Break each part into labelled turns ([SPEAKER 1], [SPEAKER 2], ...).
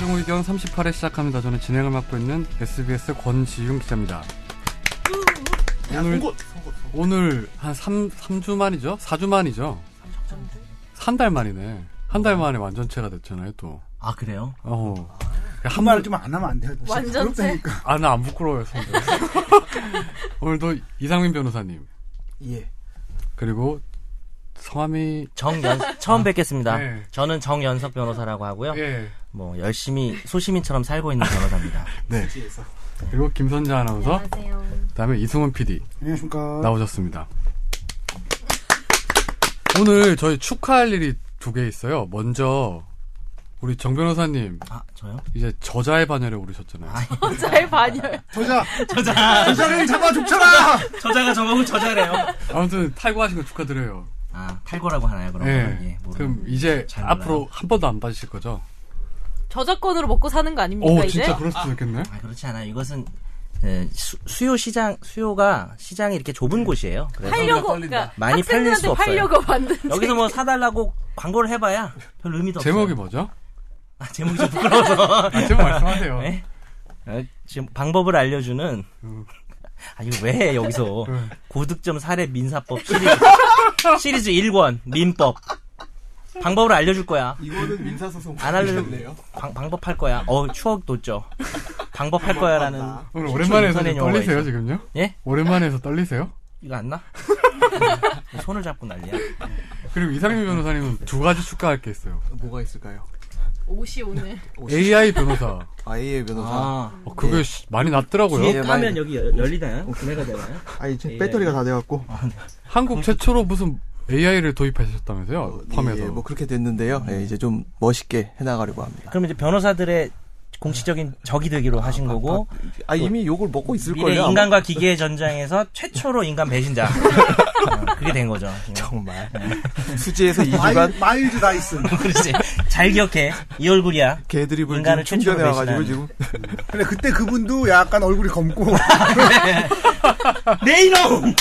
[SPEAKER 1] 38회 시작합니다. 저는 진행을 맡고 있는 SBS 권지윤 기자입니다. 오늘, 오늘 한 3, 삼주 만이죠? 4주 만이죠? 3달 만이네. 한 달 만에 완전체가 됐잖아요, 또.
[SPEAKER 2] 아 그래요?
[SPEAKER 1] 어.
[SPEAKER 3] 한그 말을 좀 안 하면 안 돼요. 진짜
[SPEAKER 4] 완전체.
[SPEAKER 3] 부럽다니까.
[SPEAKER 1] 아, 나 안 부끄러워요, 선배. 오늘도 이상민 변호사님,
[SPEAKER 3] 예.
[SPEAKER 1] 그리고 성함이,
[SPEAKER 2] 정연 처음 뵙겠습니다.
[SPEAKER 1] 네.
[SPEAKER 2] 저는 정연석 변호사라고 하고요.
[SPEAKER 1] 예.
[SPEAKER 2] 뭐 열심히 소시민처럼 살고 있는 변호사입니다.
[SPEAKER 1] 네.
[SPEAKER 3] 지에서.
[SPEAKER 1] 그리고 김선재 아나운서,
[SPEAKER 4] 안녕하세요.
[SPEAKER 1] 그 다음에 이승훈 PD.
[SPEAKER 3] 안녕하십니까.
[SPEAKER 1] 나오셨습니다. 오늘 저희 축하할 일이 두 개 있어요. 먼저 우리 정 변호사님
[SPEAKER 2] 아 저요?
[SPEAKER 1] 이제 저자의 반열에 오르셨잖아요.
[SPEAKER 2] 아,
[SPEAKER 4] 잘 반열.
[SPEAKER 3] 저자,
[SPEAKER 2] 저자
[SPEAKER 3] 저자를 잡아 줍쳐라!
[SPEAKER 2] 저자가 저거고 저자래요.
[SPEAKER 1] 아무튼 탈구하신 거 축하드려요.
[SPEAKER 2] 아 탈거라고 하나요 그럼?
[SPEAKER 1] 예.
[SPEAKER 2] 예, 모르-
[SPEAKER 1] 그럼 이제
[SPEAKER 2] 잘 몰라요.
[SPEAKER 1] 앞으로 한 번도 안 빠지실 거죠?
[SPEAKER 4] 저작권으로 먹고 사는 거 아닙니까
[SPEAKER 1] 오,
[SPEAKER 4] 이제?
[SPEAKER 1] 진짜 그럴 수도 있겠네.
[SPEAKER 2] 아 그렇지 않아요. 이것은 예, 수, 수요 시장 수요가 시장이 이렇게 좁은 곳이에요. 그래서
[SPEAKER 4] 팔려고
[SPEAKER 3] 떨린다.
[SPEAKER 4] 그러니까
[SPEAKER 2] 많이 팔릴 수
[SPEAKER 4] 학생들한테
[SPEAKER 2] 없어요.
[SPEAKER 4] 팔려고 만든
[SPEAKER 2] 여기서 뭐 사달라고 광고를 해봐야 별 의미도
[SPEAKER 1] 제목이
[SPEAKER 2] 없어요.
[SPEAKER 1] 뭐죠?
[SPEAKER 2] 아, 제목이 좀 부끄러워서.
[SPEAKER 1] 아, 제목 말씀하세요.
[SPEAKER 2] 예? 아, 지금 방법을 알려주는
[SPEAKER 5] 음.
[SPEAKER 2] 아니 왜 여기서 고득점 사례 민사법 시리즈 시리즈 1권 민법 방법을 알려줄 거야
[SPEAKER 5] 이거는 민사소송
[SPEAKER 2] 안 알려줄 방, 방법 할 거야 어 추억 돋죠 방법 할 거야라는
[SPEAKER 1] 오늘 오랜만에 해서
[SPEAKER 2] 인터넷
[SPEAKER 1] 좀
[SPEAKER 2] 영화가
[SPEAKER 1] 떨리세요,
[SPEAKER 2] 있어.
[SPEAKER 1] 지금요?
[SPEAKER 2] 예
[SPEAKER 1] 오랜만에 해서 떨리세요?
[SPEAKER 2] 이거 안나 손을 잡고 난리야
[SPEAKER 1] 그리고 이상민 변호사님은 두 가지 축하할 게 있어요.
[SPEAKER 5] 뭐가 있을까요?
[SPEAKER 4] 옷이 오늘
[SPEAKER 1] AI 변호사.
[SPEAKER 5] 아이의 변호사.
[SPEAKER 2] 아
[SPEAKER 1] 어,
[SPEAKER 5] 네.
[SPEAKER 1] 그게 많이 낮더라고요.
[SPEAKER 5] 예.
[SPEAKER 2] 뒤에 까면 여기 열- 열리나요 구매가 되나요
[SPEAKER 5] 아, 니
[SPEAKER 2] 예,
[SPEAKER 5] 지금 배터리가 다 돼갖고.
[SPEAKER 1] 한국 최초로 무슨 AI를 도입하셨다면서요? 펌에서.
[SPEAKER 5] 예, 뭐 그렇게 됐는데요.
[SPEAKER 2] 음.
[SPEAKER 5] 예, 이제 좀 멋있게 해나가려고 합니다.
[SPEAKER 2] 그럼 이제 변호사들의 공식적인 적이 되기로 하신 거고
[SPEAKER 5] 아, 이미 욕을 먹고 있을
[SPEAKER 2] 어? 뭐 미래
[SPEAKER 5] 거예요.
[SPEAKER 2] 인간과 기계의 전장에서 최초로 인간 배신자 어, 그게 된 거죠 지금.
[SPEAKER 5] 정말. 수지에서 2주간
[SPEAKER 3] 마일, 마일즈 다이슨.
[SPEAKER 2] 그렇지. 잘 기억해. 이 얼굴이야.
[SPEAKER 5] 개드립을
[SPEAKER 2] 인간을
[SPEAKER 5] 지금
[SPEAKER 2] 최초로
[SPEAKER 5] 충전해와가지고
[SPEAKER 2] 배신하는.
[SPEAKER 5] 지금.
[SPEAKER 3] 근데 그때 그분도 약간 얼굴이 검고.
[SPEAKER 2] 네 이놈!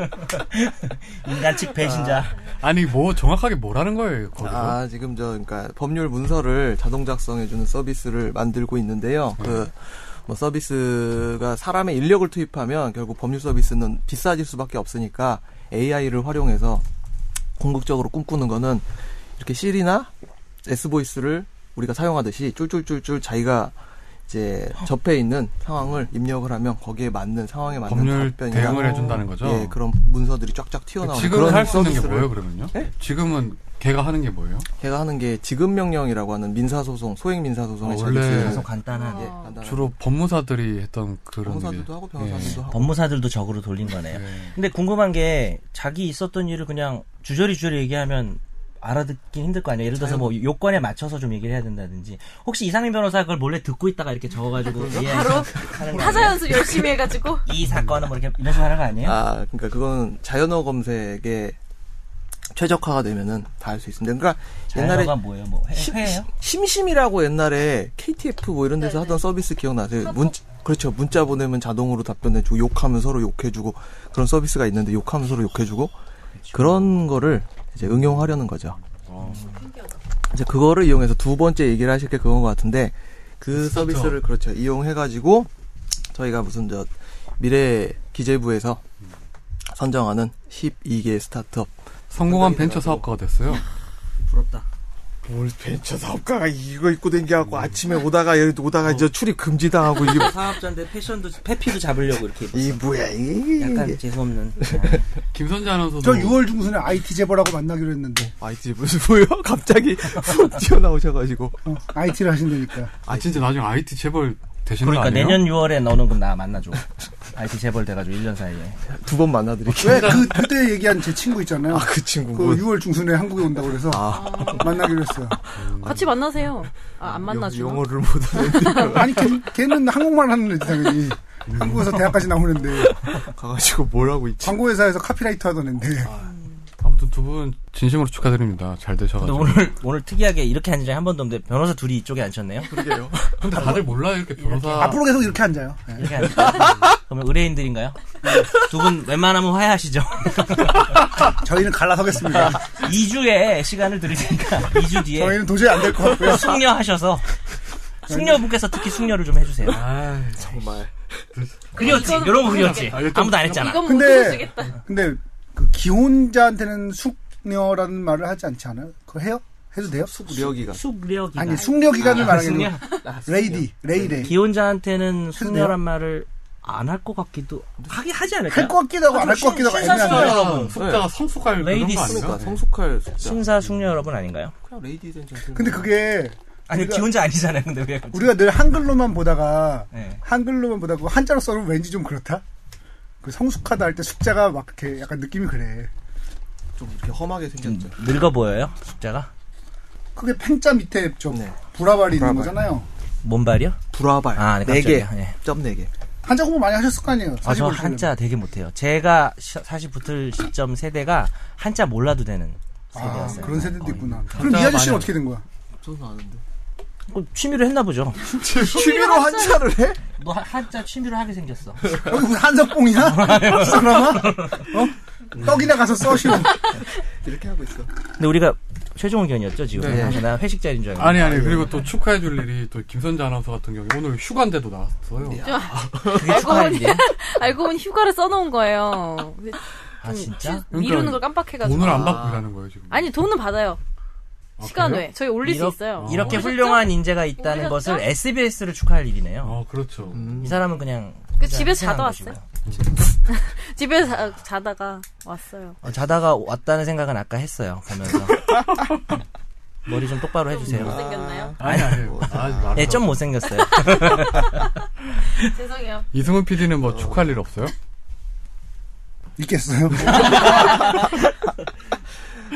[SPEAKER 2] 인간 측 배신자.
[SPEAKER 1] 아니 뭐 정확하게 뭐라는 거예요 거기서
[SPEAKER 5] 아, 지금 저, 그러니까 법률 문서를 자동 작성해주는 서비스를 만들고 있는데요.
[SPEAKER 1] 네.
[SPEAKER 5] 그, 뭐 서비스가 사람의 인력을 투입하면 결국 법률 서비스는 비싸질 수밖에 없으니까 AI를 활용해서 궁극적으로 꿈꾸는 거는 이렇게 S나 S보이스를 우리가 사용하듯이 쫄쫄쫄쫄 자기가 이제 접해 있는 상황을 입력을 하면 거기에 맞는 상황에 맞는
[SPEAKER 1] 법률
[SPEAKER 5] 답변이나
[SPEAKER 1] 대응을 해준다는 거죠?
[SPEAKER 5] 예, 그런 문서들이 쫙쫙 튀어나오는
[SPEAKER 1] 지금
[SPEAKER 5] 그런
[SPEAKER 1] 할 수 있는 게
[SPEAKER 5] 서비스를
[SPEAKER 1] 뭐예요 그러면요?
[SPEAKER 5] 네?
[SPEAKER 1] 지금은 걔가 하는 게 뭐예요?
[SPEAKER 5] 걔가 하는 게 지급 명령이라고 하는 민사소송, 소액 민사소송의
[SPEAKER 1] 아, 원래
[SPEAKER 5] 서비스.
[SPEAKER 2] 그래서 간단한.
[SPEAKER 5] 예, 간단하게.
[SPEAKER 1] 주로 법무사들이 했던 그런 게
[SPEAKER 5] 변호사들도
[SPEAKER 2] 예.
[SPEAKER 5] 하고 변호사들도 하고.
[SPEAKER 2] 법무사들도 적으로 돌린 거네요. 근데 궁금한 게 자기 있었던 일을 그냥 주저리 주저리 얘기하면 알아듣기 힘들 거 아니에요. 예를 들어서 뭐 요건에 맞춰서 좀 얘기를 해야 된다든지. 혹시 이상민 변호사 그걸 몰래 듣고 있다가 이렇게 적어가지고 예,
[SPEAKER 4] 바로
[SPEAKER 2] 하는 거
[SPEAKER 4] 타자
[SPEAKER 2] 아니에요?
[SPEAKER 4] 연습 열심히 해가지고
[SPEAKER 2] 이 사건은 뭐 이렇게 이래서 하는 거 아니에요?
[SPEAKER 5] 아, 그러니까 그건 자연어 검색에 최적화가 되면은 다 할 수 있습니다. 그러니까 옛날에
[SPEAKER 2] 자연어가 뭐예요? 뭐 회,
[SPEAKER 5] 심-
[SPEAKER 2] 회예요?
[SPEAKER 5] 심심이라고 옛날에 KTF 뭐 이런 데서 하던 서비스 기억나세요? 문 그렇죠. 문자 보내면 자동으로 답변해주고 욕하면 서로 욕해주고 그런 서비스가 있는데 욕하면 서로 욕해주고 그런 거를 이제 응용하려는 거죠. 이제 그거를 이용해서 두 번째 얘기를 하실 게 그건 것 같은데 그 서비스를 그렇죠 이용해가지고 저희가 무슨 저 미래 기재부에서 선정하는 12개 스타트업
[SPEAKER 1] 성공한
[SPEAKER 5] 상당히
[SPEAKER 1] 벤처
[SPEAKER 5] 돼가지고.
[SPEAKER 1] 사업가가 됐어요.
[SPEAKER 2] 부럽다.
[SPEAKER 5] 뭘 벤처 사업가가 이거 입고 댕겨갖고 아침에 오다가 여기 오다가 저 출입 금지당하고 이게 뭐-
[SPEAKER 2] 사업자인데 패션도 패피도 잡으려고 이렇게
[SPEAKER 5] 이 뭐야 이게
[SPEAKER 2] 약간 재수없는
[SPEAKER 1] 김선재 아나운서도
[SPEAKER 3] 저 6월 중순에 IT 재벌하고 만나기로 했는데.
[SPEAKER 5] IT 아, 무슨 뭐요? 갑자기 훅 튀어나오셔가지고
[SPEAKER 3] 어, IT를 하신다니까.
[SPEAKER 1] 아 진짜 나중에 IT 재벌 되시는 거
[SPEAKER 2] 그러니까
[SPEAKER 1] 아니에요?
[SPEAKER 2] 내년 6월에 너는 그럼 나 만나줘 IT 재벌 돼가지고 1년 사이에
[SPEAKER 5] 두 번 만나드릴게요.
[SPEAKER 3] 왜 그, 그때 얘기한 제 친구 있잖아요.
[SPEAKER 5] 아 그 친구
[SPEAKER 3] 그 6월 중순에 한국에 온다고 그래서 만나기로 했어요.
[SPEAKER 4] 같이 만나세요. 아, 안 만나죠.
[SPEAKER 5] 영어를 못하는데
[SPEAKER 3] 아니, 걔, 걔는 한국말 하는 애지, 당연히. 한국에서 대학까지 나오는 데
[SPEAKER 5] 가가지고 뭘 하고 있지?
[SPEAKER 3] 광고회사에서 카피라이터 하던 애인데.
[SPEAKER 1] 아무튼 두 분 진심으로 축하드립니다. 잘
[SPEAKER 2] 근데
[SPEAKER 1] 되셔가지고.
[SPEAKER 2] 오늘 오늘 특이하게 이렇게 앉은 적이 한 번도 없는데 변호사 둘이 이쪽에 앉혔네요
[SPEAKER 5] 그러게요.
[SPEAKER 1] 근데 다들 몰라요 이렇게 변호사.
[SPEAKER 3] 앞으로 계속 이렇게 앉아요. 네.
[SPEAKER 2] 이렇게 앉 그러면 의뢰인들인가요? 두 분 웬만하면 화해하시죠
[SPEAKER 3] 저희는 갈라서겠습니다.
[SPEAKER 2] 2주의 시간을 드릴 테니까 2주 뒤에
[SPEAKER 3] 저희는 도저히 안 될 것 같고요.
[SPEAKER 2] 숙려하셔서 숙녀분께서 특히 숙녀를 좀 해주세요.
[SPEAKER 1] 아,
[SPEAKER 5] 정말.
[SPEAKER 2] 그렸지.
[SPEAKER 4] 이건
[SPEAKER 2] 이런 거
[SPEAKER 4] 모르겠네.
[SPEAKER 2] 그렸지.
[SPEAKER 1] 아, 일단-
[SPEAKER 2] 아무도 안 했잖아.
[SPEAKER 4] 이건 못
[SPEAKER 3] 근데-
[SPEAKER 4] 주시겠다.
[SPEAKER 3] 근데 그 기혼자한테는 숙녀라는 말을 하지 않지 않아요? 그거 해요? 해도 돼요?
[SPEAKER 5] 우려기가.
[SPEAKER 2] 숙력이
[SPEAKER 3] 아니 숙녀 기간을 말하는 거
[SPEAKER 2] 숙녀.
[SPEAKER 3] 레이디 레이레
[SPEAKER 2] 기혼자한테는 숙녀란
[SPEAKER 3] 그러네요.
[SPEAKER 2] 말을 안 할 것 같기도 하긴 하지 않을까?
[SPEAKER 3] 할것 같기도 하고 안
[SPEAKER 4] 아,
[SPEAKER 3] 할 것 같기도 하고 애매한데
[SPEAKER 2] 여러분.
[SPEAKER 1] 숙자가 성숙할 그런
[SPEAKER 2] 레이디스.
[SPEAKER 1] 거 아닌가?
[SPEAKER 5] 그러니까 성숙할 숙자.
[SPEAKER 2] 신사 숙녀 여러분 아닌가요?
[SPEAKER 5] 그냥 레이디 된 전통.
[SPEAKER 3] 근데 그게
[SPEAKER 2] 아니
[SPEAKER 3] 우리가-
[SPEAKER 2] 기혼자 아니잖아요. 근데 왜? 그러지?
[SPEAKER 3] 우리가 늘 한글로만 보다가
[SPEAKER 2] 네.
[SPEAKER 3] 한글로만 보다가 한자로 써면 왠지 좀 그렇다? 그 성숙하다 할 때 숫자가 막 이렇게 약간 느낌이 그래
[SPEAKER 5] 좀 이렇게 험하게
[SPEAKER 2] 좀
[SPEAKER 5] 생겼죠.
[SPEAKER 2] 늙어 보여요. 숫자가
[SPEAKER 3] 그게 팽자 밑에 좀
[SPEAKER 5] 네.
[SPEAKER 3] 불화발이 있는
[SPEAKER 5] 불화발.
[SPEAKER 3] 거잖아요
[SPEAKER 2] 몸발이요?
[SPEAKER 5] 불화발.
[SPEAKER 2] 아, 네,
[SPEAKER 5] 네 개.
[SPEAKER 2] 깜짝이야. 예.
[SPEAKER 5] 점 네 개.
[SPEAKER 3] 한자 공부 많이 하셨을 거 아니에요
[SPEAKER 2] 아,
[SPEAKER 3] 사실
[SPEAKER 2] 저
[SPEAKER 3] 모르시려면.
[SPEAKER 2] 한자 되게 못해요. 제가 시- 사실 붙을 시점 세대가 한자 몰라도 되는
[SPEAKER 3] 아,
[SPEAKER 2] 세대였어요.
[SPEAKER 3] 그런 세대도 있구나 그럼
[SPEAKER 1] 한자
[SPEAKER 3] 이 아저씨는
[SPEAKER 1] 많이
[SPEAKER 3] 어떻게 된 거야?
[SPEAKER 5] 저는 아는데.
[SPEAKER 2] 그 취미로 했나 보죠.
[SPEAKER 3] 그
[SPEAKER 5] 취미로 한자를 해?
[SPEAKER 2] 너 한- 한자 취미로 하게 생겼어.
[SPEAKER 3] 여기 무슨 한석봉이야? 이 사람아? 어? 떡이나 가서 써시오
[SPEAKER 5] 음. 이렇게 하고 있어.
[SPEAKER 2] 근데 우리가 최종 의견이었죠 지금.
[SPEAKER 5] 네.
[SPEAKER 2] 그래서 나 회식 자리인 줄 알고.
[SPEAKER 1] 아니 아니 그리고 또 축하해 줄 일이 또 김선재 아나운서 같은 경우 오늘 휴가인데도 나왔어요.
[SPEAKER 2] 그게 축하할 일이야.
[SPEAKER 4] 알고 보니 휴가를 써놓은 거예요. 근데
[SPEAKER 2] 아
[SPEAKER 4] 좀
[SPEAKER 2] 진짜?
[SPEAKER 4] 취- 미루는
[SPEAKER 1] 그러니까
[SPEAKER 4] 걸 깜빡해가지고.
[SPEAKER 1] 돈을 안
[SPEAKER 5] 아.
[SPEAKER 1] 받고 일하는 거예요 지금.
[SPEAKER 4] 아니 돈은 받아요.
[SPEAKER 1] 아,
[SPEAKER 4] 시간
[SPEAKER 1] 그래요?
[SPEAKER 4] 외. 저희 올릴
[SPEAKER 2] 이렇-
[SPEAKER 4] 수
[SPEAKER 3] 아,
[SPEAKER 4] 있어요.
[SPEAKER 2] 이렇게
[SPEAKER 4] 모르셨죠?
[SPEAKER 2] 훌륭한 인재가 있다는
[SPEAKER 4] 모르셨죠?
[SPEAKER 2] 것을 SBS를 축하할 일이네요.
[SPEAKER 1] 어 그렇죠.
[SPEAKER 5] 음.
[SPEAKER 2] 이 사람은 그냥
[SPEAKER 4] 그
[SPEAKER 2] 혼자
[SPEAKER 4] 집에서
[SPEAKER 2] 희생한
[SPEAKER 4] 자다
[SPEAKER 2] 것이고요.
[SPEAKER 4] 집에 자, 자다가 왔어요.
[SPEAKER 2] 어, 자다가 왔다는 생각은 아까 했어요. 보면서 머리 좀 똑바로 해주세요.
[SPEAKER 4] 못생겼나요?
[SPEAKER 1] 아니 아니. 아,
[SPEAKER 2] 예, 좀 못생겼어요.
[SPEAKER 4] 죄송해요.
[SPEAKER 1] 이승훈 PD는 뭐 축하할 일
[SPEAKER 2] 네,
[SPEAKER 1] 없어요?
[SPEAKER 3] 있겠어요?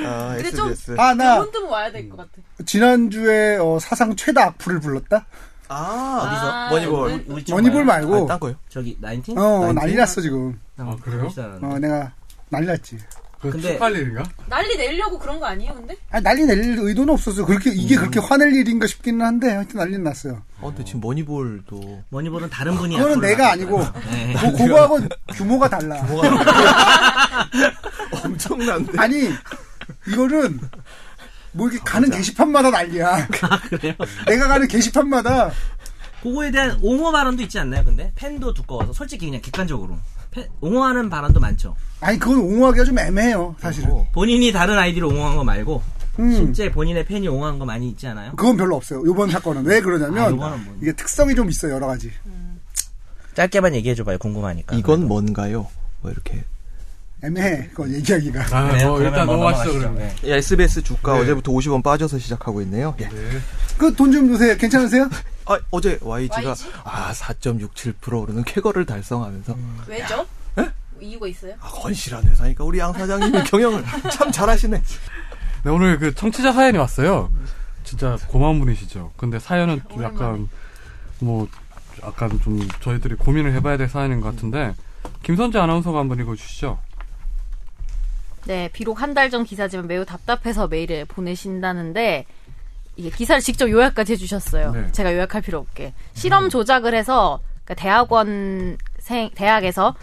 [SPEAKER 5] 아,
[SPEAKER 4] 음. 근데 좀-
[SPEAKER 5] SBS.
[SPEAKER 3] 아, 나
[SPEAKER 4] 돈 드문 와야 될 것 같아.
[SPEAKER 3] 지난주에 어, 사상 최다 악플을 불렀다?
[SPEAKER 5] 아,
[SPEAKER 4] 어디서? 아,
[SPEAKER 5] 머니볼.
[SPEAKER 4] 네.
[SPEAKER 2] 우리 쪽
[SPEAKER 3] 머니볼
[SPEAKER 2] 말고.
[SPEAKER 5] 아,
[SPEAKER 3] 말고
[SPEAKER 5] 딴 거요.
[SPEAKER 2] 저기 나인틴?
[SPEAKER 3] 어, 난리
[SPEAKER 5] 나인틴?
[SPEAKER 3] 났어 지금
[SPEAKER 1] 아, 그래요?
[SPEAKER 3] 어, 내가 난리 났지
[SPEAKER 1] 그
[SPEAKER 2] 근데-
[SPEAKER 1] 축하할 일인가?
[SPEAKER 4] 난리 내려고 그런 거 아니에요, 근데?
[SPEAKER 3] 아, 난리 낼 의도는 없었어. 그렇게, 이게
[SPEAKER 5] 음.
[SPEAKER 3] 그렇게 화낼 일인가 싶기는 한데, 하여튼 난리 났어요.
[SPEAKER 5] 어, 근데 지금 머니볼도.
[SPEAKER 2] 머니볼은 다른 분이
[SPEAKER 3] 그거는
[SPEAKER 2] 앞으로
[SPEAKER 3] 내가
[SPEAKER 2] 나가실
[SPEAKER 3] 아니고,
[SPEAKER 2] 거예요. 예, 네.
[SPEAKER 3] 그, 그거하고 규모가 달라.
[SPEAKER 5] 엄청난데.
[SPEAKER 3] 아니, 이거는, 뭐 이렇게 가는 게시판마다 난리야.
[SPEAKER 2] 아, 그래요?
[SPEAKER 3] 내가 가는 게시판마다,
[SPEAKER 2] 그거에 대한 옹호 발언도 있지 않나요? 근데 팬도 두꺼워서 솔직히 그냥 객관적으로 팬- 옹호하는 발언도 많죠.
[SPEAKER 3] 아니, 그건 옹호하기가 좀 애매해요, 사실은.
[SPEAKER 2] 본인이 다른 아이디로 옹호한 거 말고
[SPEAKER 3] 음,
[SPEAKER 2] 실제 본인의 팬이 옹호한 거 많이 있지 않아요?
[SPEAKER 3] 그건 별로 없어요. 요번 사건은. 왜
[SPEAKER 2] 아,
[SPEAKER 3] 그러냐면,
[SPEAKER 2] 요거는 뭐-
[SPEAKER 3] 이게 특성이 좀 있어요, 여러 가지.
[SPEAKER 2] 짧게만 얘기해줘봐요. 궁금하니까.
[SPEAKER 5] 이건 뭔가요? 뭐 이렇게.
[SPEAKER 3] 애매해, 그건 얘기하기가.
[SPEAKER 1] 아,
[SPEAKER 2] 네, 그래요?
[SPEAKER 1] 뭐 일단
[SPEAKER 2] 그러면
[SPEAKER 1] 넘어가시죠
[SPEAKER 2] 넘어가시죠.
[SPEAKER 1] 그러면.
[SPEAKER 2] 네.
[SPEAKER 5] 예, SBS 주가
[SPEAKER 1] 네.
[SPEAKER 5] 어제부터 50원 빠져서 시작하고 있네요. 예.
[SPEAKER 3] 그 돈 좀 주세요. 괜찮으세요?
[SPEAKER 5] 아, 어제 YG가
[SPEAKER 4] YG?
[SPEAKER 5] 아, 4.67% 오르는 쾌거를 달성하면서
[SPEAKER 4] 왜죠? 이유가 있어요?
[SPEAKER 5] 아, 건실한 회사니까 우리 양 사장님이 경영을 참 잘하시네.
[SPEAKER 1] 네, 오늘 그 청취자 사연이 왔어요. 진짜 고마운 분이시죠. 근데 사연은 좀 약간 뭐 약간 좀 저희들이 고민을 해봐야 될 사연인 것 같은데 김선재 아나운서가 한번 읽어주시죠.
[SPEAKER 4] 네, 비록 한 달 전 기사지만 매우 답답해서 메일을 보내신다는데 이게 기사를 직접 요약까지 해주셨어요.
[SPEAKER 1] 네.
[SPEAKER 4] 제가 요약할 필요 없게 실험 조작을 해서 그러니까 대학원생 대학에서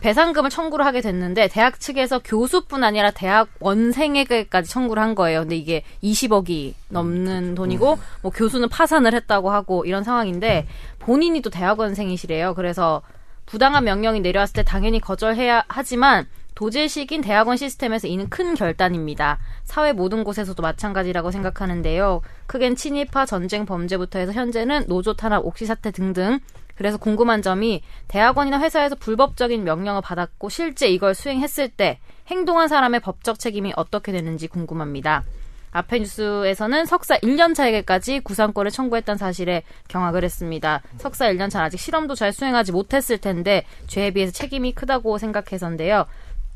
[SPEAKER 4] 배상금을 청구를 하게 됐는데 대학 측에서 교수뿐 아니라 대학원생에게까지 청구를 한 거예요. 근데 이게 20억이 넘는 돈이고 뭐 교수는 파산을 했다고 하고 이런 상황인데 본인이 또 대학원생이시래요. 그래서 부당한 명령이 내려왔을 때 당연히 거절해야 하지만 도제식인 대학원 시스템에서 이는 큰 결단입니다. 사회 모든 곳에서도 마찬가지라고 생각하는데요. 크겐 친일파 전쟁 범죄부터 해서 현재는 노조 탄압, 옥시 사태 등등. 그래서 궁금한 점이 대학원이나 회사에서 불법적인 명령을 받았고 실제 이걸 수행했을 때 행동한 사람의 법적 책임이 어떻게 되는지 궁금합니다. 앞에 뉴스에서는 석사 1년 차에게까지 구상권을 청구했던 사실에 경악을 했습니다. 석사 1년 차는 아직 실험도 잘 수행하지 못했을 텐데 죄에 비해서 책임이 크다고 생각해서인데요.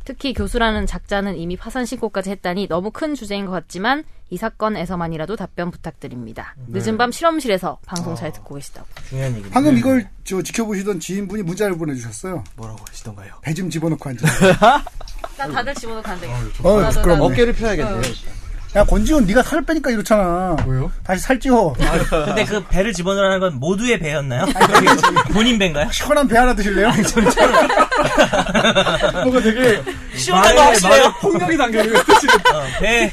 [SPEAKER 4] 특히 교수라는 작자는 이미 파산 신고까지 했다니 너무 큰 주제인 것 같지만 이 사건에서만이라도 답변 부탁드립니다.
[SPEAKER 3] 네.
[SPEAKER 4] 늦은 밤 실험실에서 방송
[SPEAKER 3] 아.
[SPEAKER 4] 잘 듣고 계시다고.
[SPEAKER 2] 중요한 얘기.
[SPEAKER 3] 방금 이걸 저 지켜보시던 지인분이 문자를 보내주셨어요.
[SPEAKER 5] 뭐라고 하시던가요?
[SPEAKER 3] 배 좀 집어넣고 앉아.
[SPEAKER 4] 나 다들 집어넣고 안 돼.
[SPEAKER 3] 어, 부끄럽네.
[SPEAKER 5] 어깨를 펴야겠네요.
[SPEAKER 3] 야, 권지훈, 네가 살을 빼니까 이렇잖아.
[SPEAKER 1] 뭐요?
[SPEAKER 3] 다시 살찌워.
[SPEAKER 2] 근데 그 배를 집어넣으라는 건 모두의 배였나요? 본인 배인가요?
[SPEAKER 3] 시원한 배 하나 드실래요?
[SPEAKER 1] 뭔가 되게 아,
[SPEAKER 2] 시원한 거 하시네요.
[SPEAKER 1] 폭력이 담겨있는
[SPEAKER 2] 어, 배,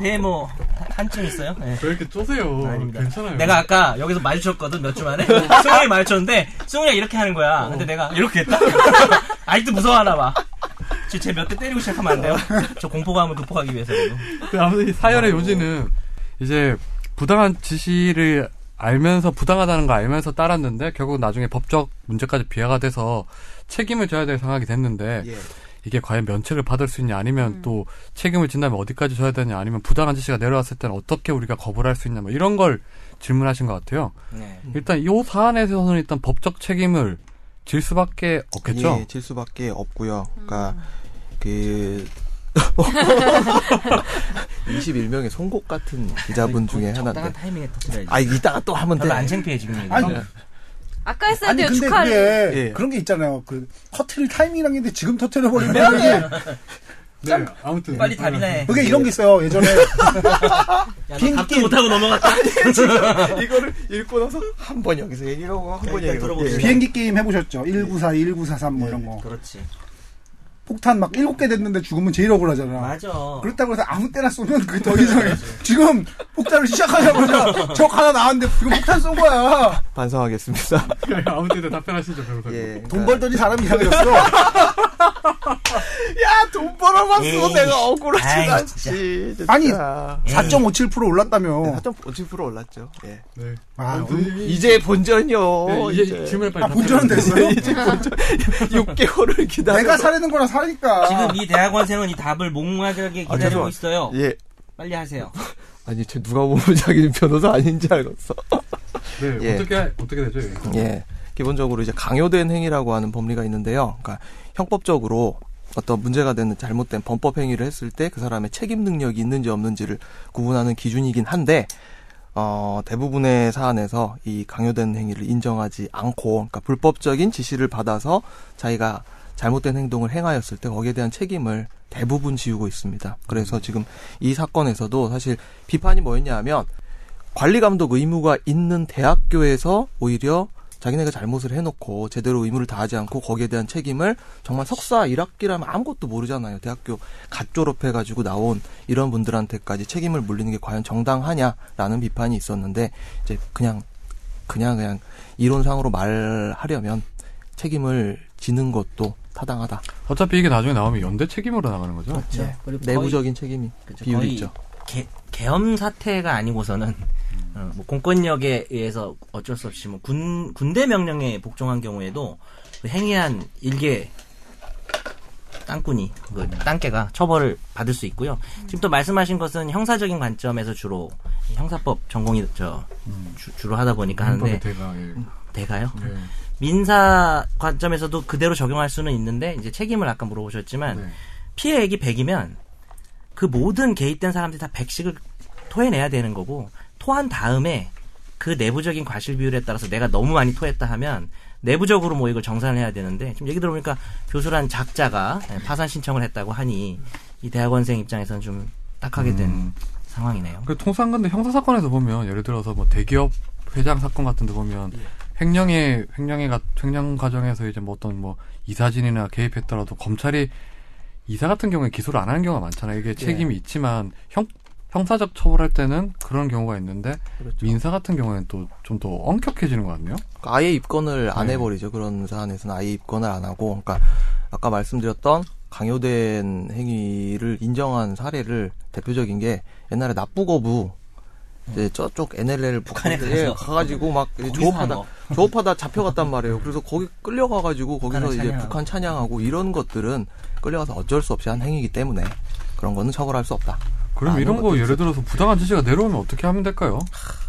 [SPEAKER 2] 배 뭐, 한쯤 있어요? 네.
[SPEAKER 1] 왜 이렇게 쪼세요?
[SPEAKER 2] 아닙니다.
[SPEAKER 1] 괜찮아요.
[SPEAKER 2] 내가 아까 여기서 마주쳤거든 몇 주 만에 승훈이 마주쳤는데 승훈이가 이렇게 하는 거야. 근데 내가 어, 이렇게 했다. 아직도 무서워하나 봐. 제몇 대 때리고 시작하면 안 돼요? 저 공포감을 극복하기 위해서.
[SPEAKER 1] 근데 그 아무튼 이 사연의 요지는 이제 부당한 지시를 알면서 부당하다는 걸 알면서 따랐는데 결국 나중에 법적 문제까지 비하가 돼서 책임을 져야 될 상황이 됐는데
[SPEAKER 5] 예.
[SPEAKER 1] 이게 과연 면책을 받을 수 있냐 아니면 또 책임을 진다면 어디까지 져야 되냐 아니면 부당한 지시가 내려왔을 때는 어떻게 우리가 거부할 수 있냐 뭐 이런 걸 질문하신 것 같아요.
[SPEAKER 2] 네.
[SPEAKER 1] 일단 이 사안에서는 일단 법적 책임을 질 수밖에 없겠죠.
[SPEAKER 5] 예, 질 수밖에 없고요. 그러니까 그 21명의 송곳 같은 기자분 중에
[SPEAKER 2] 적당한
[SPEAKER 5] 하나인데.
[SPEAKER 2] 타이밍에 터트려야지.
[SPEAKER 5] 아 이따가 또 하면 돼.
[SPEAKER 2] 별로 안 창피해 지금 어, 얘기.
[SPEAKER 3] 아니,
[SPEAKER 4] 아까
[SPEAKER 3] 아니
[SPEAKER 4] 했었는데
[SPEAKER 3] 근데
[SPEAKER 4] 네, 축하를.
[SPEAKER 3] 그게
[SPEAKER 5] 예.
[SPEAKER 3] 그런 게 있잖아요. 그 커트릴 타이밍이란 게 있는데 지금 터트려 버리면
[SPEAKER 1] 네, 아무튼
[SPEAKER 2] 빨리 답이나 해.
[SPEAKER 3] 그게 이런 게 있어요. 예전에
[SPEAKER 2] 야, 너
[SPEAKER 3] 긴-
[SPEAKER 2] 답도
[SPEAKER 3] 긴-
[SPEAKER 2] 못하고 넘어갔다.
[SPEAKER 5] 이거를 읽고 나서 한 번 여기서 얘기하고 한 번
[SPEAKER 2] 일단
[SPEAKER 5] 얘기하고.
[SPEAKER 2] 들어봅시다.
[SPEAKER 5] 예.
[SPEAKER 3] 비행기 게임 해보셨죠? 1942, 1943 뭐 이런 거.
[SPEAKER 2] 그렇지.
[SPEAKER 3] 폭탄 막 일곱 개 됐는데 죽으면 제일 억울하잖아.
[SPEAKER 2] 맞아.
[SPEAKER 3] 그렇다고 해서 아무 때나 쏘면 그 더 이상 지금 폭탄을 시작하자마자 적 하나 나왔는데 지금 폭탄 쏜 거야.
[SPEAKER 5] 반성하겠습니다.
[SPEAKER 1] 아무튼 답변하시죠 변호사님.
[SPEAKER 5] 예. 그러니까
[SPEAKER 3] 돈 벌더니 사람이 이상해졌어.
[SPEAKER 5] 야, 돈 벌어봤어.
[SPEAKER 2] 에이.
[SPEAKER 5] 내가 억울하지
[SPEAKER 2] 아이,
[SPEAKER 5] 않지. 진짜.
[SPEAKER 3] 아니,
[SPEAKER 2] 에이.
[SPEAKER 3] 4.57%
[SPEAKER 5] 네.
[SPEAKER 3] 올랐다며.
[SPEAKER 5] 4.5% 올랐죠. 예.
[SPEAKER 1] 네.
[SPEAKER 3] 아,
[SPEAKER 5] 이제 예. 본전이요.
[SPEAKER 1] 네, 이제, 질문을 빨리
[SPEAKER 3] 아, 본전은
[SPEAKER 1] 답변해 주세요.
[SPEAKER 3] 됐어요?
[SPEAKER 5] 6개월을 기다려.
[SPEAKER 3] 내가 사려는 거나 사니까.
[SPEAKER 2] 지금 이 대학원생은 이 답을 몽하게
[SPEAKER 5] 아,
[SPEAKER 2] 기다리고
[SPEAKER 5] 죄송합니다.
[SPEAKER 2] 있어요.
[SPEAKER 5] 예.
[SPEAKER 2] 빨리 하세요.
[SPEAKER 5] 아니, 쟤 누가 보면 자기 변호사 아닌지 알겠어.
[SPEAKER 1] 네,
[SPEAKER 5] 예.
[SPEAKER 1] 어떻게 어떻게 되죠? 이거?
[SPEAKER 5] 예. 기본적으로 이제 강요된 행위라고 하는 법리가 있는데요. 그러니까 형법적으로 어떤 문제가 되는 잘못된 범법 행위를 했을 때 그 사람의 책임 능력이 있는지 없는지를 구분하는 기준이긴 한데 어, 대부분의 사안에서 이 강요된 행위를 인정하지 않고 그러니까 불법적인 지시를 받아서 자기가 잘못된 행동을 행하였을 때 거기에 대한 책임을 대부분 지우고 있습니다. 그래서 지금 이 사건에서도 사실 비판이 뭐였냐 하면 관리 감독 의무가 있는 대학교에서 오히려 자기네가 잘못을 해놓고 제대로 의무를 다하지 않고 거기에 대한 책임을 정말 석사 1학기라면 아무것도 모르잖아요. 대학교 갓 졸업해가지고 나온 이런 분들한테까지 책임을 물리는 게 과연 정당하냐라는 비판이 있었는데 이제 그냥 그냥 그냥 이론상으로 말하려면 책임을 지는 것도 타당하다.
[SPEAKER 1] 어차피 이게 나중에 나오면 연대 책임으로 나가는 거죠.
[SPEAKER 2] 네. 그리고 거의-
[SPEAKER 5] 내부적인 책임이
[SPEAKER 2] 그렇죠.
[SPEAKER 5] 비율이
[SPEAKER 2] 거의
[SPEAKER 5] 있죠.
[SPEAKER 2] 개, 계엄 사태가 아니고서는 어, 뭐 공권력에 의해서 어쩔 수 없이 뭐 군 군대 명령에 복종한 경우에도 그 행위한 일개 땅꾼이
[SPEAKER 5] 음.
[SPEAKER 2] 그 땅개가 처벌을 받을 수 있고요. 지금 또 말씀하신 것은 형사적인 관점에서 주로 형사법 전공이 저
[SPEAKER 5] 음.
[SPEAKER 2] 주, 로 하다
[SPEAKER 5] 아,
[SPEAKER 2] 보니까 하는데
[SPEAKER 5] 네.
[SPEAKER 1] 헌법의 대가 예.
[SPEAKER 2] 대가요.
[SPEAKER 1] 예.
[SPEAKER 2] 민사 관점에서도 그대로 적용할 수는 있는데 이제 책임을 아까 물어보셨지만
[SPEAKER 1] 네.
[SPEAKER 2] 피해액이 100이면 그 모든 개입된 사람들이 다 100씩을 토해내야 되는 거고 토한 다음에 그 내부적인 과실 비율에 따라서 내가 너무 많이 토했다 하면 내부적으로 뭐 이걸 정산을 해야 되는데 지금 얘기 들어보니까 교수란 작자가 파산 신청을 했다고 하니 이 대학원생 입장에서는 좀 딱하게 된 상황이네요.
[SPEAKER 1] 그 통상 근데 형사 사건에서 보면 예를 들어서 뭐 대기업 회장 사건 같은 데
[SPEAKER 5] 예.
[SPEAKER 1] 보면 횡령의 횡령의가 횡령 과정에서 이제 뭐 어떤 뭐 이사진이나 개입했더라도 검찰이 이사 같은 경우에 기소를 안 하는 경우가 많잖아요.
[SPEAKER 5] 예.
[SPEAKER 1] 이게 책임이 있지만 형 형사적 처벌할 때는 그런 경우가 있는데
[SPEAKER 5] 그렇죠.
[SPEAKER 1] 민사 같은 경우에는 또 좀 더 엄격해지는 것 같네요.
[SPEAKER 5] 아예 입건을 안
[SPEAKER 1] 네.
[SPEAKER 5] 해버리죠. 그런 사안에서는 아예 입건을 안 하고, 그러니까 아까 말씀드렸던 강요된 행위를 인정한 사례를 대표적인 게 옛날에 납부거부 이제 저쪽 NLL 어. 북한에 뭐.
[SPEAKER 2] 북한에 가서.
[SPEAKER 5] 가가지고 막 이제
[SPEAKER 2] 거기서 한
[SPEAKER 5] 조업하다
[SPEAKER 2] 거.
[SPEAKER 5] 조업하다 잡혀갔단 말이에요. 그래서 거기 끌려가가지고 거기서
[SPEAKER 2] 북한을
[SPEAKER 5] 이제
[SPEAKER 2] 찬양하고.
[SPEAKER 5] 북한 찬양하고 이런 것들은 끌려가서 어쩔 수 없이 한 행위이기 때문에 그런 거는 처벌할 수 없다.
[SPEAKER 1] 그럼
[SPEAKER 5] 아,
[SPEAKER 1] 이런
[SPEAKER 5] 이런
[SPEAKER 1] 거
[SPEAKER 5] 것도
[SPEAKER 1] 예를 들어서 부당한 지시가 내려오면 어떻게 하면 될까요?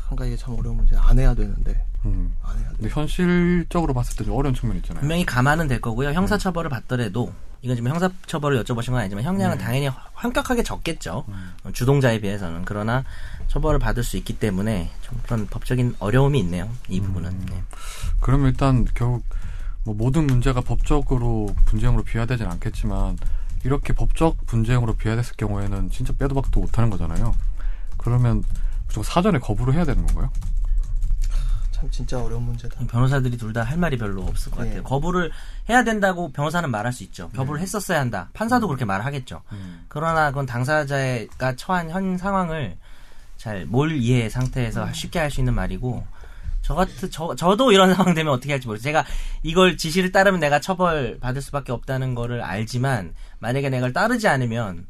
[SPEAKER 5] 그러니까 이게 참 어려운 문제. 안 해야 되는데
[SPEAKER 1] 음.
[SPEAKER 5] 안 해야 돼.
[SPEAKER 1] 근데 현실적으로 봤을 때 좀 어려운 측면이 있잖아요. 네.
[SPEAKER 2] 분명히 감안은 될 거고요. 형사 처벌을 받더라도 이건 지금 형사 처벌을 여쭤보신 건 아니지만 형량은
[SPEAKER 1] 네.
[SPEAKER 2] 당연히 환격하게 적겠죠.
[SPEAKER 1] 음.
[SPEAKER 2] 어, 주동자에 비해서는 그러나 처벌을 받을 수 있기 때문에 좀 그런 법적인 어려움이 있네요. 이
[SPEAKER 1] 음.
[SPEAKER 2] 부분은. 네.
[SPEAKER 1] 그럼 일단 결국 뭐 모든 문제가 법적으로 분쟁으로 비화되진 않겠지만 이렇게 법적 분쟁으로 비화됐을 경우에는 진짜 빼도 박도 못하는 거잖아요. 그러면 무조건 사전에 거부를 해야 되는 건가요?
[SPEAKER 5] 참 진짜 어려운 문제다.
[SPEAKER 2] 변호사들이 둘 다 할 말이 별로 없을 것 같아요.
[SPEAKER 5] 네.
[SPEAKER 2] 거부를 해야 된다고 변호사는 말할 수 있죠. 거부를 했었어야 한다. 음. 판사도 그렇게 말하겠죠. 그러나 그건 당사자가 처한 현 상황을 잘 뭘 이해 상태에서 쉽게 할 수 있는 말이고 저 같은 저 저도 이런 상황 되면 어떻게 할지 모르겠어요. 제가 이걸 지시를 따르면 내가 처벌 받을 수밖에 없다는 거를 알지만 만약에 내가 이걸 따르지 않으면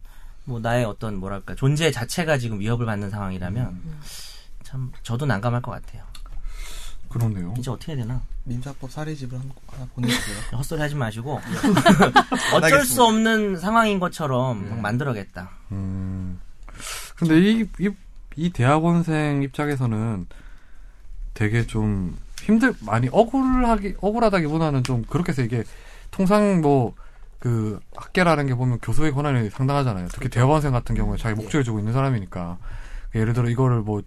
[SPEAKER 2] 뭐 나의 어떤 뭐랄까 존재 자체가 지금 위협을 받는 상황이라면 참 저도 난감할 것 같아요.
[SPEAKER 1] 그러네요.
[SPEAKER 2] 이제 어떻게 해야 되나?
[SPEAKER 5] 민사법 사례집을 한- 하나 보내주세요.
[SPEAKER 2] 헛소리 하지 마시고
[SPEAKER 1] 예.
[SPEAKER 2] 어쩔 수 없는 상황인 것처럼
[SPEAKER 1] 예.
[SPEAKER 2] 막 만들어겠다.
[SPEAKER 1] 음. 근데 이, 이, 이 대학원생 입장에서는 되게 좀 힘들, 많이 억울하기, 억울하다기보다는 좀 그렇게 해서 이게 통상 뭐, 그 학계라는 게 보면 교수의 권한이 상당하잖아요. 특히 대학원생 같은 경우에 자기 목적을 주고 있는 사람이니까. 예를 들어 이거를 뭐,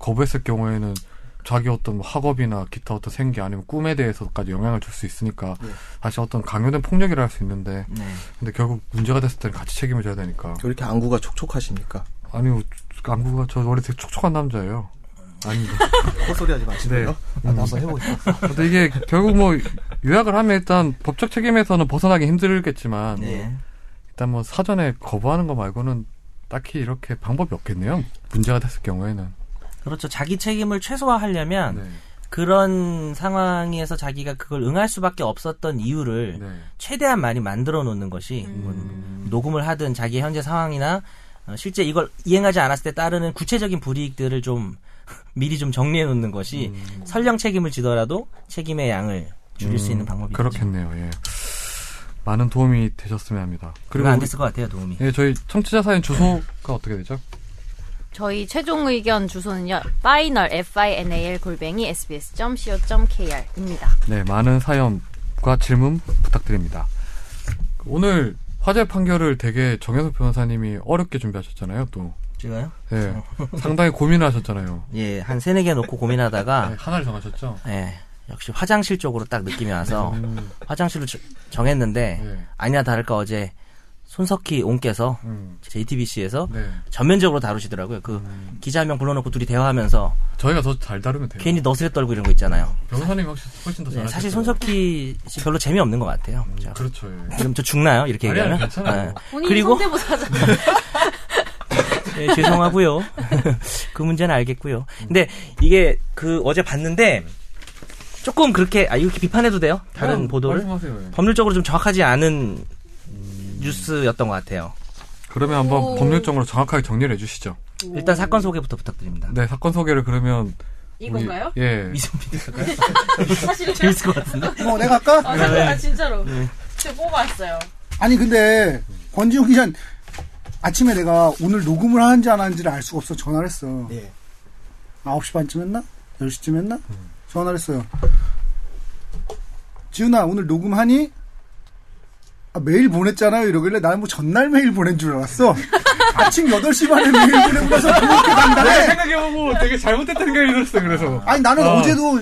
[SPEAKER 1] 거부했을 경우에는 자기 어떤 뭐 학업이나 기타 어떤 생계 아니면 꿈에 대해서까지 영향을 줄 수 있으니까 다시 어떤 강요된 폭력이라 할 수 있는데
[SPEAKER 2] 네.
[SPEAKER 1] 근데 결국 문제가 됐을 때는 같이 책임을 져야 되니까
[SPEAKER 5] 왜 이렇게 안구가 촉촉하십니까?
[SPEAKER 1] 아니요, 안구가 저 원래 되게 촉촉한 남자예요. 아닌데.
[SPEAKER 5] 헛소리 하지 마시고요. 아,
[SPEAKER 1] 네.
[SPEAKER 5] 나도 한번 해보세요.
[SPEAKER 1] 근데 이게 결국 뭐 요약을 하면 일단 법적 책임에서는 벗어나기 힘들겠지만
[SPEAKER 2] 네.
[SPEAKER 1] 일단 뭐 사전에 거부하는 거 말고는 딱히 이렇게 방법이 없겠네요. 문제가 됐을 경우에는.
[SPEAKER 2] 그렇죠. 자기 책임을 최소화하려면
[SPEAKER 1] 네.
[SPEAKER 2] 그런 상황에서 자기가 그걸 응할 수밖에 없었던 이유를
[SPEAKER 1] 네.
[SPEAKER 2] 최대한 많이 만들어 놓는 것이 뭐 녹음을 하든 자기의 현재 상황이나 어, 실제 이걸 이행하지 않았을 때 따르는 구체적인 불이익들을 좀 미리 좀 정리해 놓는 것이
[SPEAKER 1] 음.
[SPEAKER 2] 설령 책임을 지더라도 책임의 양을 줄일 수 있는 방법이죠.
[SPEAKER 1] 그렇겠네요. 예. 많은 도움이 되셨으면 합니다.
[SPEAKER 2] 그리고
[SPEAKER 1] 그리고
[SPEAKER 2] 안
[SPEAKER 1] 우리-
[SPEAKER 2] 됐을 것 같아요 도움이.
[SPEAKER 1] 예, 저희 청취자 사연 주소가 어떻게 되죠?
[SPEAKER 4] 저희 최종 의견 주소는요. final f i n a l 골뱅이 sbs.co.kr입니다.
[SPEAKER 1] 네, 많은 사연과 질문 부탁드립니다. 오늘 화재 판결을 되게 정현석 변호사님이 어렵게 준비하셨잖아요, 또.
[SPEAKER 2] 제가요?
[SPEAKER 1] 예. 상당히 고민을 하셨잖아요.
[SPEAKER 2] 예, 한 세네 개 놓고
[SPEAKER 1] 네,
[SPEAKER 2] 고민하다가
[SPEAKER 1] 하나를 정하셨죠?
[SPEAKER 2] 예. 역시 화장실 쪽으로 딱 느낌이 와서
[SPEAKER 1] 음,
[SPEAKER 2] 화장실로 저- 정했는데
[SPEAKER 1] 예.
[SPEAKER 2] 아니나 다를까 어제 손석희 온께서
[SPEAKER 1] 음.
[SPEAKER 2] JTBC에서
[SPEAKER 1] 네. 음.
[SPEAKER 2] 전면적으로 다루시더라고요. 그 기자 한 명 불러놓고 둘이 대화하면서
[SPEAKER 1] 저희가 더 잘 다루면 돼요.
[SPEAKER 2] 괜히 너스레 떨고 이런 거 있잖아요.
[SPEAKER 1] 변호사님이 확실히 훨씬 더
[SPEAKER 2] 네,
[SPEAKER 1] 잘.
[SPEAKER 2] 사실 손석희 씨 별로 재미없는 것 같아요. 제가
[SPEAKER 1] 음. 그렇죠. 예.
[SPEAKER 2] 지금 저 죽나요? 이렇게
[SPEAKER 1] 아니, 아니,
[SPEAKER 2] 얘기하면?
[SPEAKER 1] 괜찮아요.
[SPEAKER 2] 네.
[SPEAKER 4] 본인이
[SPEAKER 2] 그리고
[SPEAKER 4] 성대모사잖아요.
[SPEAKER 2] 네, 죄송하고요. 그 문제는 알겠고요.
[SPEAKER 1] 음.
[SPEAKER 2] 근데 이게 그 어제 봤는데 조금 그렇게 아 이렇게 비판해도 돼요? 다른
[SPEAKER 1] 어,
[SPEAKER 2] 보도를
[SPEAKER 1] 말씀하세요. 예.
[SPEAKER 2] 법률적으로 좀 정확하지 않은 뉴스였던 것 같아요.
[SPEAKER 1] 그러면 한번
[SPEAKER 4] 오.
[SPEAKER 1] 법률적으로 정확하게 정리를 해주시죠.
[SPEAKER 2] 일단 사건 소개부터 부탁드립니다.
[SPEAKER 1] 네, 사건 소개를 그러면. 우리-
[SPEAKER 4] 이건가요?
[SPEAKER 1] 예.
[SPEAKER 2] 미선비
[SPEAKER 4] 사실은
[SPEAKER 2] 재밌을 것 같은데?
[SPEAKER 3] 이거 어, 내가 할까?
[SPEAKER 4] 아, 잠깐만,
[SPEAKER 2] 네.
[SPEAKER 4] 진짜로. 제가 뽑아왔어요.
[SPEAKER 3] 아니 근데 권지웅 기자 아침에 내가 오늘 녹음을 하는지 안 하는지를 알 수가 없어 전화를 했어.
[SPEAKER 5] 예.
[SPEAKER 3] 9시 반쯤 했나? 10시쯤 했나? 전화를 했어요. 지훈아, 오늘 녹음하니? 아, 메일 보냈잖아요. 이러길래 나는 뭐 전날 메일 보낸 줄 알았어. 아침 8시 반에 메일 보내고 나서 그렇게 간다해
[SPEAKER 1] 생각해보고 되게 잘못됐다 생각이 들었어, 그래서.
[SPEAKER 3] 아니, 나는 어제도,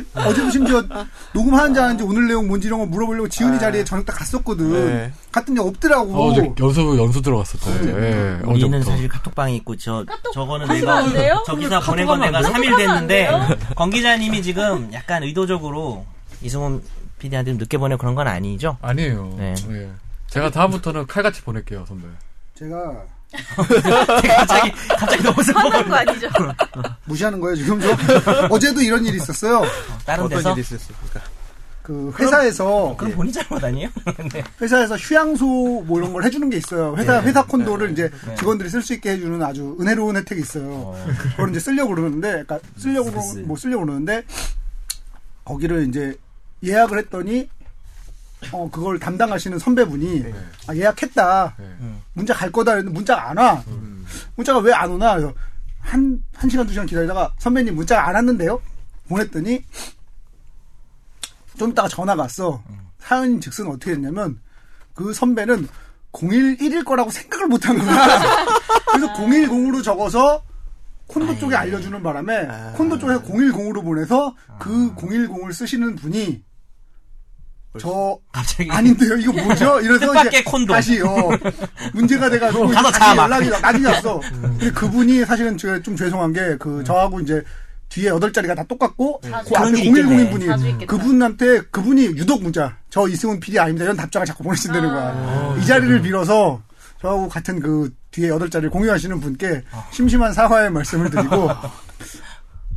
[SPEAKER 3] 어제도 심지어 녹음하는지 안 하는지 오늘 내용 뭔지 이런 거 물어보려고 지훈이 자리에 저녁 딱 갔었거든.
[SPEAKER 5] 네.
[SPEAKER 3] 갔더니 없더라고.
[SPEAKER 1] 네. 어, 어제 연수, 연수 들어갔었죠. 예,
[SPEAKER 2] 네. 우리는
[SPEAKER 1] 어제부터.
[SPEAKER 2] 사실 카톡방이 있고 저 저거는
[SPEAKER 4] 하시면
[SPEAKER 2] 내가
[SPEAKER 4] 안 돼요?
[SPEAKER 2] 저 기사 보낸 건 내가 3일 됐는데 권 기자님이 지금 약간 의도적으로 이승훈 PD한테 늦게 보내 그런 건 아니죠?
[SPEAKER 1] 아니에요.
[SPEAKER 2] 네.
[SPEAKER 1] 예. 제가 다음부터는 칼같이 보낼게요, 선배.
[SPEAKER 3] 제가
[SPEAKER 2] 갑자기 갑자기 너무 슬퍼.
[SPEAKER 4] 화난 거 아니죠?
[SPEAKER 3] 무시하는 거예요, 지금 저? 어제도 이런 일이 있었어요.
[SPEAKER 2] 다른
[SPEAKER 5] 어떤
[SPEAKER 2] 데서
[SPEAKER 5] 일이 있었습니까?
[SPEAKER 3] 그 회사에서
[SPEAKER 1] 예.
[SPEAKER 2] 그럼 본인 잘못 아니에요? 네.
[SPEAKER 3] 회사에서 휴양소 뭐 이런 걸 해주는 게 있어요. 회사 회사 콘도를 이제
[SPEAKER 2] 네.
[SPEAKER 3] 직원들이 쓸 수 있게 해주는 아주 은혜로운 혜택이 있어요. 그걸 이제 쓰려고 그러는데, 그러니까 쓰려고 그러-
[SPEAKER 2] 쓰쓰.
[SPEAKER 3] 뭐 쓰려고 그러는데 거기를 이제 예약을 했더니 어 그걸 담당하시는 선배분이 아, 예약했다.
[SPEAKER 1] 네.
[SPEAKER 3] 문자 갈 거다 했는데 문자가 안 와. 문자가 왜 안 오나? 그래서 한, 한 시간, 두 시간 기다리다가 선배님 문자가 안 왔는데요? 보냈더니 좀 이따가 전화가 왔어. 사연 즉슨 어떻게 됐냐면 그 선배는 011일 거라고 생각을 못 한 거야. 그래서 010으로 적어서 콘도 쪽에 알려주는 바람에 콘도 쪽에서 010으로 보내서 그 010을 쓰시는 분이 저
[SPEAKER 2] 갑자기
[SPEAKER 3] 아닌데요 이거 뭐죠? 이래서
[SPEAKER 2] 뜻밖의
[SPEAKER 3] 이제
[SPEAKER 2] 콘돔. 어,
[SPEAKER 3] 다시 어, 문제가 돼가지고
[SPEAKER 2] 가서 음.
[SPEAKER 3] 다시
[SPEAKER 2] 자, 막.
[SPEAKER 3] 연락이 나중에 왔어. 근데 그분이 사실은 제가 좀 죄송한 게 그 저하고 이제 뒤에 여덟 자리가 다 똑같고 그
[SPEAKER 4] 자주
[SPEAKER 3] 앞에
[SPEAKER 2] 그런 일이
[SPEAKER 3] 010인
[SPEAKER 2] 음. 있겠네.
[SPEAKER 4] 자주
[SPEAKER 3] 분이
[SPEAKER 4] 있겠다.
[SPEAKER 3] 그분한테 그분이 유독 문자
[SPEAKER 2] 아.
[SPEAKER 3] 저 이승훈 PD 아닙니다 이런 답장을 자꾸 보내신다는 거야. 이 자리를 빌어서 저하고 같은 그 뒤에 여덟 자리를 공유하시는 분께
[SPEAKER 2] 아.
[SPEAKER 3] 심심한 사과의 말씀을 드리고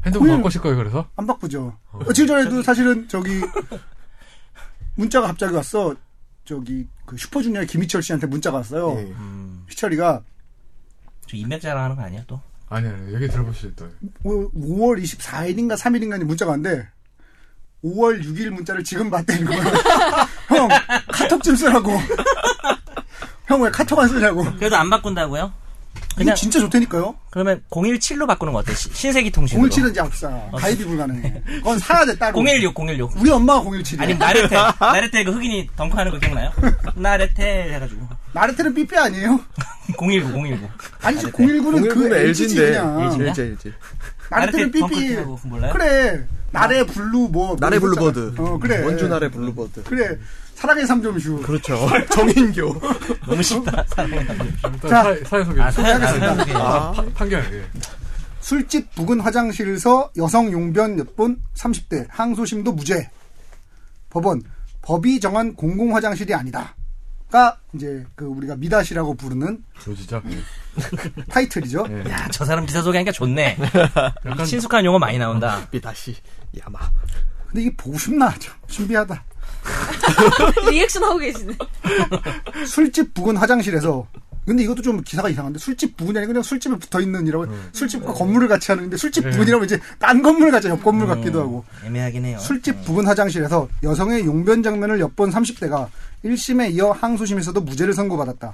[SPEAKER 1] 핸드폰
[SPEAKER 3] 음.
[SPEAKER 1] 바꾸실 거예요, 그래서?
[SPEAKER 3] 안 바꾸죠. 며칠 전에도 사실은 저기 문자가 갑자기 왔어. 저기 그 슈퍼주니어 김희철 씨한테 문자가 왔어요.
[SPEAKER 5] 예.
[SPEAKER 2] 음,
[SPEAKER 3] 희철이가
[SPEAKER 2] 저 인맥 자랑하는 거 아니야 또?
[SPEAKER 1] 아니, 아니, 여기 들어보시죠, 또.
[SPEAKER 3] 5월 24일인가 3일인가 문자가 왔는데 5월 6일 문자를 지금 봤다는 거예요. 형 카톡 좀 쓰라고. 형 왜 카톡 안 쓰냐고.
[SPEAKER 2] 그래도 안 바꾼다고요?
[SPEAKER 3] 이거
[SPEAKER 2] 그냥
[SPEAKER 3] 진짜 좋다니까요.
[SPEAKER 2] 그러면 017로 바꾸는 거 어때? 시- 신세기 통신으로.
[SPEAKER 3] 017은 이제 없어. 가입이 불가능해. 그건 사야 돼 따로.
[SPEAKER 2] 016, 016.
[SPEAKER 3] 우리 엄마가 017이야.
[SPEAKER 2] 네. 아니 나르테, 나르테 그 흑인이 덩크하는 거 기억나요? 나르테 해가지고
[SPEAKER 3] 나르테는 삐삐 아니에요?
[SPEAKER 2] 019, 019.
[SPEAKER 3] 아니지 019는 그 LG지 그냥.
[SPEAKER 5] LG LG.
[SPEAKER 3] 나르테는
[SPEAKER 2] 덩크
[SPEAKER 3] 삐삐.
[SPEAKER 2] 튀기고 몰라요?
[SPEAKER 3] 그래. 나래 블루 뭐.
[SPEAKER 5] 나래
[SPEAKER 3] 뭐 있었잖아.
[SPEAKER 5] 블루버드.
[SPEAKER 3] 어 그래.
[SPEAKER 5] 원주 나래 블루버드.
[SPEAKER 3] 그래. 사랑의 3점 슛.
[SPEAKER 5] 그렇죠. 정인교.
[SPEAKER 2] 너무 쉽다. 사람이 너무 쉽다.
[SPEAKER 1] 일단
[SPEAKER 3] 자.
[SPEAKER 1] 사회, 사회 소개.
[SPEAKER 2] 아, 사연 아, 사연 소개.
[SPEAKER 1] 아, 파- 판결. 예.
[SPEAKER 3] 술집 부근 화장실에서 여성 용변 몇분 30대 항소심도 무죄. 법원 법이 정한 공공 화장실이 아니다.가 이제 그 우리가 미다시라고 부르는
[SPEAKER 1] 조지죠.
[SPEAKER 2] 아,
[SPEAKER 3] 타이틀이죠.
[SPEAKER 1] 예.
[SPEAKER 2] 야, 저 사람 기사 소개하니까 좋네.
[SPEAKER 1] 약간
[SPEAKER 2] 친숙한 용어 많이 나온다.
[SPEAKER 5] 비 다시 야마.
[SPEAKER 3] 근데 이게 보고 싶나 참 신비하다.
[SPEAKER 2] 네.
[SPEAKER 4] 리액션 하고 계시네.
[SPEAKER 3] 술집 부근 화장실에서 근데 이것도 좀 기사가 이상한데 술집 부근이 아니고 그냥 술집에 붙어 있는 이라고 술집과 건물을 같이 하는데 술집 부근이라고 이제 딴 건물 같이 옆 건물 같기도 하고
[SPEAKER 2] 음. 애매하긴 해요.
[SPEAKER 3] 술집 부근 화장실에서 여성의 용변 장면을 엿본 30대가 1심에 이어 항소심에서도 무죄를 선고받았다.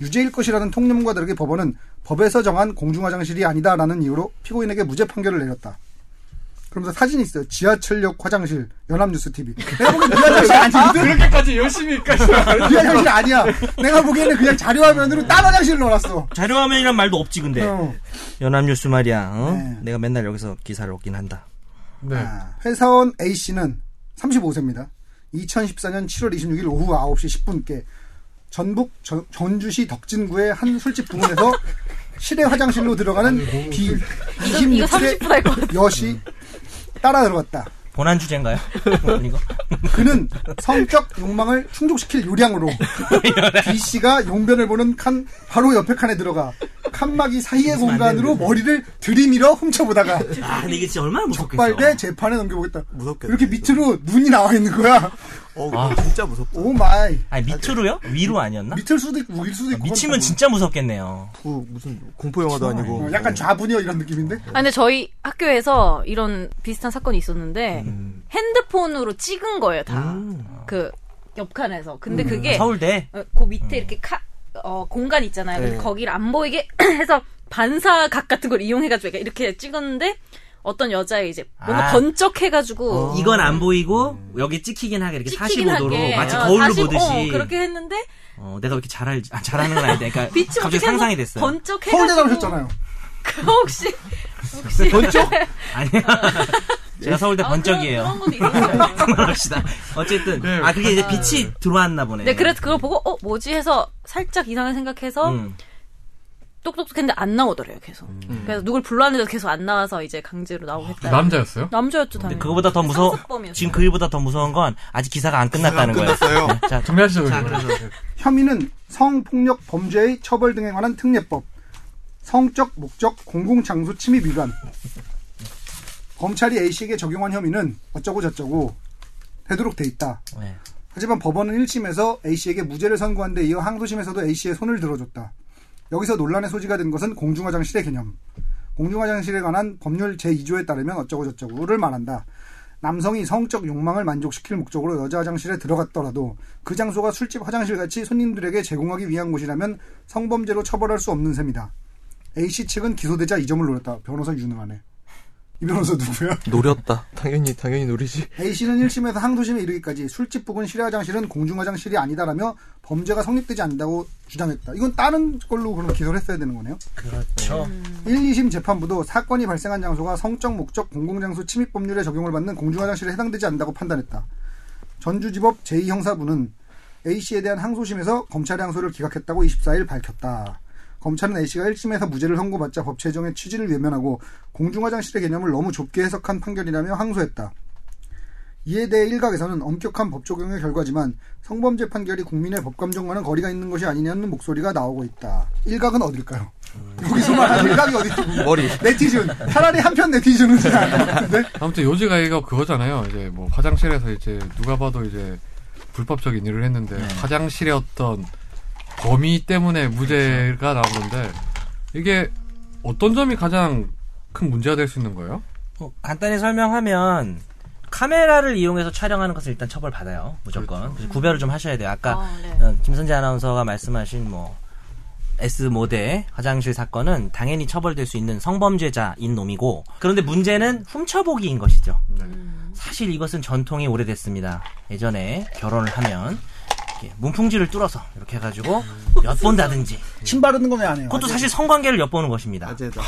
[SPEAKER 3] 유죄일 것이라는 통념과 다르게 법원은 법에서 정한 공중 화장실이 아니다라는 이유로 피고인에게 무죄 판결을 내렸다. 그러면서 사진이 있어요. 지하철역 화장실, 연합뉴스 TV. 내가 보기엔 이 화장실 아니거든?
[SPEAKER 1] 그렇게까지 열심히까지.
[SPEAKER 3] 이 화장실 아니야. 내가 보기에는 그냥 자료화면으로 딴 화장실을 넣어놨어.
[SPEAKER 2] 자료화면이란 말도 없지 근데.
[SPEAKER 3] 어.
[SPEAKER 2] 연합뉴스 말이야. 어?
[SPEAKER 3] 네.
[SPEAKER 2] 내가 맨날 여기서 기사를 얻긴 한다.
[SPEAKER 1] 네.
[SPEAKER 3] 회사원 A씨는 35세입니다. 2014년 7월 26일 오후 9시 10분께 전북 전- 전주시 덕진구의 한 술집 부근에서 실내 화장실로 들어가는 B
[SPEAKER 4] 이거 30분
[SPEAKER 3] 26세
[SPEAKER 4] 할 것 같아.
[SPEAKER 3] 여시 따라 들어갔다.
[SPEAKER 2] 어, 본안 주제인가요? 이거?
[SPEAKER 3] 그는 성적 욕망을 충족시킬 요량으로 B씨가 용변을 보는 칸 바로 옆에 칸에 들어가 칸막이 사이의 공간으로 머리를 들이밀어 훔쳐보다가
[SPEAKER 2] 아, 근데 이게 진짜 얼마나 무섭겠어.
[SPEAKER 3] 빨대 재판에 넘겨보겠다.
[SPEAKER 5] 무섭겠다,
[SPEAKER 3] 이렇게 밑으로 눈이 나와 있는 거야.
[SPEAKER 5] 어, 이거 진짜 무섭다.
[SPEAKER 3] 오 마이.
[SPEAKER 2] 아니 밑으로요? 위로 아니었나?
[SPEAKER 3] 밑을 수도 있고 위일 수도 있고.
[SPEAKER 2] 미치면 진짜 무섭겠네요.
[SPEAKER 5] 그 무슨 공포 영화도 아니고.
[SPEAKER 3] 어, 약간 좌분이요 이런 느낌인데.
[SPEAKER 4] 아, 근데 저희 학교에서 이런 비슷한 사건이 있었는데
[SPEAKER 2] 음.
[SPEAKER 4] 핸드폰으로 찍은 거예요 다 그 옆칸에서 근데 그게
[SPEAKER 2] 음. 서울대. 음.
[SPEAKER 4] 어, 그 밑에 이렇게 카, 어, 공간 있잖아요 근데
[SPEAKER 5] 네.
[SPEAKER 4] 거기를 안 보이게 해서 반사각 같은 걸 이용해가지고 이렇게 찍었는데 어떤 여자가 이제 뭔가
[SPEAKER 2] 아.
[SPEAKER 4] 번쩍해가지고
[SPEAKER 2] 이건 안 보이고 여기 찍히긴 하게 이렇게
[SPEAKER 4] 찍히긴
[SPEAKER 2] 45도로
[SPEAKER 4] 하게
[SPEAKER 2] 마치
[SPEAKER 4] 어,
[SPEAKER 2] 거울로
[SPEAKER 4] 40,
[SPEAKER 2] 보듯이.
[SPEAKER 4] 어, 그렇게 했는데
[SPEAKER 2] 어, 내가 왜 이렇게 잘 알, 아, 잘하는 건 아닌데, 그러니까
[SPEAKER 4] 빛이
[SPEAKER 2] 갑자기
[SPEAKER 4] 어떻게 해서
[SPEAKER 2] 상상이 됐어요.
[SPEAKER 4] 번쩍해가지고
[SPEAKER 3] 서울대 나오셨잖아요.
[SPEAKER 4] 그 혹시 혹시
[SPEAKER 2] 번쩍? 아니야. 제가 서울대
[SPEAKER 4] 아,
[SPEAKER 2] 번쩍이에요.
[SPEAKER 4] 그런, 그런 것도 있어요.
[SPEAKER 2] 그만합시다. 어쨌든
[SPEAKER 1] 네.
[SPEAKER 2] 아 그게 이제 빛이 들어왔나 보네.
[SPEAKER 4] 네, 그래서 그걸 보고 어 뭐지 해서 살짝 이상하게 생각해서
[SPEAKER 2] 음.
[SPEAKER 4] 똑똑똑했는데 안 나오더래요 계속. 그래서 누굴 불러왔는데 계속 안 나와서 이제 강제로 나오고 했다.
[SPEAKER 1] 남자였어요?
[SPEAKER 4] 남자였죠
[SPEAKER 2] 아, 근데
[SPEAKER 4] 당연히.
[SPEAKER 2] 그거보다 더 무서
[SPEAKER 4] 상습범이었어요.
[SPEAKER 2] 지금 그 일보다 더 무서운 건 아직 기사가 안 끝났다는 거예요. 네, 자,
[SPEAKER 1] 정리하시죠,
[SPEAKER 2] 자,
[SPEAKER 1] 그러면.
[SPEAKER 3] 혐의는 성폭력 범죄의 처벌 등에 관한 특례법, 성적 목적 공공장소 침입 위반. 검찰이 A 씨에게 적용한 혐의는 어쩌고 저쩌고 되도록 돼 있다.
[SPEAKER 2] 네.
[SPEAKER 3] 하지만 법원은 1심에서 A씨에게 무죄를 선고한 데 이어 항소심에서도 A씨의 손을 들어줬다. 여기서 논란의 소지가 된 것은 공중화장실의 개념. 공중화장실에 관한 법률 제2조에 따르면 어쩌고저쩌고를 말한다. 남성이 성적 욕망을 만족시킬 목적으로 여자 화장실에 들어갔더라도 그 장소가 술집 화장실같이 손님들에게 제공하기 위한 곳이라면 성범죄로 처벌할 수 없는 셈이다. A씨 측은 기소되자 이 점을 노렸다. 변호사 유능하네. 이 변호사 누구야?
[SPEAKER 5] 노렸다. 당연히 당연히 노리지.
[SPEAKER 3] A씨는 1심에서 항소심에 이르기까지 술집 부근 실외 화장실은 공중 화장실이 아니다라며 범죄가 성립되지 않는다고 주장했다. 이건 다른 걸로 그럼 기소를 했어야 되는 거네요.
[SPEAKER 2] 그렇죠.
[SPEAKER 3] 1, 2심 재판부도 사건이 발생한 장소가 성적 목적 공공장소 침입 법률에 적용을 받는 공중 화장실에 해당되지 않는다고 판단했다. 전주지법 제2형사부는 A씨에 대한 항소심에서 검찰의 항소를 기각했다고 24일 밝혔다. 검찰은 A씨가 1심에서 무죄를 선고받자 법 제정의 취지를 외면하고 공중화장실의 개념을 너무 좁게 해석한 판결이라며 항소했다. 이에 대해 일각에서는 엄격한 법 적용의 결과지만 성범죄 판결이 국민의 법감정과는 거리가 있는 것이 아니냐는 목소리가 나오고 있다. 일각은 어딜까요? 여기서만 일각이 어디 있지? 뭐?
[SPEAKER 5] 머리.
[SPEAKER 3] 네티즌. 차라리 한편 네티즌은 잘것 같은데.
[SPEAKER 1] 아무튼 요지가 이거 그거잖아요. 이제 뭐 화장실에서 이제 누가 봐도 이제 불법적인 일을 했는데
[SPEAKER 2] 네.
[SPEAKER 1] 화장실의 어떤 범위 때문에 무죄가 나온
[SPEAKER 2] 그렇죠.
[SPEAKER 1] 건데 이게 어떤 점이 가장 큰 문제가 될 수 있는 거예요?
[SPEAKER 2] 어, 간단히 설명하면 카메라를 이용해서 촬영하는 것을 일단 처벌 받아요 무조건 그래서 구별을 좀 하셔야 돼요 아까
[SPEAKER 4] 아, 네.
[SPEAKER 2] 어, 김선재 아나운서가 말씀하신 뭐 S 모델 화장실 사건은 당연히 처벌될 수 있는 성범죄자인 놈이고 그런데 문제는 훔쳐보기인 것이죠 음. 사실 이것은 전통이 오래됐습니다 예전에 결혼을 하면 이렇게 문풍지를 뚫어서 이렇게 해가지고 엿본다든지
[SPEAKER 3] 침 바르는 건 왜 안 해요?
[SPEAKER 2] 그것도 사실 성관계를 엿보는 것입니다
[SPEAKER 5] 아재다.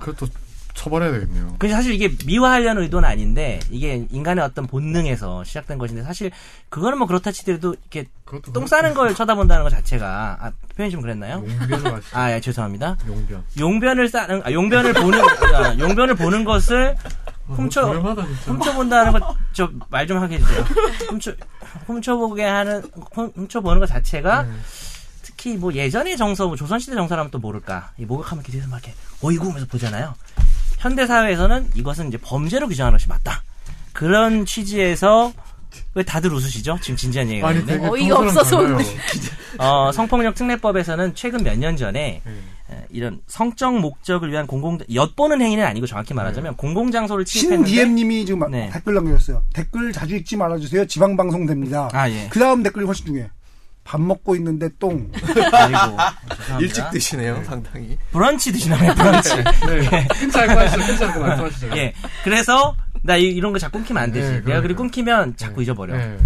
[SPEAKER 1] 그것도 처벌해야 되겠네요.
[SPEAKER 2] 그 사실 이게 미화하려는 의도는 아닌데 이게 인간의 어떤 본능에서 시작된 것인데 사실 그거는 뭐 그렇다 치더라도 이렇게
[SPEAKER 1] 그것도
[SPEAKER 2] 똥 싸는 걸 쳐다본다는 것 자체가 아, 표현이 좀 그랬나요?
[SPEAKER 1] 용변 맛이
[SPEAKER 2] 아, 예, 죄송합니다.
[SPEAKER 1] 용변.
[SPEAKER 2] 용변을 싸는 아, 용변을 보는 아, 용변을 보는 것을 훔쳐
[SPEAKER 1] 얼마다 진짜.
[SPEAKER 2] 훔쳐본다는 것 저 말 좀 하게 해주세요. 훔쳐 훔쳐보게 하는 훔- 훔쳐보는 것 자체가 특히 뭐 예전의 정서, 뭐 조선시대 정서라면 또 모를까. 이 목욕하면 기대서 막 이렇게 어이구 하면서 보잖아요. 현대 사회에서는 이것은 이제 범죄로 규정하는 것이 맞다. 그런 취지에서 왜 다들 웃으시죠? 지금 진지한 얘기가
[SPEAKER 1] 아니
[SPEAKER 2] 있는데.
[SPEAKER 1] 되게
[SPEAKER 4] 어이가
[SPEAKER 1] 평소랑
[SPEAKER 4] 없어서
[SPEAKER 1] 달라요.
[SPEAKER 2] 어, 성폭력 특례법에서는 최근 몇 년 전에 에, 이런 성적 목적을 위한 공공 엿보는 행위는 아니고 정확히 말하자면 공공장소를 침입했는데
[SPEAKER 3] 신DM님이 지금
[SPEAKER 2] 네.
[SPEAKER 3] 댓글 남겨주셨어요. 댓글 자주 읽지 말아주세요. 지방방송 됩니다.
[SPEAKER 2] 아, 예.
[SPEAKER 3] 그 다음 댓글이 훨씬 중요해. 밥 먹고 있는데 똥.
[SPEAKER 2] 아이고, 죄송합니다.
[SPEAKER 5] 일찍 드시네요, 상당히.
[SPEAKER 2] 브런치 드시나요? 브런치.
[SPEAKER 1] 네. 괜찮고 하시죠. 괜찮고 말씀하시죠.
[SPEAKER 2] 예. 그래서 나 이- 이런 거 자꾸 끊기면 안 되지.
[SPEAKER 1] 네,
[SPEAKER 2] 내가
[SPEAKER 1] 그러니까요.
[SPEAKER 2] 예, 그리 끊기면 자꾸
[SPEAKER 1] 네.
[SPEAKER 2] 잊어버려.
[SPEAKER 1] 네.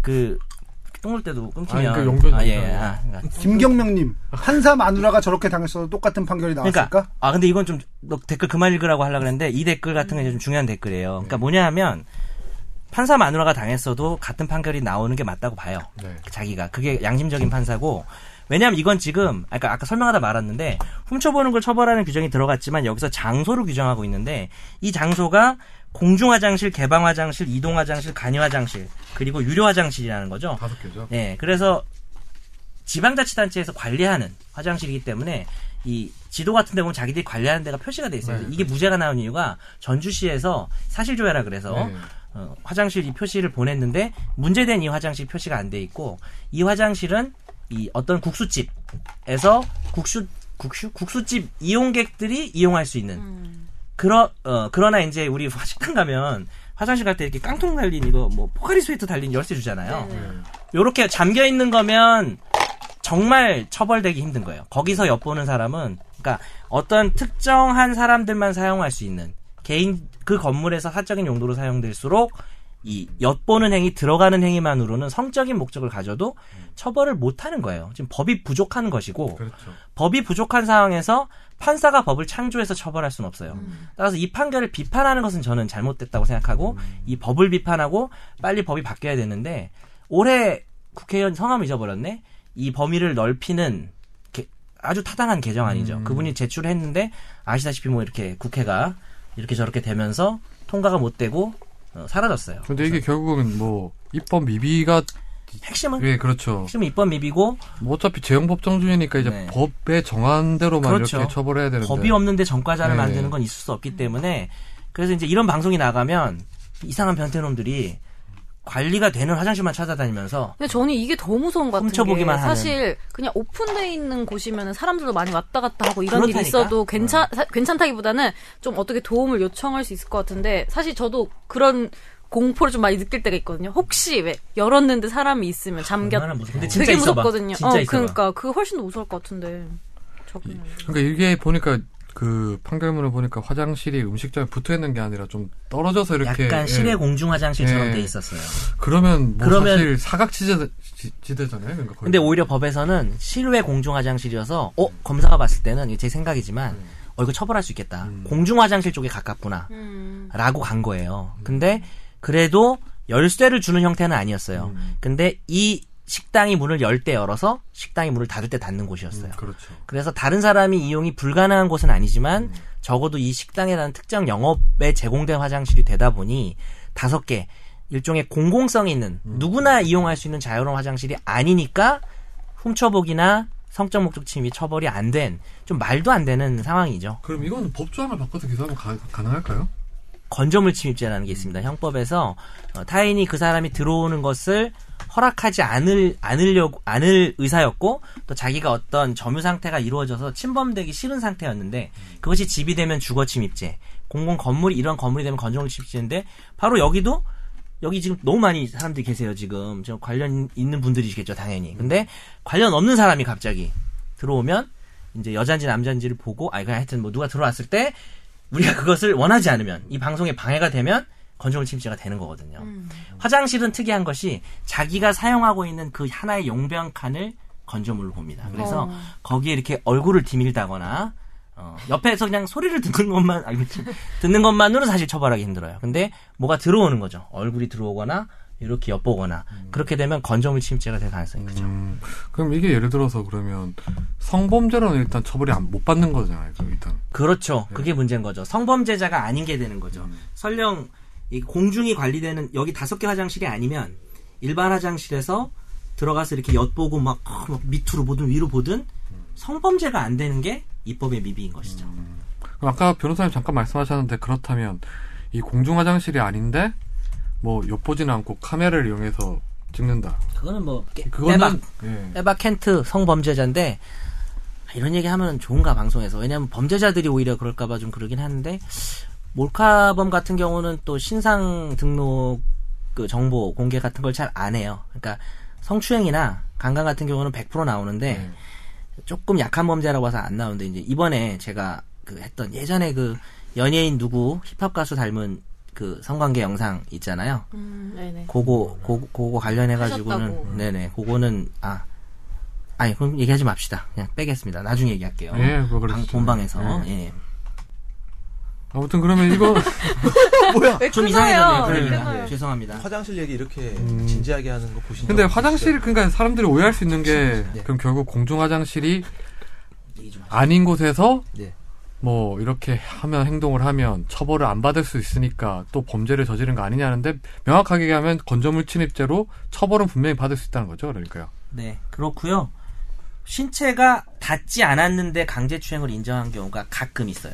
[SPEAKER 2] 그 똥물 때도 끊기면
[SPEAKER 1] 아니, 그 용변
[SPEAKER 2] 예. 아, 예.
[SPEAKER 1] 용변.
[SPEAKER 2] 아, 그러니까.
[SPEAKER 3] 김경명님. 한사 마누라가 저렇게 당했어도 똑같은 판결이 나왔을까?
[SPEAKER 2] 그러니까 아 근데 이건 좀 너 댓글 그만 읽으라고 하려고 그랬는데 이 댓글 같은 게 좀 중요한 댓글이에요. 그러니까 뭐냐 하면 판사 마누라가 당했어도 같은 판결이 나오는 게 맞다고 봐요.
[SPEAKER 1] 네.
[SPEAKER 2] 자기가 그게 양심적인 판사고 왜냐하면 이건 지금 아까 아까 설명하다 말았는데 훔쳐보는 걸 처벌하는 규정이 들어갔지만 여기서 장소를 규정하고 있는데 이 장소가 공중 화장실, 개방 화장실, 이동 화장실, 간이 화장실 그리고 유료 화장실이라는 거죠.
[SPEAKER 1] 다섯 개죠.
[SPEAKER 2] 네, 그래서 지방자치단체에서 관리하는 화장실이기 때문데 이 지도 같은 데 보면 자기들이 관리하는 데가 표시가 돼 있어요.
[SPEAKER 1] 네,
[SPEAKER 2] 이게 무죄가 나온 이유가 전주시에서 사실조회라 그래서
[SPEAKER 1] 네.
[SPEAKER 2] 어, 화장실 이 표시를 보냈는데 문제된 이 화장실 표시가 안 돼 있고 이 화장실은 이 어떤 국수집에서 국수 국수 국수집 이용객들이 이용할 수
[SPEAKER 4] 음.
[SPEAKER 2] 있는 그러 어 그러나 이제 우리 화- 식당 가면 화장실 갈 때 이렇게 깡통 달린 이거 뭐 포카리 스웨터 달린 열쇠
[SPEAKER 4] 네,
[SPEAKER 2] 주잖아요. 요렇게 잠겨 있는 거면 정말 처벌되기 힘든 거예요. 거기서 엿보는 사람은 그러니까 어떤 특정한 사람들만 사용할 수 있는 개인 그 건물에서 사적인 용도로 사용될수록 이 엿보는 행위 들어가는 행위만으로는 성적인 목적을 가져도 처벌을 못 하는 거예요. 지금 법이 부족한 것이고
[SPEAKER 1] 그렇죠.
[SPEAKER 2] 법이 부족한 상황에서 판사가 법을 창조해서 처벌할 수는 없어요. 따라서 이 판결을 비판하는 것은 저는 잘못됐다고 생각하고 이 법을 비판하고 빨리 법이 바뀌어야 되는데 올해 국회의원 성함 잊어버렸네. 이 범위를 넓히는 게- 아주 타당한 개정안이죠. 그분이 제출했는데 아시다시피 뭐 이렇게 국회가 이렇게 저렇게 되면서 통과가 못 되고 어, 사라졌어요.
[SPEAKER 1] 근데 이게 결국은 뭐 입법 미비가
[SPEAKER 2] 핵심은
[SPEAKER 1] 예 그렇죠.
[SPEAKER 2] 핵심은 입법 미비고
[SPEAKER 1] 뭐 어차피 제형 법정주의니까 이제
[SPEAKER 2] 네.
[SPEAKER 1] 법에 정한 대로만
[SPEAKER 2] 그렇죠.
[SPEAKER 1] 이렇게 처벌해야 되는데
[SPEAKER 2] 법이 없는데 전과자를
[SPEAKER 1] 네.
[SPEAKER 2] 만드는 건 있을 수 없기 때문에 그래서 이제 이런 방송이 나가면 이상한 변태놈들이 관리가 되는 화장실만 찾아다니면서
[SPEAKER 4] 근데 저는 이게 더 무서운 것 같은
[SPEAKER 2] 훔쳐보기만
[SPEAKER 4] 게
[SPEAKER 2] 하는.
[SPEAKER 4] 사실 그냥 오픈돼 있는 곳이면 사람들도 많이 왔다 갔다 하고 이런 일이
[SPEAKER 2] 그렇다니까. 음.
[SPEAKER 4] 있어도 괜찮 사- 괜찮다기보다는 좀 어떻게 도움을 요청할 수 있을 것 같은데 사실 저도 그런 공포를 좀 많이 느낄 때가 있거든요. 혹시 왜 열었는데 사람이 있으면 잠겼
[SPEAKER 2] 얼마나 무섭- 근데 진짜
[SPEAKER 4] 되게
[SPEAKER 2] 있어봐.
[SPEAKER 4] 무섭거든요.
[SPEAKER 2] 진짜
[SPEAKER 4] 어,
[SPEAKER 2] 있어봐.
[SPEAKER 4] 그러니까 그 훨씬 더 무서울 것 같은데. 적응을.
[SPEAKER 1] 그러니까 이게 보니까 그 판결문을 보니까 화장실이 음식점에 붙어 있는 게 아니라 좀 떨어져서 이렇게
[SPEAKER 2] 약간
[SPEAKER 1] 예.
[SPEAKER 2] 실내 공중 화장실처럼
[SPEAKER 1] 예.
[SPEAKER 2] 돼 있었어요.
[SPEAKER 1] 그러면 뭐
[SPEAKER 2] 그러면-
[SPEAKER 1] 사실 사각지대 잖아요 그러니까 거의.
[SPEAKER 2] 근데 오히려 법에서는 실외 공중 화장실이어서 어 검사가 봤을 때는 이게 제 생각이지만 어 이거 처벌할 수 있겠다.
[SPEAKER 1] 음.
[SPEAKER 2] 공중 화장실 쪽에 가깝구나.
[SPEAKER 4] 음.
[SPEAKER 2] 라고 간 거예요. 근데 그래도 열쇠를 주는 형태는 아니었어요. 근데 이 식당이 문을 열 때 열어서 식당이 문을 닫을 때 닫는 곳이었어요.
[SPEAKER 1] 그렇죠.
[SPEAKER 2] 그래서 다른 사람이 이용이 불가능한 곳은 아니지만 적어도 이 식당에 대한 특정 영업에 제공된 화장실이 되다 보니 다섯 개 일종의 공공성 있는 누구나 이용할 수 있는 자유로운 화장실이 아니니까 훔쳐보기나 성적 목적 침입이 처벌이 안 된 좀 말도 안 되는 상황이죠.
[SPEAKER 1] 그럼 이건 법조항을 바꿔서 기소하면 가, 가능할까요?
[SPEAKER 2] 건조물 침입죄라는 게 있습니다. 형법에서 어, 타인이 그 사람이 들어오는 것을 허락하지 않을 않으려고 않을 의사였고 또 자기가 어떤 점유 상태가 이루어져서 침범되기 싫은 상태였는데 그것이 집이 되면 주거 침입죄, 공공 건물이 이런 건물이 되면 건조물 침입죄인데 바로 여기도 여기 지금 너무 많이 사람들이 계세요 지금 저 관련 있는 분들이시겠죠 당연히 근데 관련 없는 사람이 갑자기 들어오면 이제 여잔지 남잔지를 보고 아 그냥 하여튼 뭐 누가 들어왔을 때 우리가 그것을 원하지 않으면 이 방송에 방해가 되면 건조물 침입죄가 되는 거거든요. 화장실은 특이한 것이 자기가 사용하고 있는 그 하나의 용병 칸을 건조물로 봅니다. 그래서
[SPEAKER 4] 어.
[SPEAKER 2] 거기에 이렇게 얼굴을 디밀다거나 어, 옆에서 그냥 소리를 듣는 것만 아니, 뭐 듣는 것만으로 사실 처벌하기 힘들어요. 근데 뭐가 들어오는 거죠. 얼굴이 들어오거나 이렇게 엿보거나 그렇게 되면 건조물 침입죄가 될 가능성이 크죠.
[SPEAKER 1] 음, 그럼 이게 예를 들어서 그러면 성범죄로는 일단 처벌이 안- 못 받는 거잖아요. 그럼 일단
[SPEAKER 2] 그렇죠. 그게 문제인 거죠. 성범죄자가 아닌 게 되는 거죠. 설령 이 공중이 관리되는 여기 다섯 개 화장실이 아니면 일반 화장실에서 들어가서 이렇게 엿보고 막, 아, 막 밑으로 보든 위로 보든 성범죄가 안 되는 게 입법의 미비인 것이죠.
[SPEAKER 1] 그럼 아까 변호사님 잠깐 말씀하셨는데 그렇다면 이 공중 화장실이 아닌데 뭐 엿보지는 않고 카메라를 이용해서 찍는다.
[SPEAKER 2] 그거는 뭐 깨, 빼박
[SPEAKER 1] 그거는 예.
[SPEAKER 2] 에바 켄트 성범죄자인데 아, 이런 얘기 하면 좋은가 방송에서 왜냐하면 범죄자들이 오히려 그럴까봐 좀 그러긴 하는데 몰카범 같은 경우는 또 신상 등록 그 정보 공개 같은 걸 잘 안 해요. 그러니까 성추행이나 강간 같은 경우는 100% 나오는데
[SPEAKER 1] 음.
[SPEAKER 2] 조금 약한 범죄라고 봐서 안 나오는데 이제 이번에 제가 그 했던 예전에 그 연예인 누구 힙합 가수 닮은 그 성관계 영상 있잖아요.
[SPEAKER 4] 음, 네네.
[SPEAKER 2] 그거 고, 그거 관련해
[SPEAKER 4] 하셨다고.
[SPEAKER 2] 가지고는 네네 그거는 아 아니 그럼 얘기하지 맙시다 그냥 빼겠습니다 나중에 얘기할게요
[SPEAKER 1] 예, 그거
[SPEAKER 2] 방,
[SPEAKER 1] 그러시죠.
[SPEAKER 2] 본방에서
[SPEAKER 1] 예.
[SPEAKER 2] 예.
[SPEAKER 1] 아무튼 그러면 이거
[SPEAKER 4] 왜
[SPEAKER 2] 어, 좀 이상해졌네요 그러니까 죄송합니다
[SPEAKER 5] 화장실 얘기 이렇게
[SPEAKER 1] 음.
[SPEAKER 5] 진지하게 하는 거 보신
[SPEAKER 1] 근데
[SPEAKER 5] 적
[SPEAKER 1] 화장실 그러니까 사람들이 오해할 수 있는 게
[SPEAKER 5] 네.
[SPEAKER 1] 그럼 결국 공중 화장실이
[SPEAKER 2] 얘기 좀 하세요.
[SPEAKER 1] 아닌 곳에서
[SPEAKER 5] 네.
[SPEAKER 1] 뭐 이렇게 하면 행동을 하면 처벌을 안 받을 수 있으니까 또 범죄를 저지른 거 아니냐는데 명확하게 얘기하면 건조물 침입죄로 처벌은 분명히 받을 수 있다는 거죠 그러니까요.
[SPEAKER 2] 네 그렇고요 신체가 닿지 않았는데 강제추행을 인정한 경우가 가끔 있어요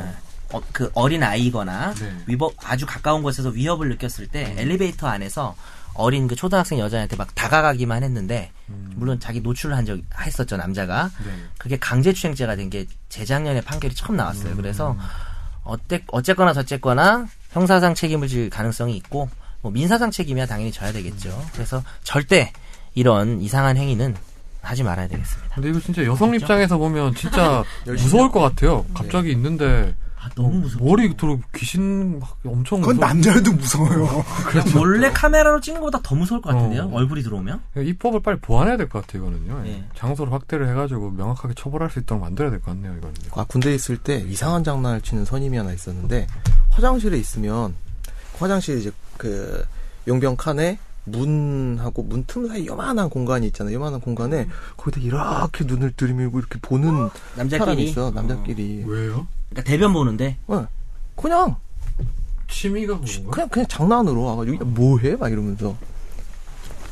[SPEAKER 2] 예. 어, 그 어린 아이거나
[SPEAKER 1] 음. 네. 음.
[SPEAKER 2] 위법 아주 가까운 곳에서 위협을 느꼈을 때 엘리베이터 안에서 어린 그 초등학생 여자한테 막 다가가기만 했는데 물론 자기 노출을 한 적 했었죠 남자가
[SPEAKER 1] 음. 네.
[SPEAKER 2] 그게 강제추행죄가 된 게 재작년에 판결이 처음 나왔어요. 그래서 어때, 어쨌거나 저쨌거나 형사상 책임을 질 가능성이 있고 뭐 민사상 책임이야 당연히 져야 되겠죠. 그래서 절대 이런 이상한 행위는 하지 말아야 되겠습니다.
[SPEAKER 1] 근데 이거 진짜 네. 여성 입장에서 보면 진짜 무서울 것 같아요. 갑자기 있는데
[SPEAKER 2] 아, 너무
[SPEAKER 1] 머리 들어 귀신 막 엄청
[SPEAKER 3] 그건
[SPEAKER 1] 무서워.
[SPEAKER 3] 남자여도 무서워요.
[SPEAKER 2] 그냥 몰래 카메라로 찍는 것보다 더 무서울 것 같은데요.
[SPEAKER 1] 어.
[SPEAKER 2] 얼굴이 그렇죠. 어. 들어오면.
[SPEAKER 1] 입법을 빨리 보완해야 될 것 같아요 이거는요. 예.
[SPEAKER 2] 네.
[SPEAKER 1] 장소를 확대를 해가지고 명확하게 처벌할 수 있도록 만들어야 될 것 같네요 이거는.
[SPEAKER 5] 아 군대에 있을 때 이상한 장난을 치는 선임이 하나 있었는데 화장실에 있으면 그 화장실 이제 그 용병 칸에 문하고 문 틈 사이 요만한 공간이 있잖아요. 요만한 공간에 거기다 이렇게 눈을 들이밀고 이렇게 보는 사람이
[SPEAKER 2] 남자끼리.
[SPEAKER 5] 있어 남자끼리.
[SPEAKER 1] 왜요?
[SPEAKER 2] 그러니까 대변 보는데
[SPEAKER 5] 어, 그냥
[SPEAKER 1] 취미가 그런가?
[SPEAKER 5] 그냥 그냥 장난으로 와가지고 야, 뭐해 막 이러면서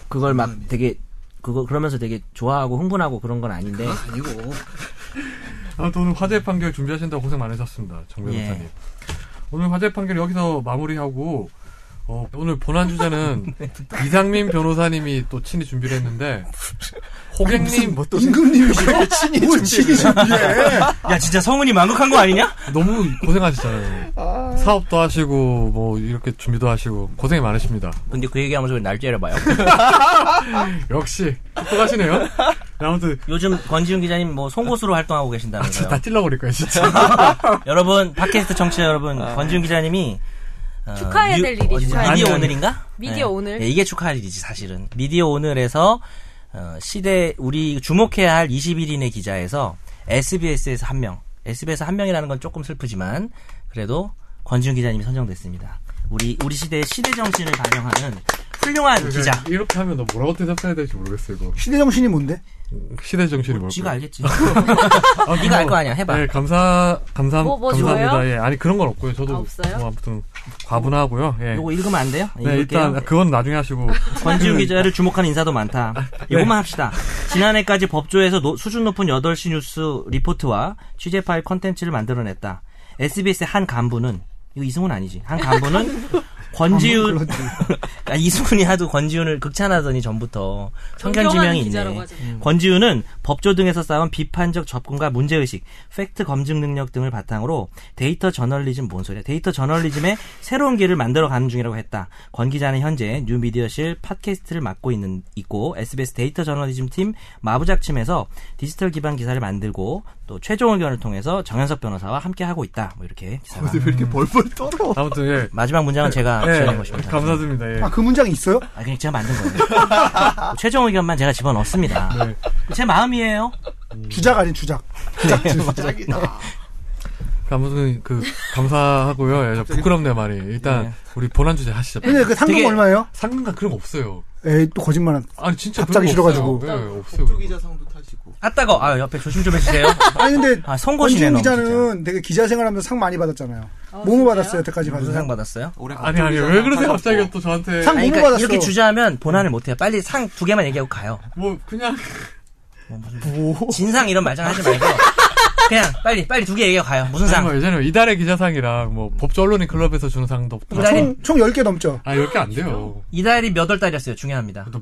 [SPEAKER 2] 그걸 막 되게 그거 그러면서 되게 좋아하고 흥분하고 그런 건 아닌데
[SPEAKER 5] 아니고
[SPEAKER 1] 아무튼 오늘 화재 판결 준비하신다고 고생 많으셨습니다. 정 변호사님.
[SPEAKER 2] 예.
[SPEAKER 1] 오늘 화재 판결 여기서 마무리하고 어, 오늘 본안 주제는 이상민 변호사님이 또 친히 준비를 했는데 호객님
[SPEAKER 5] 뭐또
[SPEAKER 3] 임금님이셔? 뭘 지기 준비해?
[SPEAKER 2] 야 진짜 성훈이 망극한 거 아니냐?
[SPEAKER 1] 너무 고생하시잖아요. 사업도 하시고 뭐 이렇게 준비도 하시고 고생이 많으십니다.
[SPEAKER 2] 근데 그 얘기하면서 왜 날짜를 봐요?
[SPEAKER 1] 역시 똑똑하시네요. 아무튼
[SPEAKER 2] 요즘 권지훈 기자님 뭐 송곳으로 활동하고 계신다면서요.
[SPEAKER 1] 다 찔러버릴 거예요 진짜.
[SPEAKER 2] 여러분 팟캐스트 청취자 여러분 권지훈 기자님이 어,
[SPEAKER 4] 축하해야 될 일이
[SPEAKER 2] 어디지?
[SPEAKER 4] 축하해야
[SPEAKER 2] 미디어
[SPEAKER 4] 될
[SPEAKER 2] 오늘인가?
[SPEAKER 4] 미디어 오늘.
[SPEAKER 2] 네, 이게 축하할 일이지 사실은 미디어 오늘에서 어, 시대 우리 주목해야 할 21인의 기자에서 SBS에서 한 명, SBS 한 명이라는 건 조금 슬프지만 그래도 권지훈 기자님이 선정됐습니다. 우리 우리 시대의 시대 정신을 반영하는 훌륭한 기자.
[SPEAKER 1] 그러니까 이렇게 하면 너 뭐라고 대답해야 될지 모르겠어 이거.
[SPEAKER 3] 시대 정신이 뭔데?
[SPEAKER 1] 시대 정신이 뭘까?
[SPEAKER 2] 지가 알겠지. 네가 알 거 아니야. 해봐.
[SPEAKER 1] 네, 감사 감사
[SPEAKER 4] 뭐, 뭐
[SPEAKER 1] 감사합니다.
[SPEAKER 4] 줘요?
[SPEAKER 1] 예, 아니 그런 건 없고요. 저도
[SPEAKER 4] 아, 없어요?
[SPEAKER 1] 뭐 아무튼 과분하고요. 예.
[SPEAKER 2] 요거 읽으면 안 돼요?
[SPEAKER 1] 네,
[SPEAKER 2] 읽을게요.
[SPEAKER 1] 일단 그건 나중에 하시고
[SPEAKER 2] 권지웅 기자를 아, 네. 주목하는 인사도 많다. 이것만 합시다. 지난해까지 법조에서 노- 수준 높은 8시 뉴스 리포트와 취재 파일 컨텐츠를 만들어냈다. SBS의 한 간부는 이거 이승훈 아니지. 한 간부는 권지훈 아, 이승훈이 하도 권지훈을 극찬하더니 전부터 성견 지명이 있네. 권지훈은 법조 등에서 쌓은 비판적 접근과 문제의식, 팩트 검증 능력 등을 바탕으로 데이터 저널리즘, 뭔 소리야? 데이터 저널리즘의 새로운 길을 만들어가는 중이라고 했다. 권 기자는 현재 뉴미디어실 팟캐스트를 맡고 있는, 있고, SBS 데이터 저널리즘 팀 마부작침에서 디지털 기반 기사를 만들고, 또 최종 의견을 통해서 정현석 변호사와 함께하고 있다. 뭐 이렇게 기사가.
[SPEAKER 5] 왜 이렇게 벌벌 떨어?
[SPEAKER 1] 아무튼 예.
[SPEAKER 2] 마지막 문장은 제가
[SPEAKER 1] 예,
[SPEAKER 2] 아, 지어낸 것입니다.
[SPEAKER 1] 감사드립니다. 예.
[SPEAKER 3] 아, 그 문장이 있어요?
[SPEAKER 2] 아, 그냥 제가 만든 거예요. 뭐 최종 의견만 제가 집어넣습니다.
[SPEAKER 1] 네.
[SPEAKER 2] 제 마음이에요.
[SPEAKER 3] 주작 아닌 주작.
[SPEAKER 1] 아무튼 그 감사하고요. 예, 저 부끄럽네요 많이. 일단
[SPEAKER 2] 예.
[SPEAKER 1] 우리 본안 주제 하시죠.
[SPEAKER 3] 근데 그 상금
[SPEAKER 2] 되게-
[SPEAKER 3] 얼마예요?
[SPEAKER 1] 상금과 그런 거 없어요.
[SPEAKER 3] 에이, 또 거짓말. 한
[SPEAKER 1] 아니 진짜
[SPEAKER 3] 갑자기
[SPEAKER 1] 별거
[SPEAKER 3] 싫어가지고.
[SPEAKER 1] 없어요. 예, 없어요.
[SPEAKER 5] 법조 기자상도 타시고.
[SPEAKER 2] 아따거. 아, 옆에 조심 좀 해주세요.
[SPEAKER 3] 아니, 근데.
[SPEAKER 2] 아, 선고시네,
[SPEAKER 3] 권지훈
[SPEAKER 2] 너무.
[SPEAKER 3] 기자는 되게 기자 생활하면서 상 많이 받았잖아요. 뭐뭐 받았어요, 여태까지 받은
[SPEAKER 2] 무슨 상
[SPEAKER 3] 상?
[SPEAKER 2] 받았어요?
[SPEAKER 5] 올해
[SPEAKER 1] 아니 아니 왜 그러세요 갑자기 또 저한테
[SPEAKER 3] 상
[SPEAKER 2] 아니,
[SPEAKER 3] 뭐뭐
[SPEAKER 2] 그러니까
[SPEAKER 3] 받았어?
[SPEAKER 2] 이렇게 주저하면 본안을 못해요. 빨리 상 두 개만 얘기하고 가요.
[SPEAKER 1] 뭐 그냥
[SPEAKER 2] 진상 이런 말장 하지 말고. 그냥 빨리, 빨리 두 개 얘기하고 가요. 무슨
[SPEAKER 1] 뭐
[SPEAKER 2] 상?
[SPEAKER 1] 예전에 이달의 기자상이랑 뭐 법조 언론인 클럽에서 주는 상도 없고
[SPEAKER 2] 이달의-
[SPEAKER 3] 총, 총 10개 넘죠?
[SPEAKER 1] 아 이렇게 안 돼요.
[SPEAKER 2] 이달이 몇 월 달이었어요. 중요합니다.
[SPEAKER 1] 나,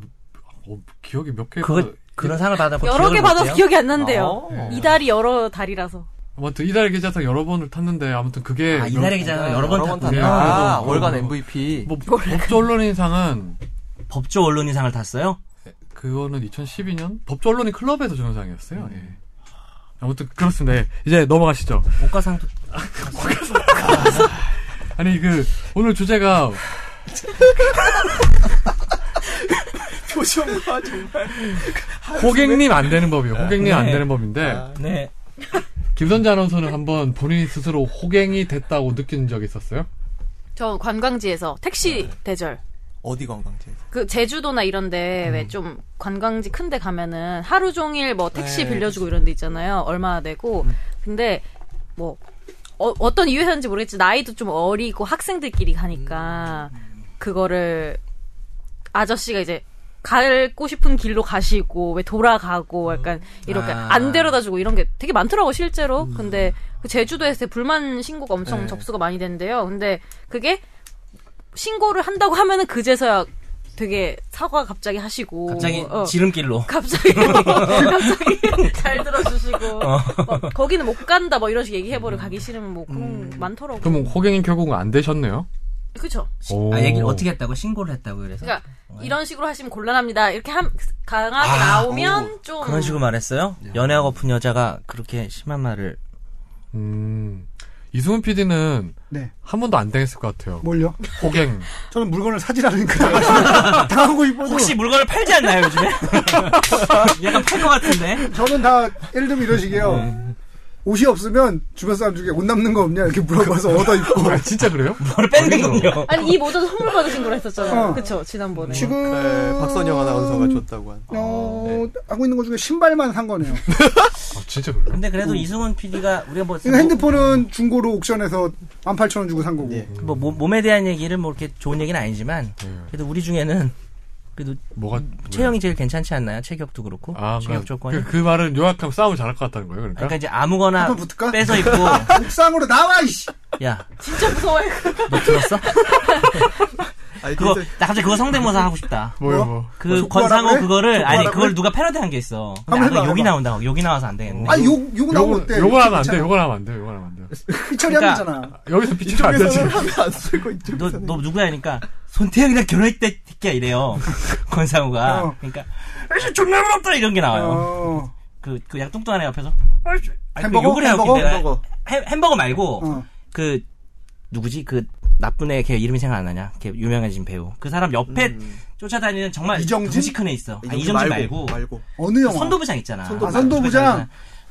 [SPEAKER 1] 어, 기억이 몇 개.
[SPEAKER 2] 그, 그런 상을 받아고
[SPEAKER 4] 여러 개
[SPEAKER 2] 기억을
[SPEAKER 4] 받아서
[SPEAKER 2] 못해요?
[SPEAKER 4] 기억이 안 난대요.
[SPEAKER 2] 어.
[SPEAKER 4] 이달이 여러 달이라서.
[SPEAKER 1] 아무튼 이달 기자상 여러 번을 탔는데 아무튼 그게
[SPEAKER 2] 아, 이달의 기자는 여러 번
[SPEAKER 5] 탔네.
[SPEAKER 2] 탔군요.
[SPEAKER 5] 아,
[SPEAKER 1] 아,
[SPEAKER 5] 월간
[SPEAKER 1] 어.
[SPEAKER 5] MVP.
[SPEAKER 1] 뭐 법조 언론인 상은
[SPEAKER 2] 법조 언론인 상을 탔어요?
[SPEAKER 1] 그거는 2012년 법조 언론인 클럽에서 주는 상이었어요. 예. 아무튼 그렇습니다. 예. 이제 넘어가시죠.
[SPEAKER 2] 목가상도.
[SPEAKER 1] 아니 그 오늘 주제가
[SPEAKER 5] 표정 봐, 정말.
[SPEAKER 1] 호객님 안 되는 법이에요. 호객님 안 되는 법인데
[SPEAKER 2] 네.
[SPEAKER 1] 김선재 아나운서는 한번 본인이 스스로 호갱이 됐다고 느낀 적이 있었어요?
[SPEAKER 4] 저 관광지에서
[SPEAKER 2] 네.
[SPEAKER 4] 택시 대절.
[SPEAKER 5] 어디 관광지에서?
[SPEAKER 4] 그 제주도나 이런데
[SPEAKER 5] 음.
[SPEAKER 4] 왜 좀 관광지 큰데 가면은 하루 종일 뭐 택시
[SPEAKER 5] 네, 음.
[SPEAKER 4] 빌려주고 이런 데 있잖아요. 얼마 내고 근데 뭐 어, 떤 이유였는지 모르겠지 나이도 좀 어리고 학생들끼리 가니까
[SPEAKER 5] 음,
[SPEAKER 4] 그거를 아저씨가 이제 가고 싶은 길로 가시고 왜
[SPEAKER 5] 음.
[SPEAKER 4] 돌아가고 약간 이렇게
[SPEAKER 2] 아.
[SPEAKER 4] 안 데려다주고 이런 게 되게 많더라고 실제로. 근데 그 제주도에서 되게 불만 신고가 엄청
[SPEAKER 5] 음. 네.
[SPEAKER 4] 접수가 많이 된대요. 근데 그게 신고를 한다고 하면은 그제서야 되게 사과 갑자기 하시고
[SPEAKER 2] 갑자기
[SPEAKER 4] 어.
[SPEAKER 2] 지름길로.
[SPEAKER 4] 갑자기 갑자기 잘 들어주시고 막 거기는 못 간다 뭐 이런 식 얘기해버려 가기 싫으면 뭐
[SPEAKER 2] 음.
[SPEAKER 4] 그런 많더라고
[SPEAKER 1] 그럼 호갱이 결국은 안 되셨네요?
[SPEAKER 4] 그쵸
[SPEAKER 1] 오.
[SPEAKER 2] 아, 얘기 어떻게 했다고? 신고를 했다고 그래서.
[SPEAKER 4] 그러니까 이런 식으로 하시면 곤란합니다 이렇게 함, 강하게
[SPEAKER 2] 음. 아,
[SPEAKER 4] 나오면 좀
[SPEAKER 2] 그런 식으로 말했어요?
[SPEAKER 3] 네.
[SPEAKER 2] 연애하고픈 여자가 그렇게 심한 말을
[SPEAKER 1] 음. 이승훈 PD는
[SPEAKER 3] 네.
[SPEAKER 1] 한 번도 안 당했을 것 같아요.
[SPEAKER 3] 뭘요?
[SPEAKER 1] 호갱.
[SPEAKER 3] 저는 물건을 사지라니까 당하고 싶어도
[SPEAKER 2] 혹시 물건을 팔지 않나요 요즘에? 약간 팔 것 같은데
[SPEAKER 3] 저는 다 예를 들면 이런 식이에요. 옷이 없으면 주변 사람 중에 옷 남는 거 없냐 이렇게 물어봐서 얻어 입고
[SPEAKER 1] 아, 진짜 그래요?
[SPEAKER 2] 그걸 뺏는군요
[SPEAKER 4] 아니 이 모자도 선물 받으신 거라 했었잖아요
[SPEAKER 3] 어.
[SPEAKER 4] 그쵸 지난번에
[SPEAKER 3] 지금
[SPEAKER 5] 네, 박선영 아나운서가
[SPEAKER 3] 음.
[SPEAKER 5] 줬다고 한.
[SPEAKER 3] 어,
[SPEAKER 5] 네.
[SPEAKER 3] 하고 있는 것 중에 신발만 산 거네요.
[SPEAKER 1] 아, 진짜 그래요?
[SPEAKER 2] 근데 그래도 이승훈 PD가 우리가 뭐,
[SPEAKER 3] 그러니까 음. 핸드폰은 중고로 옥션에서 18,000원 주고 산 거고.
[SPEAKER 5] 예.
[SPEAKER 2] 뭐, 뭐 몸에 대한 얘기를 뭐 이렇게 좋은 얘기는 아니지만
[SPEAKER 3] 네.
[SPEAKER 2] 그래도 우리 중에는 그래도
[SPEAKER 1] 뭐가
[SPEAKER 2] 체형이 제일 괜찮지 않나요? 체격도 그렇고
[SPEAKER 1] 아,
[SPEAKER 2] 체격
[SPEAKER 1] 그러니까
[SPEAKER 2] 조건이
[SPEAKER 1] 그, 그 말은 요약하면 싸움을 잘할 것 같다는 거예요. 그러니까.
[SPEAKER 2] 그러니까 이제 아무거나
[SPEAKER 3] 한번 붙을까?
[SPEAKER 2] 빼서 입고
[SPEAKER 3] 옥상으로 나와 이씨.
[SPEAKER 2] 야 너
[SPEAKER 4] 진짜 무서워요
[SPEAKER 2] 들었어?
[SPEAKER 5] 아니,
[SPEAKER 2] 그거
[SPEAKER 5] 그래서
[SPEAKER 2] 나 갑자기 그거 성대모사 하고 싶다
[SPEAKER 1] 뭐요,
[SPEAKER 3] 뭐?
[SPEAKER 1] 뭐.
[SPEAKER 2] 그
[SPEAKER 3] 족구하라
[SPEAKER 2] 권상우
[SPEAKER 3] 그래?
[SPEAKER 2] 그거를 아니
[SPEAKER 3] 족구하라
[SPEAKER 2] 그걸
[SPEAKER 3] 그래?
[SPEAKER 2] 누가 패러디한 게 있어 근데
[SPEAKER 3] 한번
[SPEAKER 2] 아까
[SPEAKER 3] 해봐,
[SPEAKER 2] 욕이
[SPEAKER 3] 해봐.
[SPEAKER 2] 나온다고 욕이 나와서 안 되겠네
[SPEAKER 3] 아니 욕 욕은 하면
[SPEAKER 1] 요거,
[SPEAKER 3] 뭐 어때?
[SPEAKER 1] 요건 하면 안 돼,
[SPEAKER 3] 괜찮아.
[SPEAKER 1] 요건 하면 안 돼, 요건 하면 안 돼.
[SPEAKER 3] 피처리 하면
[SPEAKER 2] 그러니까-
[SPEAKER 3] 되잖아.
[SPEAKER 1] 여기서 비치면 안 되지.
[SPEAKER 5] 이쪽에서는 하면 안 쓰고 이쪽에서.
[SPEAKER 2] 너, 너 누구야? 그러니까, 손태영이랑 결혼했대, 새끼야, 이래요. 권상우가.
[SPEAKER 3] 어.
[SPEAKER 2] 그러니까, 아이씨, 존나 부럽다! 이런 게 나와요.
[SPEAKER 3] 어.
[SPEAKER 2] 그, 그 약뚱뚱한 애 옆에서, 아이씨, 아니, 그
[SPEAKER 3] 햄버거?
[SPEAKER 2] 욕을 해요.
[SPEAKER 3] 햄버거?
[SPEAKER 2] 내가
[SPEAKER 5] 햄버거.
[SPEAKER 2] 햄- 햄버거 말고,
[SPEAKER 3] 어.
[SPEAKER 2] 그, 누구지? 그, 나쁜 애, 걔 이름이 생각 안 나냐? 걔 유명해진 배우. 그 사람 옆에 쫓아다니는 정말
[SPEAKER 3] 음. 이정진?
[SPEAKER 2] 덩치 큰애 있어. 아, 이정진 말고.
[SPEAKER 5] 말고.
[SPEAKER 3] 어느 영화?
[SPEAKER 2] 선도부장 있잖아.
[SPEAKER 3] 선도부장. 아, 선도부장.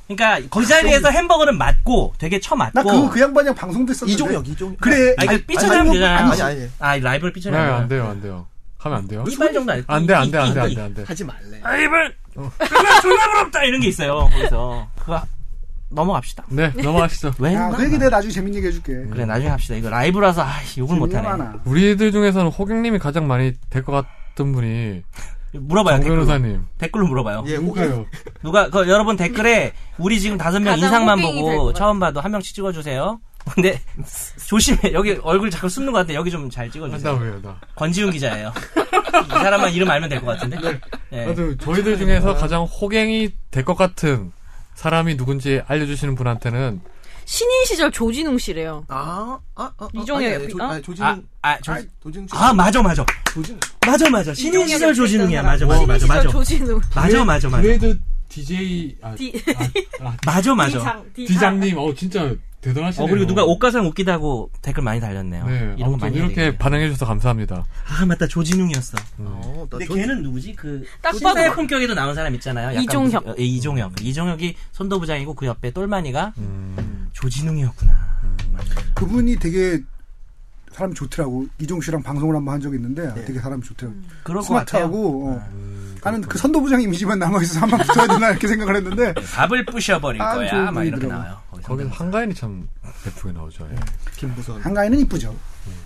[SPEAKER 2] 그러니까, 거기 자리에서 햄버거는 맞고, 되게
[SPEAKER 3] 나 그거
[SPEAKER 2] 처맞고.
[SPEAKER 3] 그 양반이랑 방송도 했었는데.
[SPEAKER 5] 네, 이종혁, 이종혁.
[SPEAKER 3] 그래.
[SPEAKER 2] 아니,
[SPEAKER 3] 아니,
[SPEAKER 2] 삐쳐나면
[SPEAKER 3] 아니,
[SPEAKER 2] 되잖아.
[SPEAKER 5] 아니, 아니.
[SPEAKER 2] 아, 라이벌 삐쳐나면.
[SPEAKER 1] 네, 안 돼요, 안 돼요. 하면 안 돼요?
[SPEAKER 2] 이발 정도 안
[SPEAKER 1] 안 돼, 안 돼, 안 돼, 안 돼, 어. 안 돼.
[SPEAKER 5] 하지 말래.
[SPEAKER 2] 아, 이발! 졸라 졸라 부럽다! 이런 게 있어요, 거기서. 그거, 하- 넘어갑시다.
[SPEAKER 1] 네, 넘어가시죠.
[SPEAKER 2] 왜?
[SPEAKER 3] 야,
[SPEAKER 2] 했나?
[SPEAKER 3] 그 얘기 내가 나중에 재밌는 얘기 해줄게.
[SPEAKER 2] 그래, 나중에 합시다. 이거 라이브라서, 아, 씨, 욕을 음. 못하네.
[SPEAKER 3] 하나.
[SPEAKER 1] 우리들 중에서는 호객님이 가장 많이 될 것 같던 분이
[SPEAKER 2] 물어봐요,
[SPEAKER 1] 정
[SPEAKER 2] 댓글로.
[SPEAKER 1] 변호사님.
[SPEAKER 2] 댓글로 물어봐요.
[SPEAKER 3] 아, 네.
[SPEAKER 5] 예,
[SPEAKER 1] 누가요?
[SPEAKER 2] 누가, 그, 여러분 댓글에, 우리 지금 다섯 명
[SPEAKER 4] 가장
[SPEAKER 2] 인상만
[SPEAKER 4] 호갱이 될
[SPEAKER 2] 보고,
[SPEAKER 4] 거야.
[SPEAKER 2] 처음 봐도 한 명씩 찍어주세요. 근데, 조심해. 여기 얼굴 자꾸 숨는 것 같아. 여기 좀 잘
[SPEAKER 1] 한다
[SPEAKER 2] 찍어주세요.
[SPEAKER 1] 왜요, 나.
[SPEAKER 2] 권지훈 기자예요. 이 사람만 이름 알면 될 것
[SPEAKER 1] 네.
[SPEAKER 2] 같은데? 예.
[SPEAKER 5] 네.
[SPEAKER 1] 나도 저희들 중에서 가장 호갱이 될 것 같은 사람이 누군지 알려주시는 분한테는
[SPEAKER 4] 신인 시절 조진웅 씨래요.
[SPEAKER 5] 아, 아, 아,
[SPEAKER 4] 이종혁
[SPEAKER 5] 아니, 아니, 조,
[SPEAKER 4] 어?
[SPEAKER 5] 아니, 조진,
[SPEAKER 2] 아, 아, 저,
[SPEAKER 5] 아니, 도진,
[SPEAKER 2] 아, 맞아, 맞아.
[SPEAKER 5] 도진.
[SPEAKER 2] 맞아, 맞아. 신인 시절 조진웅이야. 맞아, 맞아,
[SPEAKER 4] 신인
[SPEAKER 2] 맞아,
[SPEAKER 4] 시절
[SPEAKER 2] 맞아.
[SPEAKER 4] 조진웅.
[SPEAKER 2] 맞아, 맞아, 맞아.
[SPEAKER 1] 그래도 DJ 아,
[SPEAKER 4] 디,
[SPEAKER 2] 맞아, 맞아.
[SPEAKER 4] 디장,
[SPEAKER 1] 디장님, 어 진짜 대단하시네요.
[SPEAKER 2] 어, 그리고 누가 옷가상 웃기다고 댓글 많이 달렸네요.
[SPEAKER 1] 네,
[SPEAKER 2] 이런 거
[SPEAKER 1] 아무튼
[SPEAKER 2] 많이
[SPEAKER 1] 이렇게
[SPEAKER 2] 얘기해요.
[SPEAKER 1] 반응해 주셔서 감사합니다.
[SPEAKER 2] 아, 맞다. 조진웅이었어.
[SPEAKER 5] 어, 나
[SPEAKER 2] 근데
[SPEAKER 5] 조-
[SPEAKER 2] 걔는 누구지? 그
[SPEAKER 4] 딱
[SPEAKER 2] 신사의
[SPEAKER 4] 봐도-
[SPEAKER 2] 품격에도 나온 사람 있잖아요. 약간
[SPEAKER 4] 이종혁.
[SPEAKER 2] 무슨- 어, 예, 이종혁. 이종혁이 선도부장이고 그 옆에 똘마니가
[SPEAKER 1] 음.
[SPEAKER 2] 조진웅이었구나.
[SPEAKER 3] 그분이 되게 사람 좋더라고. 이종 씨랑 방송을 한 번 한 적이 있는데 되게 사람 좋더라고.
[SPEAKER 2] 그럴 것 같아요.
[SPEAKER 3] 스마트하고. 어. 나는 그 선도부장 이미지만 남아있어서 한 번 붙어야 되나 이렇게 생각을 했는데
[SPEAKER 2] 네, 밥을 부셔버릴
[SPEAKER 3] 아,
[SPEAKER 2] 거야.
[SPEAKER 3] 좋은
[SPEAKER 2] 막 이렇게
[SPEAKER 3] 분이더라고.
[SPEAKER 2] 나와요. 거기서.
[SPEAKER 1] 거기서 한가인이 참 예쁘게 나오죠. 예.
[SPEAKER 5] 김부선.
[SPEAKER 3] 한가인은 이쁘죠.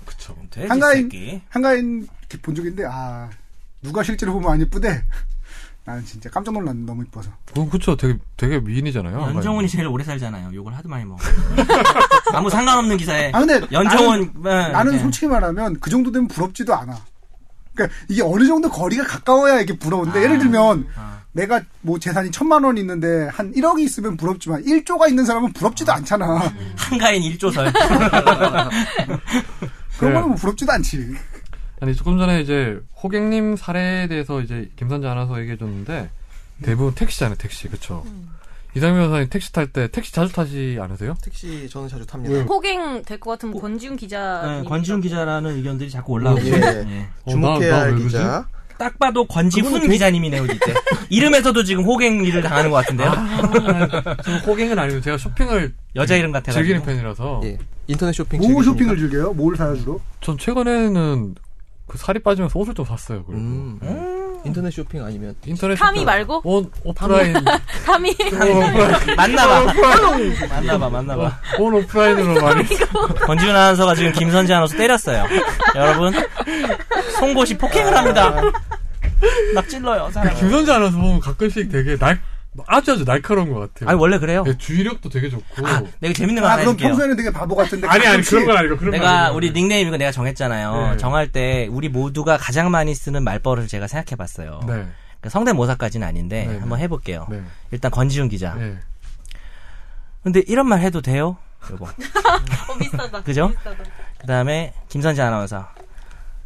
[SPEAKER 1] 그쵸.
[SPEAKER 2] 뭐 돼지
[SPEAKER 3] 한가인-
[SPEAKER 2] 새끼.
[SPEAKER 3] 한가인 이렇게 본 적인데 아 누가 실제로 보면 안 이쁘대. 나는 진짜 깜짝 놀랐네 너무 이뻐서.
[SPEAKER 1] 그건 그쵸. 되게 되게 미인이잖아요.
[SPEAKER 2] 네, 연정훈이 제일 오래 살잖아요. 욕을 하도 많이 먹어. 아무 상관없는 기사에.
[SPEAKER 3] 아 근데
[SPEAKER 2] 연정훈. 네,
[SPEAKER 3] 나는, 나는 솔직히 말하면 그 정도 되면 부럽지도 않아. 그러니까 이게 어느 정도 거리가 가까워야 이게
[SPEAKER 2] 아,
[SPEAKER 3] 부러운데 예를 들면 내가 뭐 재산이 천만 원 있는데 한 1억이 있으면 부럽지만 1조가 있는 사람은 부럽지도 않잖아.
[SPEAKER 2] 음. 한가인 1조설.
[SPEAKER 1] 네.
[SPEAKER 3] 그런 거는 뭐 부럽지도 않지.
[SPEAKER 1] 아니 조금 전에 이제 호객님 사례에 대해서 이제 김선재 아나서 얘기해 줬는데 대부분 택시잖아요. 택시 그쵸. 이상민 변호사님 택시 탈 때 택시 자주 타지 않으세요?
[SPEAKER 5] 택시 저는 자주 탑니다.
[SPEAKER 4] 어, 호갱 될 것 같으면 권지훈 기자.
[SPEAKER 2] 어. 네, 권지훈 기자라는 의견들이 자꾸 올라오고.
[SPEAKER 5] 예.
[SPEAKER 2] 예.
[SPEAKER 1] 어,
[SPEAKER 5] 주목해야
[SPEAKER 1] 나- 나왜
[SPEAKER 5] 할
[SPEAKER 1] 그러지?
[SPEAKER 5] 기자.
[SPEAKER 2] 딱 봐도 권지훈 기자님이네요, 이때. 이름에서도 지금 호갱 일을 당하는 것 같은데요.
[SPEAKER 1] 아, 저는 호갱은 아니고 제가 쇼핑을
[SPEAKER 2] 여자 이름 같아가지고.
[SPEAKER 1] 즐기는 팬이라서
[SPEAKER 5] 예. 인터넷 쇼핑.
[SPEAKER 3] 뭐
[SPEAKER 5] 즐기십니까?
[SPEAKER 3] 쇼핑을 즐겨요? 뭘 사요 주로?
[SPEAKER 1] 전 최근에는 그 살이 빠지면서 옷을 좀 샀어요. 그리고
[SPEAKER 5] 음. 인터넷 쇼핑 아니면
[SPEAKER 1] 인터넷
[SPEAKER 4] 타미
[SPEAKER 1] 쇼핑-
[SPEAKER 4] 말고?
[SPEAKER 1] 온 오프라인
[SPEAKER 4] 탐이
[SPEAKER 2] 네.
[SPEAKER 1] 어,
[SPEAKER 2] 만나봐. 만나봐, 만나봐.
[SPEAKER 1] 온 오프라인으로 많이
[SPEAKER 2] 권지훈 아나운서가 지금 김선지 아나운서 때렸어요. 여러분. 송곳이 폭행을 합니다. 막 찔러요, 사람.
[SPEAKER 1] 김선재 아나운서 보면 가끔씩 되게 날뭐 아주 아주 날카로운 것 같아요.
[SPEAKER 2] 아니, 원래 그래요.
[SPEAKER 1] 네, 주의력도 되게 좋고
[SPEAKER 2] 아, 내가 재밌는 거
[SPEAKER 3] 아
[SPEAKER 2] 하나
[SPEAKER 3] 그럼
[SPEAKER 2] 해줄게요.
[SPEAKER 3] 평소에는 되게 바보 같은데
[SPEAKER 1] 아니 아니
[SPEAKER 3] 가끔씩
[SPEAKER 1] 그런 건 아니고 그런 건
[SPEAKER 2] 내가
[SPEAKER 1] 아니고.
[SPEAKER 2] 우리 닉네임 이거 내가 정했잖아요.
[SPEAKER 1] 네.
[SPEAKER 2] 정할 때 우리 모두가 가장 많이 쓰는 말버릇을 제가 생각해봤어요.
[SPEAKER 1] 네.
[SPEAKER 2] 그러니까 성대모사까지는 아닌데
[SPEAKER 1] 네,
[SPEAKER 2] 한번 해볼게요.
[SPEAKER 1] 네.
[SPEAKER 2] 일단 권지훈 기자.
[SPEAKER 1] 네.
[SPEAKER 2] 근데 이런 말 해도 돼요? 여보.
[SPEAKER 4] 어, 비슷하다.
[SPEAKER 2] 그죠?
[SPEAKER 4] 비슷하다.
[SPEAKER 2] 그 다음에 김선지 아나운서.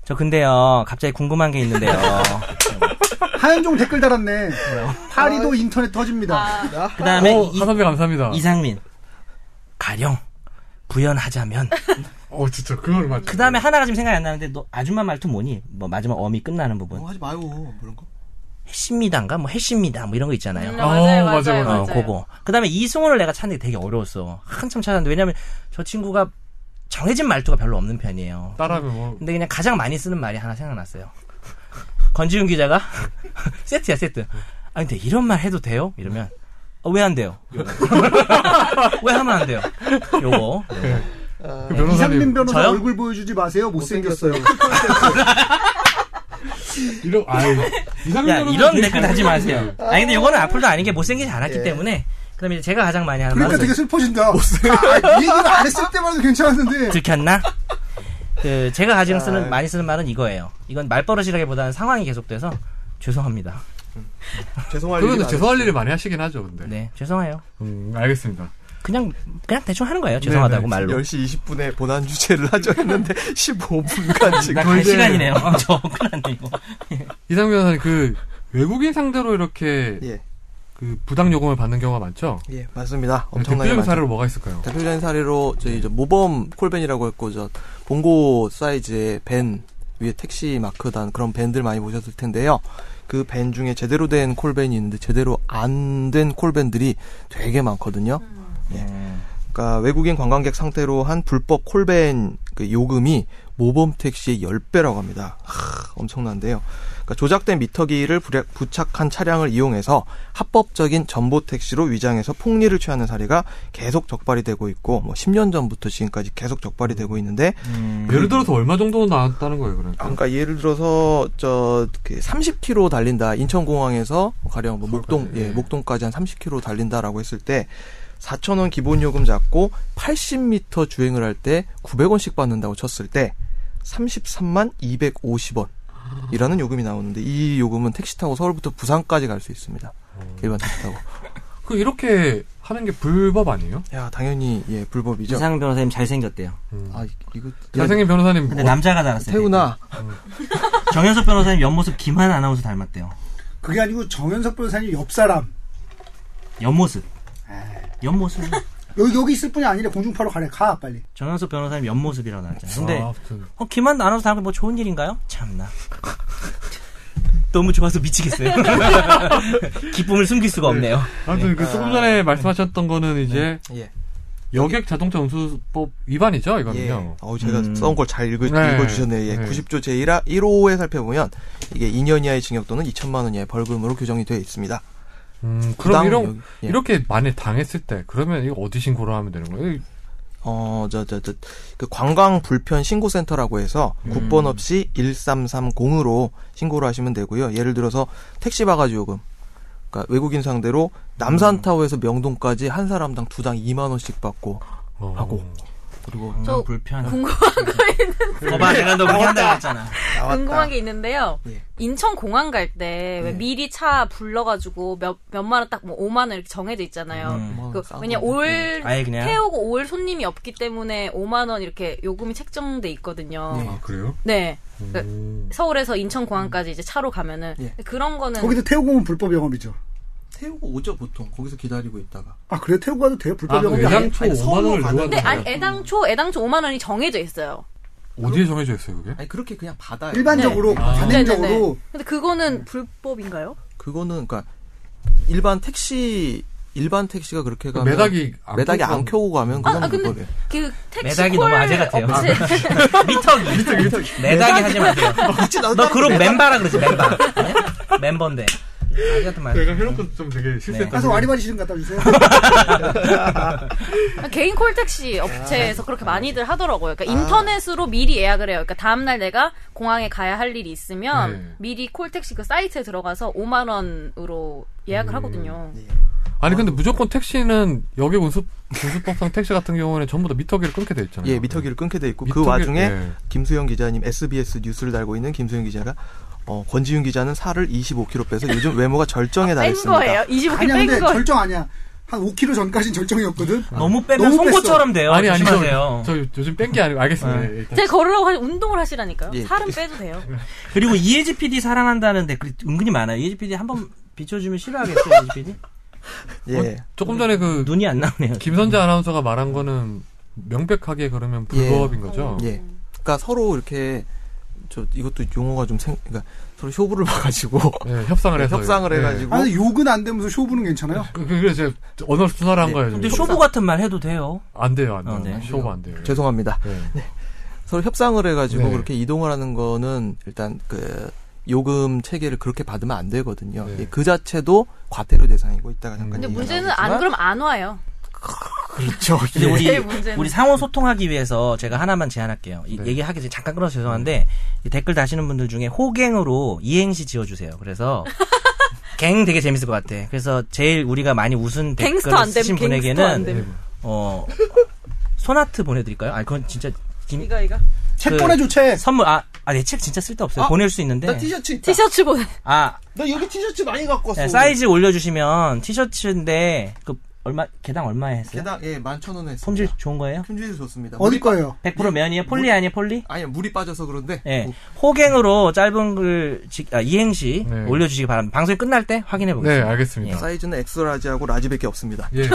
[SPEAKER 2] 저 근데요 갑자기 궁금한 게 있는데요.
[SPEAKER 3] 하현종 댓글 달았네. 파리도 인터넷 터집니다.
[SPEAKER 4] 아,
[SPEAKER 2] 그
[SPEAKER 1] 다음에
[SPEAKER 2] 다음에
[SPEAKER 1] 어, 하선배 감사합니다.
[SPEAKER 2] 이상민. 가령 부연하자면.
[SPEAKER 1] 어 진짜 그걸 맞.
[SPEAKER 2] 그 다음에 하나가 지금 생각이 안 나는데 너 아줌마 말투 뭐니? 뭐 마지막 어미 끝나는 부분.
[SPEAKER 5] 뭐 하지 마요. 그런 거.
[SPEAKER 2] 해십니다인가? 뭐 해십니다. 뭐 이런 거
[SPEAKER 4] 음,
[SPEAKER 2] 있잖아요.
[SPEAKER 1] 맞아요, 음, 맞아요,
[SPEAKER 2] 어, 그거. 그다음에 이승훈을 내가 찾는 게 되게 어려웠어. 한참 찾았는데 왜냐면 저 친구가 정해진 말투가 별로 없는 편이에요.
[SPEAKER 1] 따라하면 뭐
[SPEAKER 2] 근데 그냥 가장 많이 쓰는 말이 하나 생각났어요. 권지훈 기자가 세트야 세트. 아 근데 이런 말 해도 돼요? 이러면 어, 왜 안 돼요? 왜 하면 안 돼요? 요거.
[SPEAKER 5] 아,
[SPEAKER 1] 그 변호사님
[SPEAKER 3] 이상민 변호사
[SPEAKER 2] 저요?
[SPEAKER 3] 얼굴 보여주지 마세요. 못생겼어요.
[SPEAKER 1] 이런 아유 이상민
[SPEAKER 2] 야
[SPEAKER 1] 변호사
[SPEAKER 2] 이런 댓글 달지 마세요. 아니 근데 요거는 앞으로도 아닌 게 못생기지
[SPEAKER 1] 예.
[SPEAKER 2] 않았기 때문에 그다음에 이제 제가 가장 많이 하는
[SPEAKER 3] 그러니까
[SPEAKER 2] 말은
[SPEAKER 3] 되게 슬퍼진다. 아, 이 얘기를 안 했을 때만 해도 괜찮았는데.
[SPEAKER 2] 들켰나? 그 제가
[SPEAKER 1] 아.
[SPEAKER 2] 가장 쓰는 많이 쓰는 말은 이거예요. 이건 말버릇이라기보다는 상황이 계속돼서 죄송합니다.
[SPEAKER 5] 죄송할 일이
[SPEAKER 1] 그런데
[SPEAKER 5] 많아요.
[SPEAKER 1] 죄송할 일을 많이 하시긴 하죠, 근데.
[SPEAKER 2] 네, 죄송해요.
[SPEAKER 1] 음, 알겠습니다.
[SPEAKER 2] 그냥 그냥 대충 하는 거예요. 죄송하다고
[SPEAKER 1] 네.
[SPEAKER 2] 말로.
[SPEAKER 5] 10시 20분에 본안 주제를 하죠 했는데 15분간 지금
[SPEAKER 2] 나갈 시간이네요. 아. 저 끝났네 이거.
[SPEAKER 1] 이상민 변호사님 그 외국인 상대로 이렇게
[SPEAKER 5] 예,
[SPEAKER 1] 그 부당 요금을 받는 경우가 많죠.
[SPEAKER 5] 예, 맞습니다. 엄청나게
[SPEAKER 1] 대표적인
[SPEAKER 5] 많죠.
[SPEAKER 1] 사례로 뭐가 있을까요?
[SPEAKER 5] 대표적인 사례로 저희 저 모범 콜밴이라고 했고 저 봉고 사이즈의 밴 위에 택시 마크단 그런 밴들 많이 보셨을 텐데요. 그 밴 중에 제대로 된 콜밴이 있는데 제대로 안 된 콜밴들이 되게 많거든요.
[SPEAKER 2] 네.
[SPEAKER 5] 그러니까 외국인 관광객 상대로 한 불법 콜밴 그 요금이 모범 택시의 10배라고 합니다. 하, 엄청난데요. 그러니까 조작된 미터기를 불약- 부착한 차량을 이용해서 합법적인 전보 택시로 위장해서 폭리를 취하는 사례가 계속 적발이 되고 있고 뭐 10년 전부터 지금까지 계속 적발이 되고 있는데
[SPEAKER 1] 예를 들어서 얼마 정도 나왔다는 거예요, 그러니까.
[SPEAKER 5] 그러니까 예를 들어서 저 30km 달린다 인천공항에서 가령 뭐 목동 예 목동까지 한 30km 달린다라고 했을 때 4,000원 기본 요금 잡고 80m 주행을 할 때 900원씩 받는다고 쳤을 때 33만 250원. 이라는 요금이 나오는데 이 요금은 택시 타고 서울부터 부산까지 갈 수 있습니다. 일반 택시 타고.
[SPEAKER 1] 그 이렇게 하는 게 불법 아니에요?
[SPEAKER 5] 야 당연히 예 불법이죠.
[SPEAKER 2] 이상 변호사님 잘생겼대요.
[SPEAKER 5] 아 이거
[SPEAKER 1] 잘생긴 변호사님
[SPEAKER 2] 근데
[SPEAKER 1] 어-
[SPEAKER 2] 남자가 달았어요.
[SPEAKER 5] 태우나
[SPEAKER 2] 정현석 변호사님 옆모습 김한 아나운서 닮았대요.
[SPEAKER 3] 그게 아니고 정현석 변호사님 옆 사람
[SPEAKER 2] 옆모습. 옆모습.
[SPEAKER 3] 여기, 여기 있을 뿐이 아니라 공중파로 가래 가 빨리
[SPEAKER 2] 정현석 변호사님 옆모습이라고 나왔잖아요. 근데
[SPEAKER 1] 아, 아무튼.
[SPEAKER 2] 어, 김한 아나운서 닮은 뭐 좋은 일인가요? 참나. 너무 좋아서 미치겠어요. 기쁨을 숨길 수가 없네요.
[SPEAKER 1] 아무튼 그 조금 전에 말씀하셨던 거는 이제
[SPEAKER 5] 예.
[SPEAKER 1] 여객 자동차 운수법 위반이죠, 이거는요.
[SPEAKER 5] 예. 어우, 제가
[SPEAKER 2] 음.
[SPEAKER 5] 써온 걸 잘 읽으,
[SPEAKER 1] 네.
[SPEAKER 5] 읽어주셨네요. 예,
[SPEAKER 1] 네.
[SPEAKER 5] 90조 제1화 1호에 살펴보면 이게 2년 이하의 징역 또는 2천만 원 이하의 벌금으로 규정이 되어 있습니다.
[SPEAKER 1] 음, 그럼
[SPEAKER 5] 부당
[SPEAKER 1] 이런
[SPEAKER 5] 여기- 예.
[SPEAKER 1] 이렇게 만에 당했을 때 그러면 이거 어디 신고를 하면 되는 거예요?
[SPEAKER 5] 어, 저, 저, 저, 그 관광 불편 신고센터라고 해서
[SPEAKER 1] 음.
[SPEAKER 5] 국번 없이 1330으로 신고를 하시면 되고요. 예를 들어서 택시 바가지 요금. 그러니까 외국인 상대로
[SPEAKER 1] 음.
[SPEAKER 5] 남산타워에서 명동까지 한 사람당 두 당 2만 원씩 받고
[SPEAKER 1] 어.
[SPEAKER 5] 하고.
[SPEAKER 2] 그리고
[SPEAKER 4] 저
[SPEAKER 2] 음, 불편. 음,
[SPEAKER 4] 궁금한 어,
[SPEAKER 2] 거봐, 내가 어, 너 불편하다 했잖아.
[SPEAKER 4] 궁금한 게 있는데요.
[SPEAKER 5] 예.
[SPEAKER 4] 인천 공항 갈 때 왜
[SPEAKER 2] 네.
[SPEAKER 5] 예.
[SPEAKER 4] 미리 차 불러가지고 몇 몇만 원 딱 뭐 5만 원 이렇게 정해져 있잖아요.
[SPEAKER 2] 음.
[SPEAKER 4] 그, 왜냐 올
[SPEAKER 2] 아예 그냥.
[SPEAKER 4] 태우고 올 손님이 없기 때문에 5만 원 이렇게 요금이 책정돼 있거든요.
[SPEAKER 1] 아, 그래요?
[SPEAKER 4] 네. 그-
[SPEAKER 1] 음.
[SPEAKER 4] 서울에서 인천 공항까지 이제 차로 가면은
[SPEAKER 5] 예.
[SPEAKER 4] 그런 거는
[SPEAKER 3] 거기도 태우고 오면 불법 영업이죠
[SPEAKER 5] 태우고 오죠 보통 거기서 기다리고 있다가
[SPEAKER 3] 아 그래 태우고 가도 돼요 불법
[SPEAKER 1] 아,
[SPEAKER 3] 영업이
[SPEAKER 1] 그래요?
[SPEAKER 3] 아니
[SPEAKER 1] 애당초 5만 원을 누가
[SPEAKER 4] 근데
[SPEAKER 2] 음.
[SPEAKER 4] 아니 애당초 애당초 5만 원이 정해져 있어요.
[SPEAKER 1] 어디에 정해져 있어요, 그게?
[SPEAKER 5] 아니 그렇게 그냥 받아요.
[SPEAKER 3] 일반적으로
[SPEAKER 1] 아.
[SPEAKER 3] 관행적으로
[SPEAKER 4] 근데 그거는 불법인가요?
[SPEAKER 5] 그거는 그러니까 일반 택시 일반 택시가 그렇게 가면
[SPEAKER 1] 매닥이 안
[SPEAKER 5] 매닥이
[SPEAKER 1] 켜고
[SPEAKER 5] 안 켜고 가면 그건
[SPEAKER 4] 아, 근데-
[SPEAKER 5] 불법이에요.
[SPEAKER 4] 그 택시
[SPEAKER 2] 매닥이 너무 아재 같아요.
[SPEAKER 4] 업체
[SPEAKER 2] 미터기. 미터기. 매닥이 하지 마세요.
[SPEAKER 5] 어,
[SPEAKER 2] 너 그룹 멤버라 그러지, 멤버. 네? 멤버인데. 아재 같은 말.
[SPEAKER 1] 해놓고 좀 되게
[SPEAKER 3] 가서 와리바리 시즌 갖다 주세요
[SPEAKER 4] 아, 개인 콜택시 업체에서 그렇게 많이들 하더라고요. 그러니까 인터넷으로 미리 예약을 해요. 그러니까 다음날 내가 공항에 가야 할 일이 있으면
[SPEAKER 1] 네.
[SPEAKER 4] 미리 콜택시 그 사이트에 들어가서 5만 원으로 예약을 하거든요.
[SPEAKER 1] 아니 근데 무조건 택시는 여객 운수 운수법상 택시 같은 경우에는 전부 다 미터기를 끊게 돼 있잖아요.
[SPEAKER 5] 예, 미터기를 끊게 돼 있고
[SPEAKER 1] 미터기-
[SPEAKER 5] 그 와중에
[SPEAKER 1] 예.
[SPEAKER 5] 김수영 기자님 SBS 뉴스를 달고 있는 김수영 기자가 어, 권지윤 기자는 살을 25kg 빼서 요즘 외모가 절정에
[SPEAKER 4] 아, 뺀
[SPEAKER 5] 달했습니다.
[SPEAKER 4] 거예요. 25kg
[SPEAKER 3] 아니야
[SPEAKER 4] 뺀
[SPEAKER 3] 근데
[SPEAKER 4] 거.
[SPEAKER 3] 절정 아니야 한 5kg 전까지는 절정이었거든
[SPEAKER 1] 아,
[SPEAKER 2] 아, 너무 빼면
[SPEAKER 3] 너무
[SPEAKER 2] 송곳처럼 돼요.
[SPEAKER 1] 아니 아니
[SPEAKER 2] 조심하세요.
[SPEAKER 1] 저, 저 요즘 뺀 게 아니고 알겠습니다. 예, 일단.
[SPEAKER 4] 제가 걸으라고 하지 운동을 하시라니까요.
[SPEAKER 5] 예.
[SPEAKER 4] 살은 빼도 돼요.
[SPEAKER 2] 그리고 이혜지 PD 사랑한다는 댓글이 은근히 많아요. 이혜지 PD 한 번 비춰주면 싫어하겠어요, 이혜지 PD?
[SPEAKER 5] 예.
[SPEAKER 1] 어, 조금 전에 그
[SPEAKER 2] 눈이 안 나오네요.
[SPEAKER 1] 김선재 아나운서가 말한 거는 명백하게 그러면 불법인 거죠.
[SPEAKER 5] 예. 그러니까 서로 이렇게 저 이것도 용어가 좀 생, 그러니까 서로 쇼부를 봐가지고
[SPEAKER 1] 예, 협상을 해서
[SPEAKER 5] 협상을
[SPEAKER 1] 예.
[SPEAKER 5] 해가지고
[SPEAKER 3] 아니 욕은 안 되면서 쇼부는 괜찮아요
[SPEAKER 1] 그, 그, 그래, 제가 언어 수사를 한
[SPEAKER 5] 예.
[SPEAKER 1] 거예요.
[SPEAKER 2] 근데
[SPEAKER 1] 지금.
[SPEAKER 2] 쇼부 같은 말 해도 돼요.
[SPEAKER 1] 안 돼요, 안 돼요.
[SPEAKER 2] 어, 네.
[SPEAKER 1] 쇼부 안 돼요.
[SPEAKER 5] 아, 죄송합니다. 네,
[SPEAKER 1] 예.
[SPEAKER 5] 서로 협상을 해가지고
[SPEAKER 1] 네.
[SPEAKER 5] 그렇게 이동을 하는 거는 일단 그 요금 체계를 그렇게 받으면 안 되거든요.
[SPEAKER 1] 네.
[SPEAKER 5] 예, 그 자체로 과태료 대상이고 이따가 잠깐.
[SPEAKER 4] 근데
[SPEAKER 5] 얘기가
[SPEAKER 4] 문제는
[SPEAKER 5] 나오겠지만
[SPEAKER 4] 안 그럼 안 와요.
[SPEAKER 5] 그렇죠.
[SPEAKER 1] 예.
[SPEAKER 2] 근데 우리
[SPEAKER 4] 네. 제일 문제는.
[SPEAKER 2] 우리 상호 소통하기 위해서 제가 하나만 제안할게요. 이
[SPEAKER 1] 네.
[SPEAKER 2] 얘기하기 전에 잠깐 끊어서 죄송한데 이 댓글 다시는 분들 중에 호갱으로 이행시 지어주세요. 그래서 갱 되게 재밌을 것 같아. 그래서 제일 우리가 많이 웃은
[SPEAKER 4] 갱스터
[SPEAKER 2] 댓글을
[SPEAKER 4] 안 되면
[SPEAKER 2] 쓰신
[SPEAKER 4] 갱스터 안
[SPEAKER 2] 분에게는
[SPEAKER 4] 되면.
[SPEAKER 2] 어 소나트 보내드릴까요? 아 그건 진짜 김-
[SPEAKER 4] 이거 이거.
[SPEAKER 3] 책
[SPEAKER 1] 네.
[SPEAKER 2] 그-
[SPEAKER 3] 보내줘 책나
[SPEAKER 2] 선물 아아내책 진짜 쓸데없어요.
[SPEAKER 6] 아,
[SPEAKER 2] 보낼 수
[SPEAKER 1] 네.
[SPEAKER 2] 있는데
[SPEAKER 6] 티셔츠 있다.
[SPEAKER 4] 티셔츠 보내.
[SPEAKER 2] 아
[SPEAKER 6] 나 여기 티셔츠 많이 갖고 왔어.
[SPEAKER 2] 네, 사이즈 올려주시면 티셔츠인데 그 얼마 개당 얼마에 했어요?
[SPEAKER 5] 개당 예 만천 원에
[SPEAKER 2] 품질 좋은 거예요?
[SPEAKER 5] 품질이 좋습니다.
[SPEAKER 3] 어디
[SPEAKER 5] 물이 빠-
[SPEAKER 3] 거예요
[SPEAKER 2] 100% 면이에요? 폴리 아니에요? 폴리?
[SPEAKER 5] 아니 물이 빠져서 그런데.
[SPEAKER 2] 예.
[SPEAKER 5] 뭐,
[SPEAKER 2] 호갱으로 짧은 글, 지- 아, 이행시
[SPEAKER 1] 네.
[SPEAKER 2] 올려주시기 바랍니다. 방송이 끝날 때 확인해
[SPEAKER 1] 네,
[SPEAKER 2] 보겠습니다.
[SPEAKER 1] 알겠습니다.
[SPEAKER 5] 사이즈는 엑스라지하고 라지밖에 없습니다.
[SPEAKER 1] 예.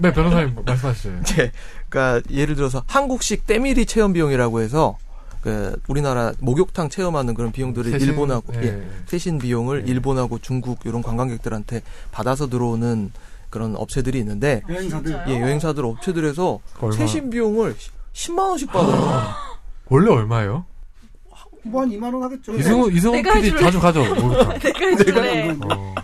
[SPEAKER 1] 네, 변호사님 말씀하시죠.
[SPEAKER 5] 예. 그러니까 예를 들어서 한국식 때밀이 체험 비용이라고 해서 그 우리나라 목욕탕 체험하는 그런 비용들을
[SPEAKER 1] 세신,
[SPEAKER 5] 일본하고
[SPEAKER 1] 예, 예.
[SPEAKER 5] 예, 세신 비용을 일본하고 중국 이런 관광객들한테 받아서 들어오는 그런 업체들이 있는데
[SPEAKER 3] 여행사들
[SPEAKER 5] 예, 여행사들 업체들에서
[SPEAKER 1] 얼마나-
[SPEAKER 5] 세신 비용을 10만 원씩 받아요.
[SPEAKER 1] 원래 얼마예요?
[SPEAKER 3] 뭐 한 2만 원
[SPEAKER 5] 네.
[SPEAKER 3] 하겠죠.
[SPEAKER 1] 이승우 이승우
[SPEAKER 7] 내가
[SPEAKER 1] PD
[SPEAKER 7] 해줄래.
[SPEAKER 1] 자주 가죠. 뭐 목욕탕.
[SPEAKER 7] 내가
[SPEAKER 4] 네.
[SPEAKER 7] 해줄래.
[SPEAKER 1] 어.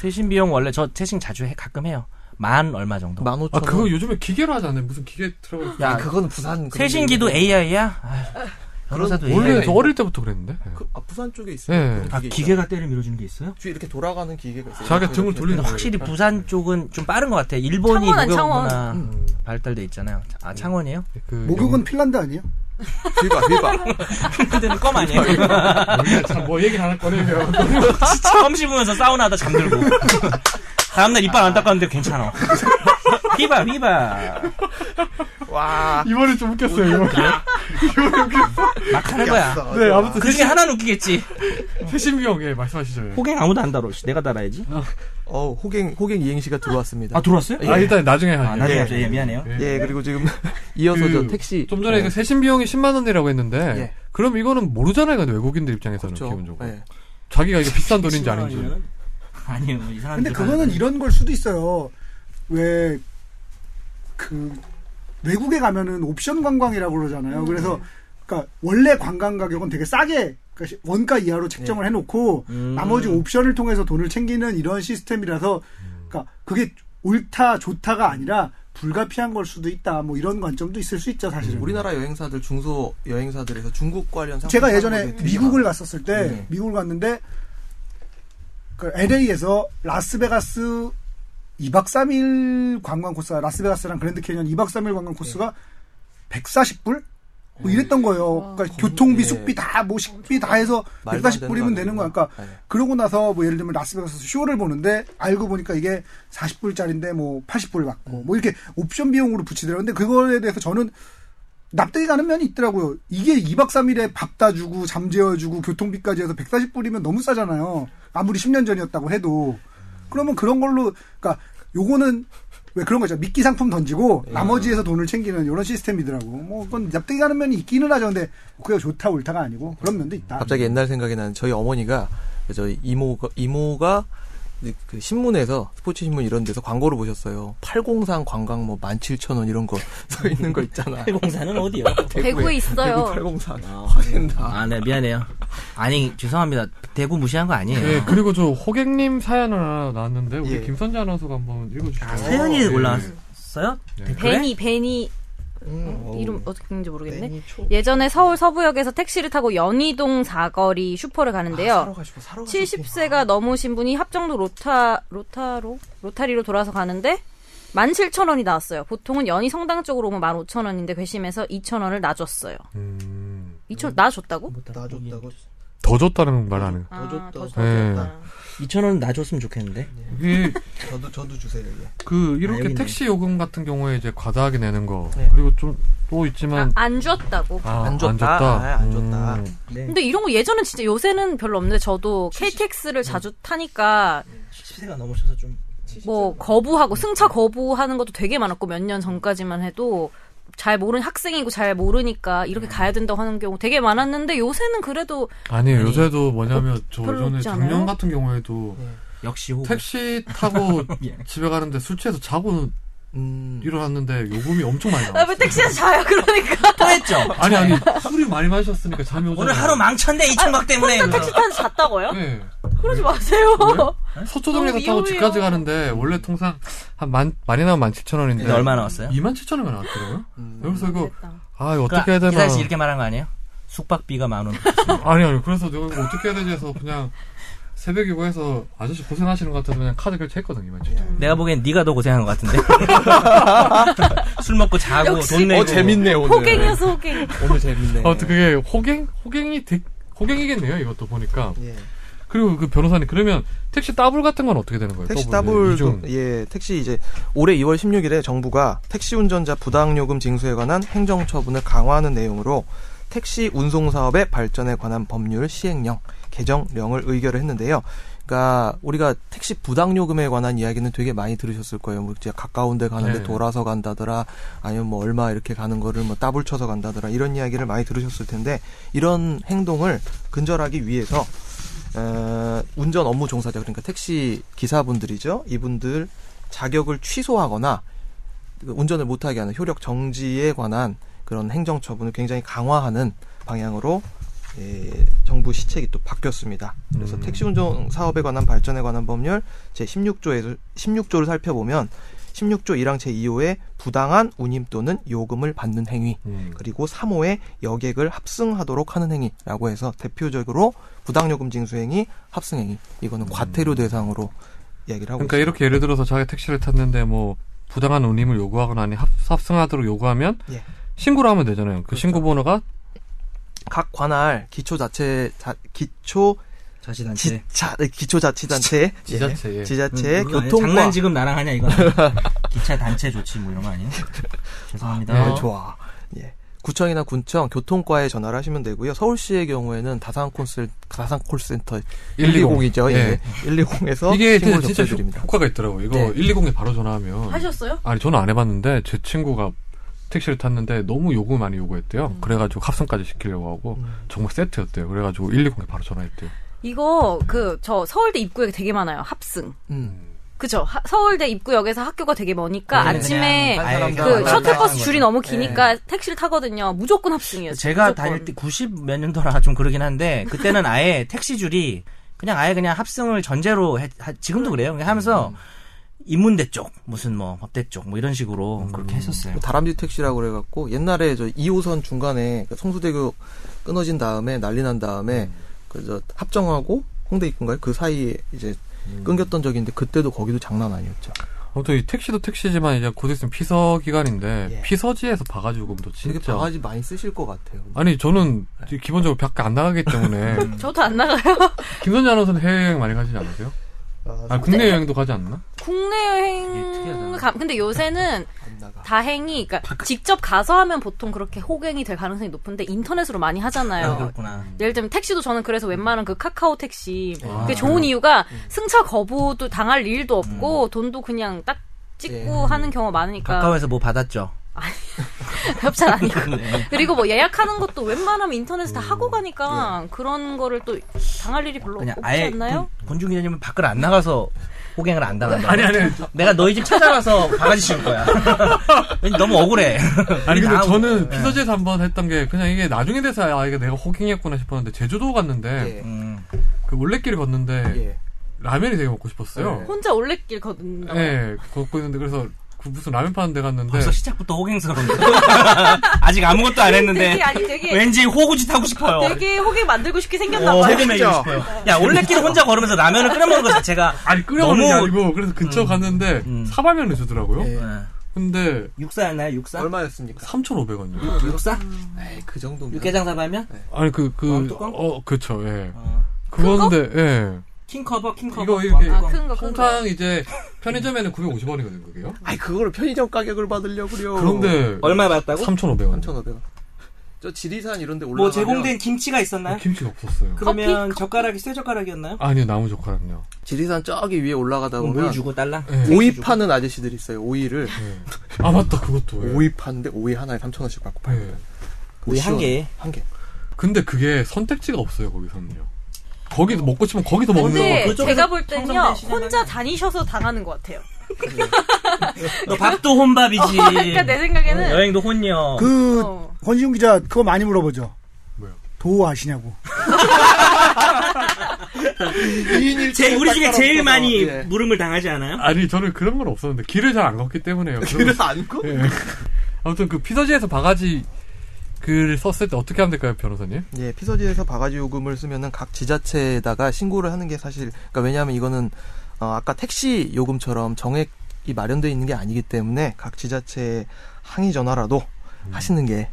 [SPEAKER 2] 세신 비용 원래 저 세신 자주 해 가끔 해요. 만 얼마 정도.
[SPEAKER 5] 15,000원.
[SPEAKER 1] 아 그거 요즘에 기계로 하잖아요. 무슨 기계 들어가.
[SPEAKER 5] 야, 그건 부산 그런
[SPEAKER 2] 세신기도
[SPEAKER 5] 데뭐
[SPEAKER 2] AI야? 아휴,
[SPEAKER 5] 예.
[SPEAKER 2] 변호사도 AI.
[SPEAKER 1] 원래 저 어릴 때부터 그랬는데.
[SPEAKER 5] 그, 아, 부산 쪽에
[SPEAKER 1] 예.
[SPEAKER 5] 있어요.
[SPEAKER 2] 아, 기계가 때를 밀어주는 게 있어요?
[SPEAKER 5] 뒤에 이렇게 돌아가는 기계가 있어요.
[SPEAKER 1] 자기가
[SPEAKER 5] 이렇게
[SPEAKER 1] 등을
[SPEAKER 5] 이렇게
[SPEAKER 1] 돌리는
[SPEAKER 2] 근데
[SPEAKER 1] 거예요.
[SPEAKER 2] 확실히 부산 쪽은 좀 빠른 것 같아. 일본이
[SPEAKER 4] 창원은
[SPEAKER 2] 목욕
[SPEAKER 4] 창원. 음.
[SPEAKER 2] 문화 발달돼 있잖아요. 아 창원이에요?
[SPEAKER 1] 그
[SPEAKER 3] 목욕은 핀란드 아니에요?
[SPEAKER 5] 비바 비바.
[SPEAKER 2] 근데는 껌 아니에요?
[SPEAKER 1] 참뭐 얘기를 하나 꺼내면
[SPEAKER 2] 껌 씹으면서 사우나하다 잠들고 다음날 이빨 안 닦았는데 괜찮아. 휘바 휘바
[SPEAKER 5] 와.
[SPEAKER 1] 이번에 좀 웃겼어요. 이번에.
[SPEAKER 2] 막 하는 거야.
[SPEAKER 1] 네 아무튼
[SPEAKER 2] 그 중에 하나는 웃기겠지.
[SPEAKER 1] 세신비용 예 말씀하시죠. 예.
[SPEAKER 2] 호갱 아무도 안 다뤄. 씨. 내가 달아야지.
[SPEAKER 5] 어 호갱 호갱 이행시가 들어왔습니다.
[SPEAKER 2] 아 들어왔어요?
[SPEAKER 1] 아 일단 나중에 하죠.
[SPEAKER 2] 아 나중에
[SPEAKER 5] 예.
[SPEAKER 2] 하죠. 예 미안해요.
[SPEAKER 5] 예 그리고 지금 이어서
[SPEAKER 1] 그,
[SPEAKER 5] 저 택시
[SPEAKER 1] 좀 전에 그 세신 비용이 10만 원이라고 했는데
[SPEAKER 5] 예.
[SPEAKER 1] 그럼 이거는 모르잖아요. 근데 외국인들 입장에서는
[SPEAKER 5] 그렇죠.
[SPEAKER 1] 기본적으로
[SPEAKER 5] 예.
[SPEAKER 1] 자기가 이게 비싼 돈인지
[SPEAKER 2] 10만
[SPEAKER 1] 아닌지.
[SPEAKER 2] 원이면은? 아니에요. 뭐 이상한.
[SPEAKER 3] 근데
[SPEAKER 2] 데로
[SPEAKER 3] 그거는
[SPEAKER 2] 가는
[SPEAKER 3] 이런 걸 수도 있어요. 왜, 그, 외국에 가면은 옵션 관광이라고 그러잖아요. 그래서, 그니까, 원래 관광 가격은 되게 싸게, 그러니까 시- 원가 이하로 책정을 해놓고,
[SPEAKER 2] 음.
[SPEAKER 3] 나머지 옵션을 통해서 돈을 챙기는 이런 시스템이라서, 그니까, 그게 옳다, 좋다가 아니라, 불가피한 걸 수도 있다. 뭐 이런 관점도 있을 수 있죠, 사실은.
[SPEAKER 5] 우리나라 여행사들 중소 여행사들에서 중국 관련 상품
[SPEAKER 3] 제가
[SPEAKER 5] 사는
[SPEAKER 3] 예전에
[SPEAKER 5] 분들 되게
[SPEAKER 3] 미국을
[SPEAKER 5] 많아요.
[SPEAKER 3] 갔었을 때
[SPEAKER 5] 네.
[SPEAKER 3] 미국을 갔는데 그 LA에서 라스베가스 2박 3일 관광 코스가 라스베가스랑 그랜드 캐니언 2박 3일 관광
[SPEAKER 5] 네.
[SPEAKER 3] 코스가 140불 뭐 이랬던 거예요. 그러니까 교통비,
[SPEAKER 5] 예.
[SPEAKER 3] 숙비 다, 뭐 식비 다 해서
[SPEAKER 5] 말도 안
[SPEAKER 3] 140불이면 되는
[SPEAKER 5] 되는
[SPEAKER 3] 거야.
[SPEAKER 5] 거 네.
[SPEAKER 3] 그러니까
[SPEAKER 5] 아니에요.
[SPEAKER 3] 그러고 나서 뭐 예를 들면 라스베가스에서 쇼를 보는데 알고 보니까 이게 40불짜리인데 뭐 80불 받고 뭐 이렇게 옵션 비용으로 붙이더라고요. 근데 그거에 대해서 저는 납득이 가는 면이 있더라고요. 이게 2박 3일에 밥 다 주고 잠 재워 주고 교통비까지 해서 140불이면 너무 싸잖아요. 아무리 10년 전이었다고 해도. 그러면 그런 걸로 그러니까 요거는 왜 그런 거죠. 미끼 상품 던지고
[SPEAKER 5] 네.
[SPEAKER 3] 나머지에서 돈을 챙기는 이런 시스템이더라고. 뭐 그건 납득이 가는 면이 있기는 하죠. 근데 그게 좋다 옳다가 아니고 그런 면도 있다.
[SPEAKER 5] 갑자기 옛날 생각이 나는 저희 어머니가 저희 이모가 이모가 이제 그 신문에서 스포츠 신문 이런 데서 광고를 보셨어요. 803 관광 뭐 17,000원 이런 거 써 있는 거 있잖아.
[SPEAKER 2] 공사는 어디요?
[SPEAKER 4] 대구에 있어요.
[SPEAKER 5] 대구 803. 화낸다.
[SPEAKER 2] 아, 네, 미안해요. 아니, 죄송합니다. 대구 무시한 거 아니에요.
[SPEAKER 1] 예, 그리고 저 호객님 사연 하나 나왔는데 우리
[SPEAKER 5] 예.
[SPEAKER 1] 김선재 아나운서가 한번 읽어주시죠.
[SPEAKER 2] 사연이
[SPEAKER 1] 예.
[SPEAKER 2] 올라왔어요?
[SPEAKER 1] 네.
[SPEAKER 2] 댓글에?
[SPEAKER 4] 베니 베니
[SPEAKER 5] 음,
[SPEAKER 4] 이름 어떻게 읽는지 모르겠네.
[SPEAKER 5] 초.
[SPEAKER 4] 예전에 서울 서부역에서 택시를 타고 연희동 사거리 슈퍼를 가는데요.
[SPEAKER 5] 사러 가시고 사러 가시고.
[SPEAKER 4] 70세가 넘으신 분이 합정도 로타 로타로 로타리로 돌아서 가는데 17,000원이 나왔어요. 보통은 연희 성당 쪽으로 오면 15,000원인데 괘씸해서 2,000원을 놔줬어요.
[SPEAKER 1] 음,
[SPEAKER 4] 2,000 놔줬다고?
[SPEAKER 6] 놔줬다고.
[SPEAKER 1] 더 줬다는 말 하는 거.
[SPEAKER 4] 아,
[SPEAKER 6] 줬다.
[SPEAKER 4] 더
[SPEAKER 1] 예.
[SPEAKER 4] 줬다.
[SPEAKER 2] 2,000원 놔줬으면 좋겠는데.
[SPEAKER 1] 이게
[SPEAKER 6] 저도 저도 주세요. 예.
[SPEAKER 1] 그
[SPEAKER 2] 아,
[SPEAKER 1] 이렇게
[SPEAKER 2] 여기 있네.
[SPEAKER 1] 택시 요금 같은 경우에 이제 과다하게 내는 거
[SPEAKER 5] 네.
[SPEAKER 1] 그리고 좀 또
[SPEAKER 4] 아,
[SPEAKER 1] 있지만
[SPEAKER 4] 안 줬다고.
[SPEAKER 1] 음. 아,
[SPEAKER 5] 안 줬다. 아, 안 줬다.
[SPEAKER 1] 음.
[SPEAKER 2] 네.
[SPEAKER 4] 근데 이런 거 예전엔 진짜 요새는 별로 없는데 저도 KTX를 자주 타니까
[SPEAKER 2] 70세가 넘으셔서 좀.
[SPEAKER 4] 뭐 거부하고 승차 거부하는 것도 되게 많았고 몇 년 전까지만 해도 잘 모르는 학생이고 잘 모르니까 이렇게 가야 된다고 하는 경우 되게 많았는데 요새는 그래도
[SPEAKER 1] 아니에요.
[SPEAKER 2] 아니,
[SPEAKER 1] 요새도 뭐냐면 저
[SPEAKER 4] 별로
[SPEAKER 1] 예전에
[SPEAKER 4] 없지
[SPEAKER 1] 작년
[SPEAKER 4] 않아요?
[SPEAKER 1] 같은 경우에도
[SPEAKER 2] 역시 호구.
[SPEAKER 1] 택시 타고
[SPEAKER 2] 예.
[SPEAKER 1] 집에 가는데 술 취해서 자고
[SPEAKER 5] 음.
[SPEAKER 1] 일어났는데 요금이 엄청 많이
[SPEAKER 4] 아, 왜
[SPEAKER 1] 나왔어요.
[SPEAKER 4] 택시에서 자요 그러니까
[SPEAKER 2] 토했죠?
[SPEAKER 1] 아니 아니 술이 많이 마셨으니까 잠이 오잖아요.
[SPEAKER 2] 오늘 하루 망쳤네, 음. 이 청각 때문에.
[SPEAKER 4] 택시 타서 잤다고요?
[SPEAKER 1] 네.
[SPEAKER 4] 그러지 마세요.
[SPEAKER 1] 서초동에서
[SPEAKER 4] 너무
[SPEAKER 1] 타고
[SPEAKER 4] 위험해요.
[SPEAKER 1] 집까지 가는데 원래 통상 한 만 많이 나오면 17,000원인데
[SPEAKER 2] 근데 얼마 나왔어요?
[SPEAKER 1] 27,000원이 나왔더라고요. 그래서 이거
[SPEAKER 4] 됐다.
[SPEAKER 1] 아 이거 어떻게 해야 되나?
[SPEAKER 2] 기사 씨 그러니까 이렇게 말한 거 아니에요? 숙박비가 만 원.
[SPEAKER 1] 아니 아니 그래서 내가 이거 어떻게 해야 되지 해서 그냥 새벽이고 해서 아저씨 고생하시는 것 같아서 그냥 카드 결제했거든요. 27,000원.
[SPEAKER 2] 내가 보기엔 네가 더 고생한 것 같은데. 술 먹고 자고
[SPEAKER 4] 역시.
[SPEAKER 2] 돈 내고.
[SPEAKER 5] 어 재밌네 오늘.
[SPEAKER 4] 호갱이어서
[SPEAKER 2] 음.
[SPEAKER 4] 호갱.
[SPEAKER 5] 오늘 재밌네.
[SPEAKER 1] 아무튼 그게 호갱 호갱이 되- 호갱이겠네요. 이것도 보니까.
[SPEAKER 5] 예.
[SPEAKER 1] 그리고 그 변호사님 그러면 택시 따블 같은 건 어떻게 되는 거예요?
[SPEAKER 5] 택시
[SPEAKER 1] 더블,
[SPEAKER 5] 따블
[SPEAKER 1] 뭐, 네, 이제 이중.
[SPEAKER 5] 예 택시 이제 올해 2월 16일에 정부가 택시 운전자 부당 요금 징수에 관한 행정 처분을 강화하는 내용으로 택시 운송 사업의 발전에 관한 법률 시행령 개정령을 의결을 했는데요. 그러니까 우리가 택시 부당 요금에 관한 이야기는 되게 많이 들으셨을 거예요. 뭐 진짜 가까운데 가는데
[SPEAKER 1] 네.
[SPEAKER 5] 돌아서 간다더라, 아니면 뭐 얼마 이렇게 가는 거를 뭐 따블 쳐서 간다더라 이런 이야기를 많이 들으셨을 텐데 이런 행동을 근절하기 위해서 어, 운전 업무 종사자 그러니까 택시 기사분들이죠. 이분들 자격을 취소하거나 그 운전을 못하게 하는 효력 정지에 관한 그런 행정 처분을 굉장히 강화하는 방향으로 예, 정부 시책이 또 바뀌었습니다. 그래서
[SPEAKER 1] 음.
[SPEAKER 5] 택시 운전 사업에 관한 발전에 관한 법률 제 16조에서 16조를 살펴보면 16조 1항 제 2호에 부당한 운임 또는 요금을 받는 행위
[SPEAKER 1] 음.
[SPEAKER 5] 그리고 3호에 여객을 합승하도록 하는 행위라고 해서 대표적으로 부당요금 징수행위, 합승행위 이거는 과태료 대상으로 이야기를 하고
[SPEAKER 1] 음. 그러니까
[SPEAKER 5] 있습니다.
[SPEAKER 1] 이렇게 예를 들어서 자기가 택시를 탔는데 뭐 부당한 운임을 요구하거나 아니 합, 합승하도록 요구하면
[SPEAKER 5] 예. 그렇죠.
[SPEAKER 1] 신고를 하면 되잖아요. 그 신고 번호가
[SPEAKER 5] 각 관할 기초 자체 자, 기초
[SPEAKER 2] 자신한테.
[SPEAKER 5] 지자 네, 기초 자치단체
[SPEAKER 1] 네. 지자체, 예.
[SPEAKER 5] 지자체
[SPEAKER 2] 음, 그거 아니야?
[SPEAKER 5] 교통과
[SPEAKER 2] 장난 지금 나랑 하냐 이거 아니야? 기차 단체 조치 뭐 이런 거 아니에요? 죄송합니다.
[SPEAKER 1] 아, 네,
[SPEAKER 5] 좋아. 예. 구청이나 군청 교통과에 전화를 하시면 되고요. 서울시의 경우에는 다산 콜센 다산 콜센터 120이죠. 예. 120에서
[SPEAKER 1] 이게
[SPEAKER 5] 신고를
[SPEAKER 1] 진짜 효-
[SPEAKER 5] 접수해드립니다.
[SPEAKER 1] 효과가 있더라고요. 이거
[SPEAKER 5] 네.
[SPEAKER 1] 120에 바로 전화하면
[SPEAKER 7] 하셨어요?
[SPEAKER 1] 아니 저는 안 해봤는데 제 친구가 택시를 탔는데 너무 요금을 많이 요구했대요. 그래가지고 합승까지 시키려고 하고
[SPEAKER 5] 음.
[SPEAKER 1] 정말 세트였대요. 그래가지고 120에 바로 전화했대요.
[SPEAKER 4] 이거 그 저 서울대 입구역에 되게 많아요. 합승.
[SPEAKER 5] 음.
[SPEAKER 4] 그죠? 하- 서울대 입구역에서 학교가 되게
[SPEAKER 2] 그냥
[SPEAKER 4] 머니까 그러니까 아침에
[SPEAKER 5] 그냥
[SPEAKER 2] 아예
[SPEAKER 5] 그
[SPEAKER 4] 그
[SPEAKER 5] 안
[SPEAKER 4] 셔틀버스
[SPEAKER 2] 거죠.
[SPEAKER 4] 줄이 너무 기니까 택시를 타거든요. 무조건 합승이에요.
[SPEAKER 2] 네. 제가
[SPEAKER 4] 예, 무조건.
[SPEAKER 2] 다닐 때 90 몇 년도라 좀 그러긴 한데 그때는 아예 택시 줄이 그냥 아예 그냥 합승을 전제로 해, 하- 지금도 그래요. 그냥
[SPEAKER 4] 음,
[SPEAKER 2] 하면서 인문대 쪽 무슨 뭐 법대 쪽 뭐 이런 식으로
[SPEAKER 1] 음.
[SPEAKER 2] 그렇게 했었어요.
[SPEAKER 5] 음. 다람쥐 택시라고 그래갖고 옛날에 저 2호선 중간에 그 성수대교 끊어진 다음에 난리 난 다음에 그저 합정하고 홍대 입구인가요? 그 사이에 이제
[SPEAKER 1] 음.
[SPEAKER 5] 끊겼던 적이 있는데 그때도 거기도 장난 아니었죠.
[SPEAKER 1] 아무튼 어, 이 택시도 택시지만 이제 곧 있으면 피서 기간인데
[SPEAKER 5] 예.
[SPEAKER 1] 피서지에서 봐가지고도 네.
[SPEAKER 5] 되게
[SPEAKER 1] 진짜
[SPEAKER 5] 바가지 많이 쓰실 것 같아요.
[SPEAKER 1] 아니 저는 기본적으로 밖에 안 나가기 때문에
[SPEAKER 4] 저도 안 나가요.
[SPEAKER 1] 김선재 아나운서는 해외여행 많이 가시지 않으세요? 아, 국내 여행도 가지 않나?
[SPEAKER 4] 국내
[SPEAKER 2] 이게
[SPEAKER 4] 여행
[SPEAKER 2] 특이하잖아.
[SPEAKER 4] 가- 근데 요새는
[SPEAKER 5] 안 나가.
[SPEAKER 4] 다행히 그러니까 직접 가서 하면 보통 그렇게 호갱이 될 가능성이 높은데 인터넷으로 많이
[SPEAKER 2] 아,
[SPEAKER 4] 하잖아요. 그러니까
[SPEAKER 2] 그렇구나.
[SPEAKER 4] 예를 들면 택시도 저는 그래서 웬만한 그 카카오 택시
[SPEAKER 2] 아,
[SPEAKER 4] 그게 좋은 이유가 승차 거부도 당할 일도 없고 돈도 그냥 딱 찍고 하는 경우가
[SPEAKER 2] 음.
[SPEAKER 4] 많으니까
[SPEAKER 2] 네. 가까워서 뭐 받았죠.
[SPEAKER 4] 협찬 아니고
[SPEAKER 2] 네. 음.
[SPEAKER 4] 그리고 뭐 예약하는 것도 웬만하면 인터넷 다 하고 가니까 그런 거를 또 당할 일이 별로
[SPEAKER 2] 네. 그냥
[SPEAKER 4] 없지
[SPEAKER 2] 아예
[SPEAKER 4] 않나요?
[SPEAKER 2] 권- 권중 기자님은 밖을 안 나가서 호갱을 안 당한다. 아니
[SPEAKER 1] 아니.
[SPEAKER 2] 내가 너희 집 찾아와서 바가지 씌울 거야. 왠지 너무 억울해.
[SPEAKER 1] 아니 예. 근데
[SPEAKER 2] 나하고-
[SPEAKER 1] 저는 피서지에서 한번 했던 게 그냥 이게 나중에 돼서 아 이게 내가 호킹했구나 싶었는데 제주도 갔는데
[SPEAKER 5] 예.
[SPEAKER 2] 음.
[SPEAKER 1] 그 올레길 걷는데
[SPEAKER 5] 예.
[SPEAKER 1] 라면이 되게 먹고
[SPEAKER 2] 그
[SPEAKER 1] 싶었어요.
[SPEAKER 4] 혼자 올레길 걷는다.
[SPEAKER 1] 예,
[SPEAKER 2] 네.
[SPEAKER 1] 아, 걷고 있는데 그래서 그 무슨 라면 파는 데 갔는데
[SPEAKER 2] 벌써 시작부터 호갱스러운데. 아직 아무것도 안 했는데.
[SPEAKER 4] 되게 아니 되게
[SPEAKER 2] 왠지 호구짓 하고 싶어요.
[SPEAKER 4] 예. 아, 되게 호갱 만들고 싶게 생겼나
[SPEAKER 2] 어,
[SPEAKER 4] 봐요.
[SPEAKER 2] 호구매이고 싶어요. 야, 올레길 혼자 걸으면서 라면을 끓여 먹는 거 자체가
[SPEAKER 1] 아니 끓여먹는 게
[SPEAKER 2] 너무-
[SPEAKER 1] 아니고 그래서 근처 갔는데
[SPEAKER 2] 음.
[SPEAKER 1] 사발면을 주더라고요.
[SPEAKER 5] 예.
[SPEAKER 1] 근데
[SPEAKER 2] 육사였나요? 육사?
[SPEAKER 5] 얼마였습니까?
[SPEAKER 1] 3,500원이요.
[SPEAKER 2] 육사?
[SPEAKER 5] 에이, 그 정도면
[SPEAKER 2] 육개장 사발면?
[SPEAKER 1] 아니 그
[SPEAKER 2] 왕
[SPEAKER 1] 그
[SPEAKER 2] 뚜껑?
[SPEAKER 1] 어, 그쵸. 예.
[SPEAKER 2] 어.
[SPEAKER 1] 그건데 예.
[SPEAKER 2] 킹커버, 킹커버. 뭐
[SPEAKER 1] 이거 이렇게
[SPEAKER 4] 아, 큰 거, 큰 거.
[SPEAKER 1] 통상 이제 편의점에는 950원이거든요, 그게요.
[SPEAKER 5] 아이 그거를 편의점 가격을 받으려고요.
[SPEAKER 1] 그런데
[SPEAKER 2] 얼마 받았다고?
[SPEAKER 1] 3,500원.
[SPEAKER 5] 3,500원. 저 지리산 이런 데 올라가면
[SPEAKER 2] 뭐 제공된 김치가
[SPEAKER 1] 어,
[SPEAKER 2] 있었나요?
[SPEAKER 1] 김치가 없었어요.
[SPEAKER 2] 그러면 젓가락이 쇠 젓가락이었나요?
[SPEAKER 1] 아니요, 나무 젓가락요. 예.
[SPEAKER 5] 지리산 저기 위에 올라가다
[SPEAKER 2] 그럼 물
[SPEAKER 5] 보면
[SPEAKER 2] 주고 달랑?
[SPEAKER 1] 네.
[SPEAKER 5] 오이 파는 아저씨들이 있어요. 오이를
[SPEAKER 1] 아 맞다, 그것도. 예.
[SPEAKER 5] 오이 파는데 오이 하나에 3,000원씩 받고 팔.
[SPEAKER 1] 예.
[SPEAKER 2] 오이 한 개.
[SPEAKER 5] 한 개.
[SPEAKER 1] 근데 그게 선택지가 없어요, 거기서는요. 거기도 먹고 싶으면 거기서 먹는
[SPEAKER 4] 근데
[SPEAKER 1] 거.
[SPEAKER 4] 제가 볼 때는요
[SPEAKER 7] 시장은-
[SPEAKER 4] 혼자 다니셔서 당하는 것 같아요.
[SPEAKER 2] 너 밥도 혼밥이지.
[SPEAKER 4] 그러니까 내 생각에는
[SPEAKER 2] 여행도 혼녀.
[SPEAKER 3] 그
[SPEAKER 4] 어.
[SPEAKER 3] 권지훈 기자 그거 많이 물어보죠.
[SPEAKER 1] 뭐요?
[SPEAKER 3] 도 아시냐고. 그
[SPEAKER 2] 제, 우리 중에 제일 많이
[SPEAKER 5] 예.
[SPEAKER 2] 물음을 당하지 않아요?
[SPEAKER 1] 아니 저는 그런 건 없었는데 길을 잘 안 걷기 때문에요. 그런-
[SPEAKER 5] 그래서 안고
[SPEAKER 1] 예. 아무튼 그 피서지에서 바가지 글 썼을 때 어떻게 하면 될까요, 변호사님?
[SPEAKER 5] 예, 피서지에서 바가지 요금을 쓰면은 각 지자체에다가 신고를 하는 게 사실 그러니까 왜냐하면 이거는 어, 아까 택시 요금처럼 정액이 마련되어 있는 게 아니기 때문에 각 지자체에 항의 전화라도 하시는 게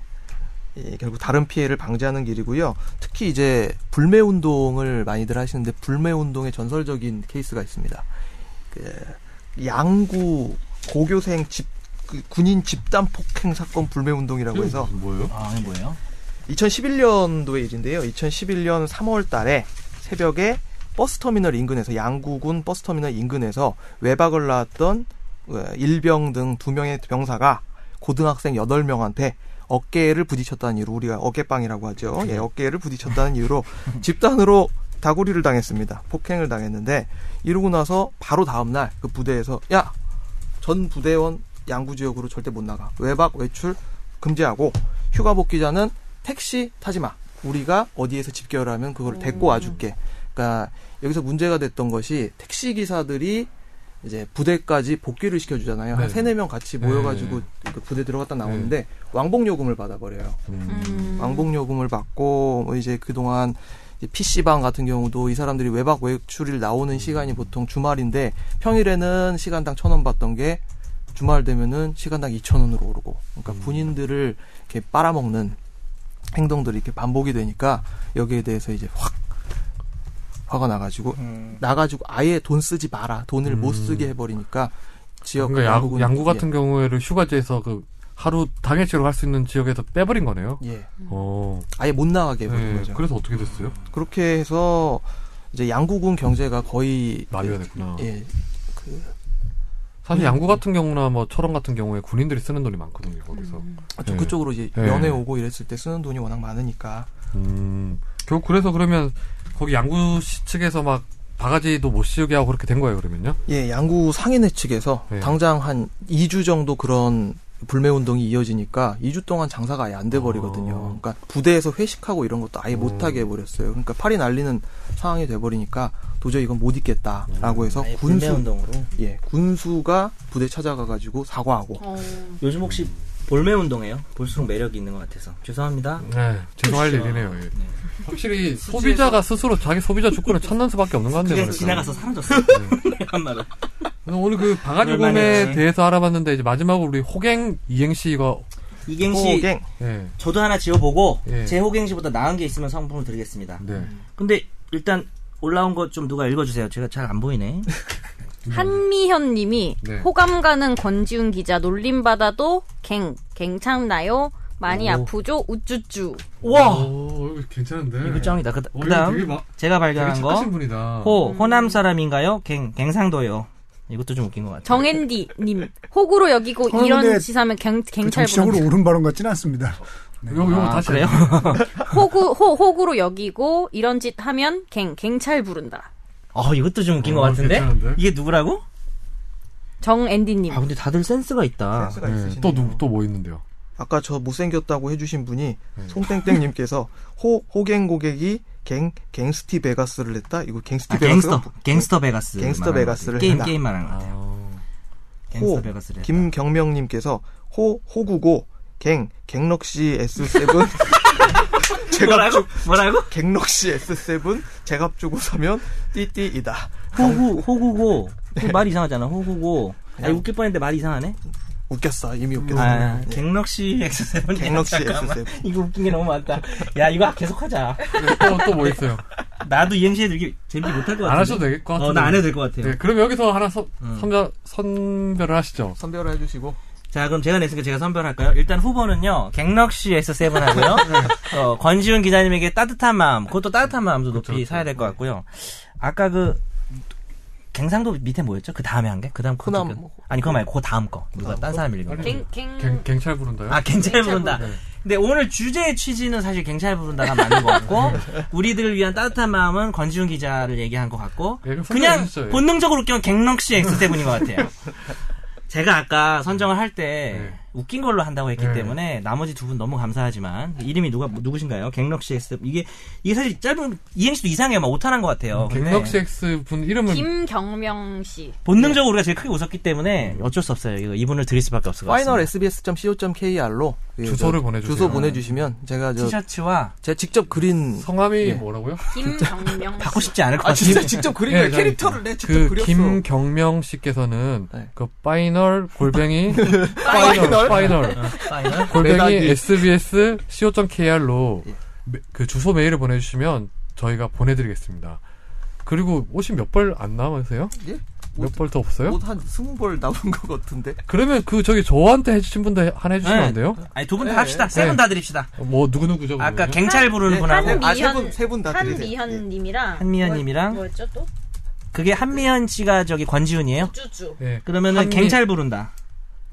[SPEAKER 5] 예, 결국 다른 피해를 방지하는 길이고요. 특히 이제 불매 운동을 많이들 하시는데 불매 운동의 전설적인 케이스가 있습니다. 그 양구 고교생 집 그, 군인 집단 폭행 사건 불매 운동이라고 해서
[SPEAKER 1] 뭐예요?
[SPEAKER 2] 아, 이게 뭐예요?
[SPEAKER 5] 2011년도의 일인데요. 2011년 3월 달에 새벽에 버스터미널 인근에서 양구군 버스터미널 인근에서 외박을 나왔던 어, 일병 등 두 명의 병사가 고등학생 여덟 명한테 어깨를 부딪혔다는 이유로 우리가 어깨빵이라고 하죠. 예, 어깨를 부딪혔다는 이유로 집단으로 다구리를 당했습니다. 폭행을 당했는데 이러고 나서 바로 다음 날 그 부대에서 야, 전 부대원 양구 지역으로 절대 못 나가. 외박, 외출 금지하고 휴가 복귀자는 택시 타지 마. 우리가 어디에서 집결하면 그걸 데리고 와줄게. 그러니까 여기서 문제가 됐던 것이 택시 기사들이 이제 부대까지 복귀를 시켜주잖아요. 한
[SPEAKER 1] 네.
[SPEAKER 5] 세네 명 같이
[SPEAKER 1] 네.
[SPEAKER 5] 모여가지고 그 부대 들어갔다 나오는데 왕복 요금을 받아버려요.
[SPEAKER 4] 음.
[SPEAKER 5] 왕복 요금을 받고 뭐 이제 그동안 이제 PC방 같은 경우도 이 사람들이 외박 외출일 나오는 시간이 보통 주말인데 평일에는 시간당 천 원 받던 게 주말 되면은 시간당 이천 원으로 오르고 그러니까
[SPEAKER 1] 음.
[SPEAKER 5] 군인들을 이렇게 빨아먹는 행동들이 이렇게 반복이 되니까 여기에 대해서 이제 확 화가 나가지고
[SPEAKER 1] 음.
[SPEAKER 5] 나가지고 아예 돈 쓰지 마라 돈을 못 쓰게 해버리니까 지역
[SPEAKER 1] 그러니까 야구,
[SPEAKER 5] 당국은-
[SPEAKER 1] 양구 같은 경우에는 휴가지에서 그 하루 당일치로 할 수 있는 지역에서 빼버린 거네요.
[SPEAKER 5] 예, 예.
[SPEAKER 1] 어.
[SPEAKER 5] 아예 못 나가게 해버린
[SPEAKER 1] 네.
[SPEAKER 5] 거죠.
[SPEAKER 1] 그래서 어떻게 됐어요?
[SPEAKER 5] 그렇게 해서 이제 양국은 경제가 거의
[SPEAKER 1] 마비가 됐구나.
[SPEAKER 5] 예, 그
[SPEAKER 1] 사실 양구 같은 경우나 뭐 철원 같은 경우에 군인들이 쓰는 돈이 많거든요. 거기서.
[SPEAKER 5] 저
[SPEAKER 1] 예.
[SPEAKER 5] 그쪽으로 이제
[SPEAKER 1] 예.
[SPEAKER 5] 연애 오고 이랬을 때 쓰는 돈이 워낙 많으니까
[SPEAKER 1] 음. 결국 그래서 그러면 거기 양구 시 측에서 막 바가지도 못 씌우게 하고 그렇게 된 거예요. 그러면요?
[SPEAKER 5] 예 양구 상인회 측에서
[SPEAKER 1] 예.
[SPEAKER 5] 당장 한 2주 정도 그런 불매 운동이 이어지니까 2주 동안 장사가 아예 안 돼 버리거든요.
[SPEAKER 1] 어.
[SPEAKER 5] 그러니까 부대에서 회식하고 이런 것도 아예
[SPEAKER 1] 음.
[SPEAKER 5] 못 하게 해버렸어요. 그러니까 팔이 날리는 상황이 돼 버리니까 도저히 이건 못
[SPEAKER 1] 네.
[SPEAKER 5] 있겠다라고 해서
[SPEAKER 2] 아예 군대
[SPEAKER 5] 군수
[SPEAKER 2] 운동으로.
[SPEAKER 5] 예 군수가 부대 찾아가 가지고 사과하고
[SPEAKER 4] 어.
[SPEAKER 2] 요즘 혹시 볼매 운동해요? 볼수록 매력이 있는 것 같아서 죄송합니다.
[SPEAKER 1] 네. 죄송할
[SPEAKER 2] 그렇죠.
[SPEAKER 1] 일이네요. 예.
[SPEAKER 2] 네.
[SPEAKER 1] 확실히 소비자가 스스로 자기 소비자 주권을 찾는 수밖에 없는 것 같네요. 네.
[SPEAKER 2] 그래서
[SPEAKER 1] 그래서.
[SPEAKER 2] 지나가서 사라졌어. 한마로.
[SPEAKER 1] 그래서 오늘 그 방아지
[SPEAKER 2] 그럴만해,
[SPEAKER 1] 곰에
[SPEAKER 2] 그치?
[SPEAKER 1] 대해서 알아봤는데 이제 마지막으로 우리 호갱 이행시가
[SPEAKER 2] 이갱씨
[SPEAKER 5] 호갱
[SPEAKER 1] 예.
[SPEAKER 2] 저도 하나 지어보고
[SPEAKER 1] 예.
[SPEAKER 2] 제 호갱씨보다 나은 게 있으면 상품을 드리겠습니다.
[SPEAKER 1] 네.
[SPEAKER 2] 근데 일단 올라온 거 좀 누가 읽어주세요. 제가 잘 안 보이네.
[SPEAKER 4] 한미현 님이
[SPEAKER 1] 네.
[SPEAKER 4] 호감 가는 권지훈 기자 놀림 받아도 갱 괜찮나요? 많이
[SPEAKER 1] 오.
[SPEAKER 4] 아프죠? 우쭈쭈.
[SPEAKER 2] 와
[SPEAKER 1] 오, 괜찮은데.
[SPEAKER 2] 이거 짱이다. 그,
[SPEAKER 1] 어, 이거
[SPEAKER 2] 다음
[SPEAKER 1] 되게 막-
[SPEAKER 2] 제가
[SPEAKER 1] 되게
[SPEAKER 2] 발견한
[SPEAKER 1] 착하신
[SPEAKER 2] 거
[SPEAKER 1] 분이다. 음.
[SPEAKER 2] 호, 호남 사람인가요? 갱, 갱상도요. 이것도 좀 웃긴 것 같아요.
[SPEAKER 4] 정앤디 님. 호구로 여기고
[SPEAKER 3] 저는
[SPEAKER 4] 이런
[SPEAKER 3] 근데
[SPEAKER 4] 짓하면 갱 갱찰
[SPEAKER 3] 정치적으로
[SPEAKER 4] 부는
[SPEAKER 3] 옳은 발언 같지는 않습니다.
[SPEAKER 1] 네. 요거 요거
[SPEAKER 2] 아,
[SPEAKER 1] 다시
[SPEAKER 2] 그래요?
[SPEAKER 1] 해요.
[SPEAKER 4] 호구 호 호구로 여기고 이런 짓 하면 갱 갱찰 부른다.
[SPEAKER 2] 어, 이것도 좀 웃긴
[SPEAKER 1] 어,
[SPEAKER 2] 것 같은데?
[SPEAKER 1] 괜찮은데?
[SPEAKER 2] 이게 누구라고?
[SPEAKER 4] 정앤디 님.
[SPEAKER 2] 아, 근데 다들 센스가 있다.
[SPEAKER 5] 센스가 있으시네요.
[SPEAKER 1] 또누또뭐 있는데요?
[SPEAKER 5] 아까 저 못생겼다고 해주신 분이 송땡땡님께서 호 호갱 고객이 갱 갱스티 베가스를 했다. 이거 갱스티
[SPEAKER 2] 아,
[SPEAKER 5] 베가스가
[SPEAKER 2] 갱스터,
[SPEAKER 5] 뭐-
[SPEAKER 2] 갱스터 베가스.
[SPEAKER 5] 갱스터
[SPEAKER 2] 말하는
[SPEAKER 5] 베가스를
[SPEAKER 2] 것 같아요. 게임,
[SPEAKER 5] 했다.
[SPEAKER 2] 게임 말하는 것 같아요.
[SPEAKER 1] 아,
[SPEAKER 2] 갱스터
[SPEAKER 5] 호,
[SPEAKER 2] 베가스를. 했다.
[SPEAKER 5] 김경명님께서 호 호구고 갱 갱럭시 S7 제가
[SPEAKER 2] 뭐라고? 뭐라고?
[SPEAKER 5] 갱럭시 S7 제값 주고 사면 띠띠이다.
[SPEAKER 1] 아.
[SPEAKER 2] 호구, 호구고. 그
[SPEAKER 1] 네.
[SPEAKER 2] 말이 이상하잖아, 호구고. 아, 웃길 뻔했는데 말이 이상하네?
[SPEAKER 5] 웃겼어 이미
[SPEAKER 2] 아,
[SPEAKER 1] 음.
[SPEAKER 5] 웃겼어.
[SPEAKER 2] 아,
[SPEAKER 1] 네.
[SPEAKER 5] 예.
[SPEAKER 2] 갱럭시 X7.
[SPEAKER 5] 갱럭시
[SPEAKER 2] 잠깐만.
[SPEAKER 5] X7.
[SPEAKER 2] 이거 웃긴 게 너무 많다. 야, 이거 계속 하자.
[SPEAKER 1] 또또 뭐 있어요?
[SPEAKER 2] 나도 EMC에 들기 재밌게 못할 것 같아.
[SPEAKER 1] 안 하셔도 될 것 같은데.
[SPEAKER 2] 어, 나 안 해도 될 것 같아요.
[SPEAKER 1] 네, 그럼 여기서 하나 선,
[SPEAKER 2] 음.
[SPEAKER 1] 선별, 선별을 하시죠.
[SPEAKER 5] 선별을 해주시고
[SPEAKER 2] 자, 그럼 제가 냈으니까 제가 선별할까요? 일단 후보는요, 갱럭시 S7 하고요.
[SPEAKER 1] 네.
[SPEAKER 2] 어, 권지훈 기자님에게 따뜻한 마음, 그것도 따뜻한 마음도 높이
[SPEAKER 1] 그렇죠,
[SPEAKER 2] 사야 될 것 같고요. 아까 그, 갱상도 밑에 뭐였죠? 그 다음에 한 게? 그 다음
[SPEAKER 5] 호남.
[SPEAKER 2] 아니, 그거 말고 그 다음 거. 누가 딴 사람이 읽은 거.
[SPEAKER 4] 갱갱
[SPEAKER 1] 갱, 갱찰 부른다요?
[SPEAKER 2] 아, 갱찰 부른다.
[SPEAKER 1] 부른다.
[SPEAKER 2] 근데 오늘 주제의 취지는 사실 갱찰 부른다가 맞는 것 같고, 우리들을 위한 따뜻한 마음은 권지훈 기자를 얘기한 것 같고,
[SPEAKER 1] 예, 그럼
[SPEAKER 2] 그냥
[SPEAKER 1] 선정해주시죠, 예.
[SPEAKER 2] 본능적으로 웃기면 갱럭시 X7인 것 같아요. 제가 아까 선정을 할 때
[SPEAKER 1] 네.
[SPEAKER 2] 웃긴 걸로 한다고 했기
[SPEAKER 1] 네.
[SPEAKER 2] 때문에 나머지 두 분 너무 감사하지만 이름이 누가 누구신가요? 갱럭시 X 이게 이게 사실 짧은 이행시도 이상해요. 막 오탄한 것 같아요. 근데
[SPEAKER 1] 음, 갱럭시 X 분 이름을
[SPEAKER 4] 김경명 씨.
[SPEAKER 2] 본능적으로 우리가 제일 크게 웃었기 때문에 어쩔 수 없어요. 이거 이분을 드릴 수밖에 없을 것 같습니다.
[SPEAKER 5] 파이널 sbs.co.kr로 예,
[SPEAKER 1] 주소를 보내주세요.
[SPEAKER 5] 주소 보내주시면 제가 저
[SPEAKER 2] 티셔츠와
[SPEAKER 5] 제가 직접 그린
[SPEAKER 1] 성함이
[SPEAKER 2] 네.
[SPEAKER 5] 예.
[SPEAKER 1] 뭐라고요?
[SPEAKER 2] 아,
[SPEAKER 4] 김경명 씨.
[SPEAKER 2] 받고 싶지 않을 것
[SPEAKER 5] 아
[SPEAKER 2] 같아요.
[SPEAKER 5] 진짜 직접 그린 거야
[SPEAKER 1] 예, 저는-
[SPEAKER 5] 캐릭터를 내 직접
[SPEAKER 1] 그
[SPEAKER 5] 그렸어.
[SPEAKER 1] 김경명 씨께서는
[SPEAKER 5] 네.
[SPEAKER 1] 그 파이널 골뱅이
[SPEAKER 5] 파이널?
[SPEAKER 1] 파이널
[SPEAKER 2] 아.
[SPEAKER 1] 파이널
[SPEAKER 2] 파이널.
[SPEAKER 1] 골뱅이
[SPEAKER 5] 매달기.
[SPEAKER 1] SBS co.kr로
[SPEAKER 5] 예.
[SPEAKER 1] 그 주소 메일을 보내주시면 저희가 보내드리겠습니다. 그리고 옷이 몇 벌 안 남으세요?
[SPEAKER 5] 예?
[SPEAKER 1] 몇 벌 더 없어요?
[SPEAKER 5] 옷 한 스무 벌 남은 것 같은데.
[SPEAKER 1] 그러면 그 저기 저한테 해주신 분들 하나 해주시면 안 돼요?
[SPEAKER 2] 아니 두 분 다
[SPEAKER 5] 네.
[SPEAKER 2] 합시다. 세 분
[SPEAKER 1] 네.
[SPEAKER 2] 다 드립시다.
[SPEAKER 1] 뭐 누구 누구죠?
[SPEAKER 2] 아까
[SPEAKER 1] 그러면요?
[SPEAKER 2] 갱찰 부르는
[SPEAKER 5] 네,
[SPEAKER 2] 분하고
[SPEAKER 5] 한- 아, 세
[SPEAKER 4] 한미현-
[SPEAKER 5] 분, 세분다 드리세요. 예.
[SPEAKER 4] 한미현 님이랑
[SPEAKER 2] 한미현 님이랑
[SPEAKER 4] 뭐였죠 또?
[SPEAKER 2] 그게 한미연 씨가 저기 권지훈이에요.
[SPEAKER 4] 우쭈쭈.
[SPEAKER 1] 예.
[SPEAKER 2] 그러면은
[SPEAKER 1] 한미-
[SPEAKER 2] 갱찰 부른다.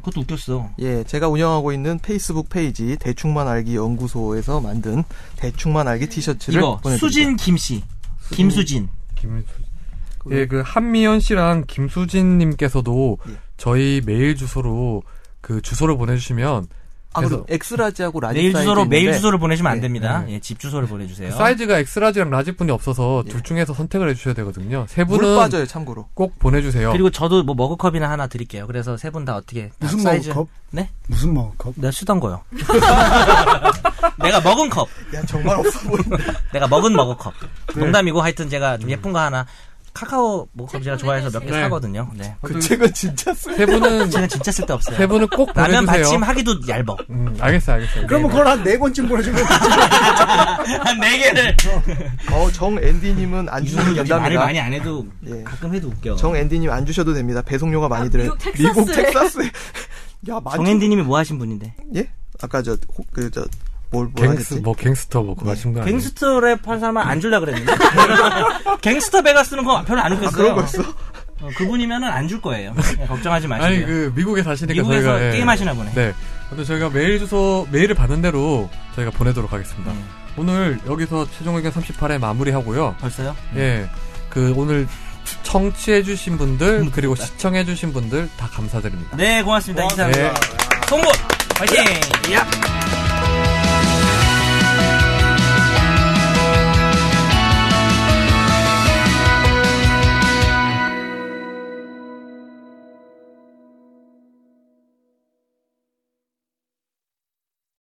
[SPEAKER 2] 그것도 웃겼어.
[SPEAKER 5] 예, 제가 운영하고 있는 페이스북 페이지 대충만 알기 연구소에서 만든 대충만 알기
[SPEAKER 2] 네.
[SPEAKER 5] 티셔츠를
[SPEAKER 2] 이거
[SPEAKER 5] 보내드립니다.
[SPEAKER 2] 수진 김씨. 김수진.
[SPEAKER 1] 김 예, 그 한미연 씨랑 김수진 님께서도
[SPEAKER 5] 예.
[SPEAKER 1] 저희 메일 주소로 그 주소를 보내주시면
[SPEAKER 5] 아,
[SPEAKER 1] 그래서-
[SPEAKER 5] 그리고 엑스라지하고 라지
[SPEAKER 2] 메일
[SPEAKER 5] 사이즈
[SPEAKER 2] 주소로 메일
[SPEAKER 5] 있는데
[SPEAKER 2] 주소를 보내시면 안
[SPEAKER 5] 네,
[SPEAKER 2] 됩니다. 예, 집 주소를 보내주세요.
[SPEAKER 1] 사이즈가 엑스라지랑 라지뿐이 없어서 둘 중에서 선택을 해주셔야 되거든요. 세
[SPEAKER 5] 예. 물
[SPEAKER 1] 분은
[SPEAKER 5] 빠져요, 참고로.
[SPEAKER 1] 꼭 보내주세요.
[SPEAKER 2] 그리고 저도 뭐 머그컵이나 하나 드릴게요. 그래서 세 분 다 어떻게 다
[SPEAKER 3] 무슨
[SPEAKER 2] 사이즈-
[SPEAKER 3] 머그컵?
[SPEAKER 2] 네,
[SPEAKER 3] 무슨 머그컵?
[SPEAKER 2] 내가 쓰던 거요. 내가 먹은 컵,
[SPEAKER 5] 야, 정말 없어 보인다.
[SPEAKER 2] 내가 먹은 머그컵. 농담이고 하여튼 제가 좀 예쁜 거 하나 카카오 머그컵 제가 좋아해서 몇 개
[SPEAKER 1] 네.
[SPEAKER 2] 사거든요. 네.
[SPEAKER 5] 그 책은 진짜 쓰
[SPEAKER 1] 세 분은
[SPEAKER 2] 제가 진짜 쓸데없어요.
[SPEAKER 1] 세 분은 네. 꼭 보내주세요.
[SPEAKER 2] 라면 받침 하기도 얇어.
[SPEAKER 1] 음, 알겠어요, 알겠어요.
[SPEAKER 3] 그러면
[SPEAKER 2] 뭐
[SPEAKER 1] 네.
[SPEAKER 3] 그걸 한 네 번쯤 보내주면
[SPEAKER 2] 한 네 개를.
[SPEAKER 5] 어, 정앤디님은 안 주셔도
[SPEAKER 2] 이준이 말을
[SPEAKER 5] 된답니다.
[SPEAKER 2] 많이 안 해도
[SPEAKER 5] 음, 예.
[SPEAKER 2] 가끔 해도 웃겨.
[SPEAKER 5] 정앤디님 안 주셔도 됩니다. 배송료가 많이 들어요. 미국 텍사스에. 야, 맞
[SPEAKER 2] 정앤디님이 뭐 하신 분인데?
[SPEAKER 5] 예? 아까 저, 호- 그, 저, 뭘,
[SPEAKER 1] 갱스,
[SPEAKER 5] 뭘 하겠지?
[SPEAKER 1] 뭐 갱스터 뭐 그거 하신 거 아니에요?
[SPEAKER 2] 갱스터 랩한 사람은 안 줄라 그랬는데. 갱스터 배가 쓰는 거 별로 안 웃겼어요.
[SPEAKER 5] 아, 그런 거였어?
[SPEAKER 2] 어, 그분이면은 안 줄 거예요. 네, 걱정하지 마시고요.
[SPEAKER 1] 아니 그 미국에 사시니까
[SPEAKER 2] 미국에서
[SPEAKER 1] 저희가 예.
[SPEAKER 2] 게임하시나 보네.
[SPEAKER 1] 네. 아무튼 저희가 메일 주소 메일을 받는 대로 저희가 보내도록 하겠습니다.
[SPEAKER 2] 음.
[SPEAKER 1] 오늘 여기서 최종 의견 38회 마무리하고요.
[SPEAKER 2] 벌써요?
[SPEAKER 1] 예. 그 오늘 청취해주신
[SPEAKER 2] 음.
[SPEAKER 1] 분들 그리고 시청해주신 분들 다 감사드립니다.
[SPEAKER 2] 네, 고맙습니다.
[SPEAKER 1] 네.
[SPEAKER 2] 인사합니다. 송골! 화이팅! 야!